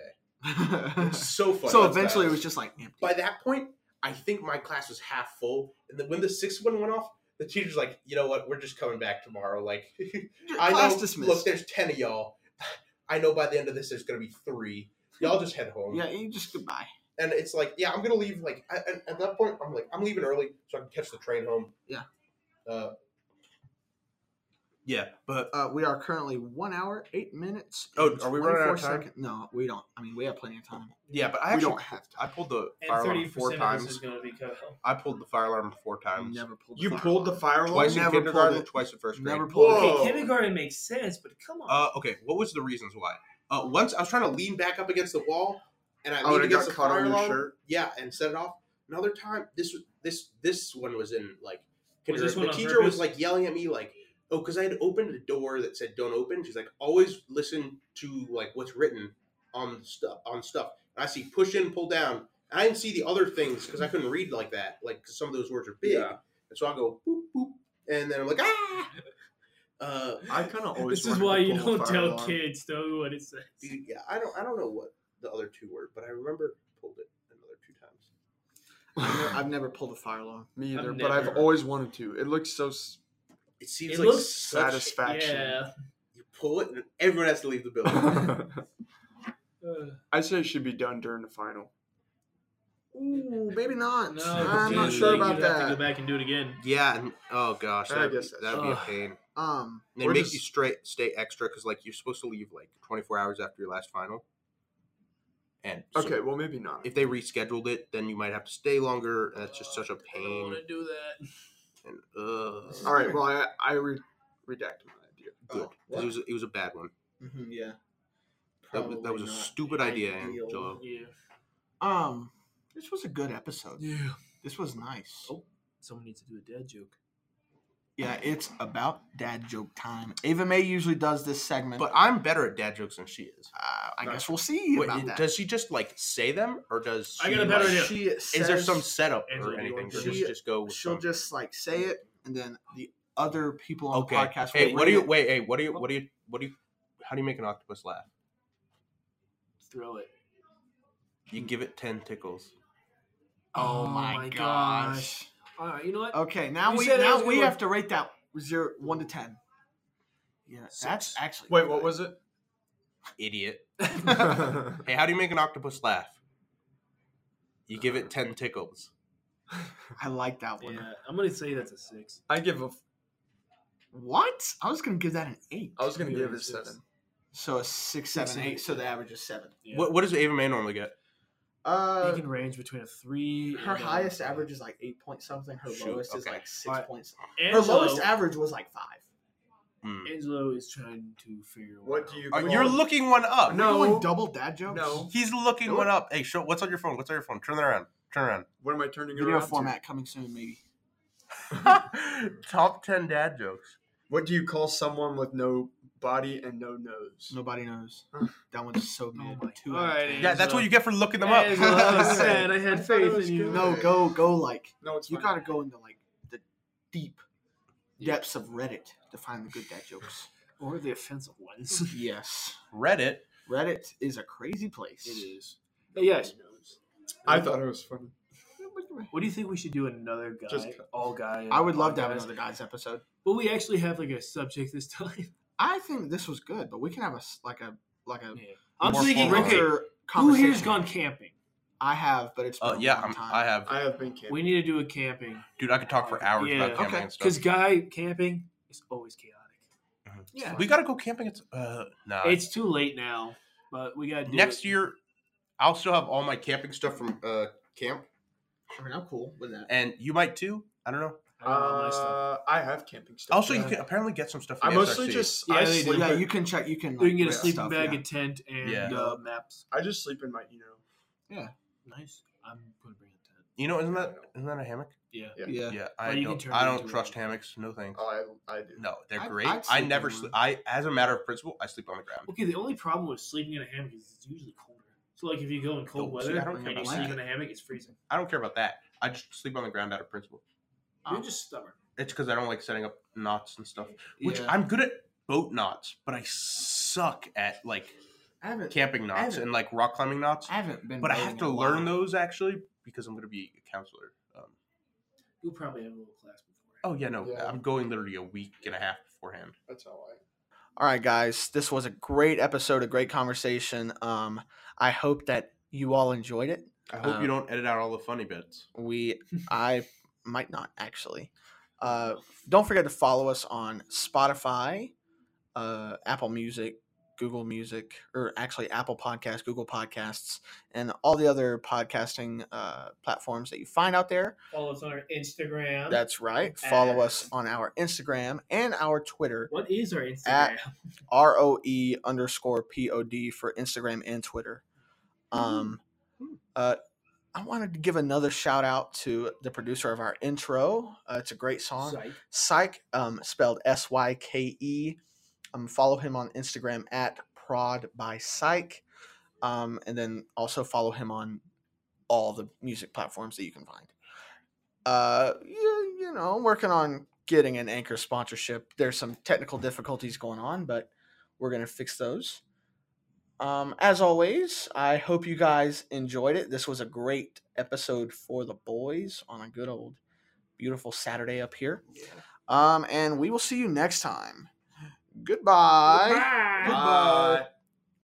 [SPEAKER 1] [SIGHS]
[SPEAKER 5] day It's so [LAUGHS] funny
[SPEAKER 1] so
[SPEAKER 5] That's
[SPEAKER 1] eventually
[SPEAKER 5] bad.
[SPEAKER 1] it was just like empty.
[SPEAKER 5] by that point i think my class was half full and then when the sixth one went off the teacher's like you know what we're just coming back tomorrow like [LAUGHS] I
[SPEAKER 1] Class
[SPEAKER 5] know.
[SPEAKER 1] dismissed.
[SPEAKER 5] Look, there's ten of y'all. [LAUGHS] I know by the end of this, there's gonna be three. Y'all just head home.
[SPEAKER 1] yeah, you just goodbye.
[SPEAKER 5] And it's like, yeah, I'm gonna leave. Like I, at, at that point, Uh, I'm like, I'm leaving early so I can catch the train home.
[SPEAKER 1] Yeah.
[SPEAKER 5] Uh, Yeah, but
[SPEAKER 1] Uh, we are currently one hour, eight minutes.
[SPEAKER 5] Oh,
[SPEAKER 1] and
[SPEAKER 5] are we running out of
[SPEAKER 1] 24
[SPEAKER 5] time?
[SPEAKER 1] second- No, we don't. I mean, we have plenty of time.
[SPEAKER 5] yeah, but I
[SPEAKER 1] we
[SPEAKER 5] actually
[SPEAKER 1] don't have time.
[SPEAKER 5] I pulled the
[SPEAKER 2] And
[SPEAKER 5] fire
[SPEAKER 2] thirty
[SPEAKER 5] alarm four
[SPEAKER 2] percent of
[SPEAKER 5] times.
[SPEAKER 2] this is going to be cut out.
[SPEAKER 5] I pulled the fire alarm four
[SPEAKER 1] We
[SPEAKER 5] times.
[SPEAKER 1] Never pulled.
[SPEAKER 4] You pulled the fire alarm.
[SPEAKER 5] Twice
[SPEAKER 4] in
[SPEAKER 5] in kindergarten,
[SPEAKER 4] kindergarten?
[SPEAKER 5] twice in first grade.
[SPEAKER 1] Never pulled.
[SPEAKER 4] Whoa.
[SPEAKER 1] It.
[SPEAKER 2] Okay, kindergarten makes sense, but come on.
[SPEAKER 5] Uh, okay, what was the reasons why? Uh, once I was trying to lean back up against the wall, and I
[SPEAKER 4] Oh,
[SPEAKER 5] leaned
[SPEAKER 4] and it got
[SPEAKER 5] against the
[SPEAKER 4] caught
[SPEAKER 5] fire
[SPEAKER 4] on your
[SPEAKER 5] alarm.
[SPEAKER 4] shirt?
[SPEAKER 5] Yeah, and set it off. Another time, this was this this one was in like
[SPEAKER 2] Was this
[SPEAKER 5] kindergarten.
[SPEAKER 2] one
[SPEAKER 5] the
[SPEAKER 2] on
[SPEAKER 5] teacher
[SPEAKER 2] purpose?
[SPEAKER 5] was like yelling at me like, "Oh, because I had opened a door that said don't open." She's like, "Always listen to like what's written on stuff on stuff." And I see push in, pull down. And I didn't see the other things because I couldn't read like that. Like 'cause some of those words are big,
[SPEAKER 4] Yeah.
[SPEAKER 5] and so I go boop boop, and then I'm like ah. Uh,
[SPEAKER 4] I kind of
[SPEAKER 2] [LAUGHS]
[SPEAKER 4] always.
[SPEAKER 2] this is
[SPEAKER 4] wanted
[SPEAKER 2] why
[SPEAKER 4] to
[SPEAKER 2] you
[SPEAKER 4] pull the
[SPEAKER 2] don't
[SPEAKER 4] fire
[SPEAKER 2] tell
[SPEAKER 4] alarm.
[SPEAKER 2] kids though what it says.
[SPEAKER 5] Dude, yeah, I don't, I don't know what the other two were, but I remember I pulled it another two times.
[SPEAKER 1] I've never, I've never pulled a fire alarm.
[SPEAKER 4] Me
[SPEAKER 2] I've
[SPEAKER 4] either, but I've
[SPEAKER 2] never-
[SPEAKER 4] always wanted to. It looks so s-
[SPEAKER 5] It seems
[SPEAKER 2] It
[SPEAKER 5] like
[SPEAKER 2] looks
[SPEAKER 5] such-
[SPEAKER 4] satisfaction.
[SPEAKER 2] Yeah.
[SPEAKER 5] You pull it, and everyone has to leave the building.
[SPEAKER 4] [LAUGHS] I
[SPEAKER 2] Uh,
[SPEAKER 4] say it should be done during the final.
[SPEAKER 1] Ooh, maybe not.
[SPEAKER 2] no,
[SPEAKER 1] I'm
[SPEAKER 2] you-
[SPEAKER 1] not sure
[SPEAKER 2] you'd
[SPEAKER 1] about
[SPEAKER 2] Have to
[SPEAKER 1] that.
[SPEAKER 2] go back and do it again.
[SPEAKER 5] yeah, and oh gosh,
[SPEAKER 4] I
[SPEAKER 5] that'd,
[SPEAKER 4] guess
[SPEAKER 5] be-
[SPEAKER 4] that's-
[SPEAKER 5] that'd be a
[SPEAKER 2] Ugh.
[SPEAKER 5] pain.
[SPEAKER 1] Um,
[SPEAKER 5] And they
[SPEAKER 4] Or
[SPEAKER 5] make
[SPEAKER 4] just-
[SPEAKER 5] you straight stay extra because like you're supposed to leave like 24 hours after your last final. And so
[SPEAKER 4] Okay, well maybe not.
[SPEAKER 5] if they rescheduled it, then you might have to stay longer. And that's just such a
[SPEAKER 2] I don't
[SPEAKER 5] pain.
[SPEAKER 2] want to do that.
[SPEAKER 5] And ugh,
[SPEAKER 4] All right, well I I re- redacted my idea.
[SPEAKER 5] good. 'Cause it was it was a bad one.
[SPEAKER 1] mhm, yeah.
[SPEAKER 5] That was, that was
[SPEAKER 1] Probably
[SPEAKER 5] a
[SPEAKER 1] not
[SPEAKER 5] stupid idea,
[SPEAKER 1] ideal.
[SPEAKER 5] Angelo.
[SPEAKER 2] Yeah.
[SPEAKER 1] Um, this was a good episode.
[SPEAKER 2] Yeah.
[SPEAKER 1] This was nice.
[SPEAKER 2] Oh. Someone needs to do a dad joke.
[SPEAKER 1] Yeah, it's about dad joke time. Ava May usually does this segment,
[SPEAKER 5] But I'm better at dad jokes than she is.
[SPEAKER 1] uh, I guess we'll see
[SPEAKER 5] Wait,
[SPEAKER 1] about
[SPEAKER 5] it-
[SPEAKER 1] that.
[SPEAKER 5] does she just like say them, or does
[SPEAKER 2] I
[SPEAKER 5] she,
[SPEAKER 2] got a better
[SPEAKER 5] like-
[SPEAKER 2] idea.
[SPEAKER 1] She
[SPEAKER 5] Is there some setup
[SPEAKER 2] Angela, do
[SPEAKER 5] or
[SPEAKER 2] you
[SPEAKER 5] anything?
[SPEAKER 2] want to
[SPEAKER 5] Or
[SPEAKER 1] do
[SPEAKER 5] does
[SPEAKER 1] it?
[SPEAKER 5] she just go. With
[SPEAKER 1] She'll
[SPEAKER 5] some-
[SPEAKER 1] just like say it, and then the other people on
[SPEAKER 5] okay.
[SPEAKER 1] the podcast.
[SPEAKER 5] hey,
[SPEAKER 1] will
[SPEAKER 5] what do you
[SPEAKER 1] read it.
[SPEAKER 5] wait? Hey, what do you? What do you? What do you? How do you make an octopus laugh?
[SPEAKER 2] Throw it.
[SPEAKER 5] You give it ten tickles.
[SPEAKER 1] Oh,
[SPEAKER 2] Oh
[SPEAKER 1] my,
[SPEAKER 2] my
[SPEAKER 1] gosh.
[SPEAKER 2] All right. You know
[SPEAKER 1] [LAUGHS]
[SPEAKER 2] what?
[SPEAKER 1] Okay, now
[SPEAKER 2] You
[SPEAKER 1] we
[SPEAKER 2] said it
[SPEAKER 1] now
[SPEAKER 2] was
[SPEAKER 1] we
[SPEAKER 2] good.
[SPEAKER 1] have to rate that zero one to ten. Yeah, that's actually
[SPEAKER 4] Wait, what was it? [LAUGHS]
[SPEAKER 5] Idiot. Hey, how do you make an octopus laugh? You give it ten tickles.
[SPEAKER 1] I like that one.
[SPEAKER 2] Yeah. I'm gonna say that's a six.
[SPEAKER 4] I give a. f-
[SPEAKER 1] What? I was gonna give that an eight.
[SPEAKER 4] I was gonna
[SPEAKER 2] Yeah,
[SPEAKER 4] give it a
[SPEAKER 2] it's just-
[SPEAKER 4] seven.
[SPEAKER 1] So a six, seven, eight.
[SPEAKER 2] Six, eight.
[SPEAKER 1] So the average is seven.
[SPEAKER 2] Yeah.
[SPEAKER 5] What What does Ava May normally get?
[SPEAKER 1] Uh,
[SPEAKER 2] They can range between a three.
[SPEAKER 1] her
[SPEAKER 2] and a-
[SPEAKER 1] highest average is like eight point something. Her
[SPEAKER 5] Shoot,
[SPEAKER 1] lowest is
[SPEAKER 5] okay.
[SPEAKER 1] like six
[SPEAKER 2] Alright.
[SPEAKER 1] points. Her
[SPEAKER 2] Angelo,
[SPEAKER 1] lowest average was like five.
[SPEAKER 5] Hmm.
[SPEAKER 2] Angelo is trying to figure. one
[SPEAKER 4] What
[SPEAKER 2] out.
[SPEAKER 4] do you?
[SPEAKER 5] Uh,
[SPEAKER 4] call-
[SPEAKER 5] you're looking one up.
[SPEAKER 1] Are we
[SPEAKER 4] No,
[SPEAKER 1] going double dad jokes.
[SPEAKER 4] no.
[SPEAKER 5] He's looking one up. Hey, show what's on your phone? What's on your phone? Turn that around. Turn around.
[SPEAKER 4] What am I turning it
[SPEAKER 1] Video
[SPEAKER 4] around to?
[SPEAKER 1] format coming soon, maybe. [LAUGHS]
[SPEAKER 5] Top ten dad jokes.
[SPEAKER 4] What do you call someone with no body and no nose?
[SPEAKER 1] Nobody knows. that one's so good.
[SPEAKER 2] my-
[SPEAKER 1] Two.
[SPEAKER 2] Alright,
[SPEAKER 1] out of ten.
[SPEAKER 5] Yeah, that's what you get for looking them up.
[SPEAKER 2] Angelo, I
[SPEAKER 5] [LAUGHS]
[SPEAKER 2] said I
[SPEAKER 4] I
[SPEAKER 2] had
[SPEAKER 4] thought it
[SPEAKER 2] faith
[SPEAKER 4] was
[SPEAKER 2] in you.
[SPEAKER 4] good.
[SPEAKER 1] No, go go like
[SPEAKER 4] No, it's
[SPEAKER 1] you
[SPEAKER 4] fine.
[SPEAKER 1] gotta go into like the deep depths of Reddit to find the good dad jokes.
[SPEAKER 2] Or the offensive ones.
[SPEAKER 1] yes.
[SPEAKER 5] Reddit.
[SPEAKER 1] Reddit is a crazy place.
[SPEAKER 2] It is. Hey, Uh, yes.
[SPEAKER 4] I thought it was funny.
[SPEAKER 2] What do you think we should do? Another guy,
[SPEAKER 4] Just cut.
[SPEAKER 2] all guy.
[SPEAKER 1] I would love to have
[SPEAKER 2] podcast?
[SPEAKER 1] another guys episode.
[SPEAKER 2] Will we actually have like a subject this time?
[SPEAKER 1] I think this was good, but we can have a s- like a like a
[SPEAKER 2] I'm
[SPEAKER 5] More
[SPEAKER 2] thinking.
[SPEAKER 5] formal.
[SPEAKER 2] Okay,
[SPEAKER 1] richer
[SPEAKER 2] who
[SPEAKER 1] conversation.
[SPEAKER 2] here's gone camping?
[SPEAKER 1] I have, but it's been
[SPEAKER 5] Oh
[SPEAKER 1] a
[SPEAKER 5] yeah,
[SPEAKER 1] long
[SPEAKER 5] I'm,
[SPEAKER 1] time.
[SPEAKER 5] I have.
[SPEAKER 4] I have been kidding.
[SPEAKER 2] We need to do a camping
[SPEAKER 5] Dude, I could talk for hours
[SPEAKER 2] Yeah.
[SPEAKER 5] about camping
[SPEAKER 1] Okay.
[SPEAKER 5] and stuff. Uh-huh.
[SPEAKER 2] because guy camping is always chaotic.
[SPEAKER 1] yeah.
[SPEAKER 5] We gotta go camping. It's uh no.
[SPEAKER 2] It's too late now, but we got to do
[SPEAKER 5] next
[SPEAKER 2] it.
[SPEAKER 5] year. I'll still have all my camping stuff from uh camp,
[SPEAKER 1] I mean, I'm cool with that.
[SPEAKER 5] and you might too. I don't know.
[SPEAKER 2] I don't know my stuff.
[SPEAKER 4] Uh, I have camping stuff.
[SPEAKER 5] Also, you
[SPEAKER 4] Yeah.
[SPEAKER 5] can apparently get some stuff. From
[SPEAKER 4] I
[SPEAKER 5] the
[SPEAKER 4] mostly
[SPEAKER 5] SRC.
[SPEAKER 4] just
[SPEAKER 2] Yeah,
[SPEAKER 4] I
[SPEAKER 2] they do.
[SPEAKER 4] sleep.
[SPEAKER 1] yeah,
[SPEAKER 4] in-
[SPEAKER 1] you can check. You can.
[SPEAKER 2] We
[SPEAKER 1] like,
[SPEAKER 2] can get a
[SPEAKER 1] rent
[SPEAKER 2] sleeping
[SPEAKER 1] stuff,
[SPEAKER 2] bag,
[SPEAKER 1] yeah.
[SPEAKER 2] a tent, and
[SPEAKER 5] Yeah.
[SPEAKER 2] uh, maps.
[SPEAKER 4] I just sleep in my you know.
[SPEAKER 2] Nice. I'm gonna bring a tent.
[SPEAKER 5] you know, isn't that isn't that a hammock?
[SPEAKER 2] Yeah.
[SPEAKER 4] Yeah.
[SPEAKER 1] Yeah.
[SPEAKER 5] Yeah, I
[SPEAKER 2] Well, you can
[SPEAKER 5] don't.
[SPEAKER 2] turn
[SPEAKER 5] I
[SPEAKER 2] it
[SPEAKER 5] don't
[SPEAKER 2] into a-
[SPEAKER 5] trust hammocks. No thanks.
[SPEAKER 4] Oh, I I do.
[SPEAKER 5] no, they're
[SPEAKER 1] I'd-
[SPEAKER 5] great.
[SPEAKER 1] I'd
[SPEAKER 5] I
[SPEAKER 1] sleep in
[SPEAKER 5] never.
[SPEAKER 1] one.
[SPEAKER 5] Sleep, I, as a matter of principle, I sleep on the ground.
[SPEAKER 2] Okay, the only problem with sleeping in a hammock is it's usually colder. So like if you go in cold
[SPEAKER 5] Oh, see,
[SPEAKER 2] weather
[SPEAKER 5] I don't
[SPEAKER 2] and
[SPEAKER 5] care
[SPEAKER 2] you
[SPEAKER 5] about
[SPEAKER 2] sleep
[SPEAKER 1] that.
[SPEAKER 2] in a hammock, it's freezing.
[SPEAKER 5] I don't care about that. I just sleep on the ground out of principle.
[SPEAKER 2] You're
[SPEAKER 5] Um,
[SPEAKER 1] Oh.
[SPEAKER 2] just stubborn.
[SPEAKER 5] It's because I don't like setting up knots and stuff. Which
[SPEAKER 1] Yeah.
[SPEAKER 5] I'm good at boat knots, but I suck at like
[SPEAKER 1] I haven't.
[SPEAKER 5] camping knots
[SPEAKER 1] haven't-
[SPEAKER 5] and like rock climbing knots.
[SPEAKER 1] I haven't been.
[SPEAKER 5] But I
[SPEAKER 1] boating
[SPEAKER 5] have
[SPEAKER 1] in
[SPEAKER 5] to
[SPEAKER 1] a
[SPEAKER 5] learn
[SPEAKER 1] while.
[SPEAKER 5] those actually because I'm going to be a counselor. Um,
[SPEAKER 2] You'll probably have a little class before.
[SPEAKER 5] oh yeah, no,
[SPEAKER 4] Yeah.
[SPEAKER 5] I'm going literally a week and a half beforehand.
[SPEAKER 4] That's how I.
[SPEAKER 1] All right, guys, this was a great episode, a great conversation. Um, I hope that you all enjoyed it.
[SPEAKER 5] I hope
[SPEAKER 1] Um,
[SPEAKER 5] you don't edit out all the funny bits.
[SPEAKER 1] We, I might not actually. Uh, don't forget to follow us on Spotify, uh, Apple Music, Google Music, or actually Apple Podcasts, Google Podcasts, and all the other podcasting uh, platforms that you find out there.
[SPEAKER 2] Follow us on our Instagram.
[SPEAKER 1] That's right. Follow us on our Instagram and our Twitter,
[SPEAKER 2] what is our Instagram?
[SPEAKER 1] R O E underscore P O D for Instagram and Twitter. Um, uh, I wanted to give another shout out to the producer of our intro. Uh, it's a great song.
[SPEAKER 2] Psych.
[SPEAKER 1] Psych, um, spelled S Y K E. Um, follow him on Instagram at prod by psych. Um, and then also follow him on all the music platforms that you can find. Uh, you, you know, I'm working on getting an anchor sponsorship. There's some technical difficulties going on, but we're going to fix those. Um, as always, I hope you guys enjoyed it. This was a great episode for the boys on a good old beautiful Saturday up here. Um, and we will see you next time. Goodbye.
[SPEAKER 2] Bye.
[SPEAKER 4] Uh,
[SPEAKER 10] Goodbye.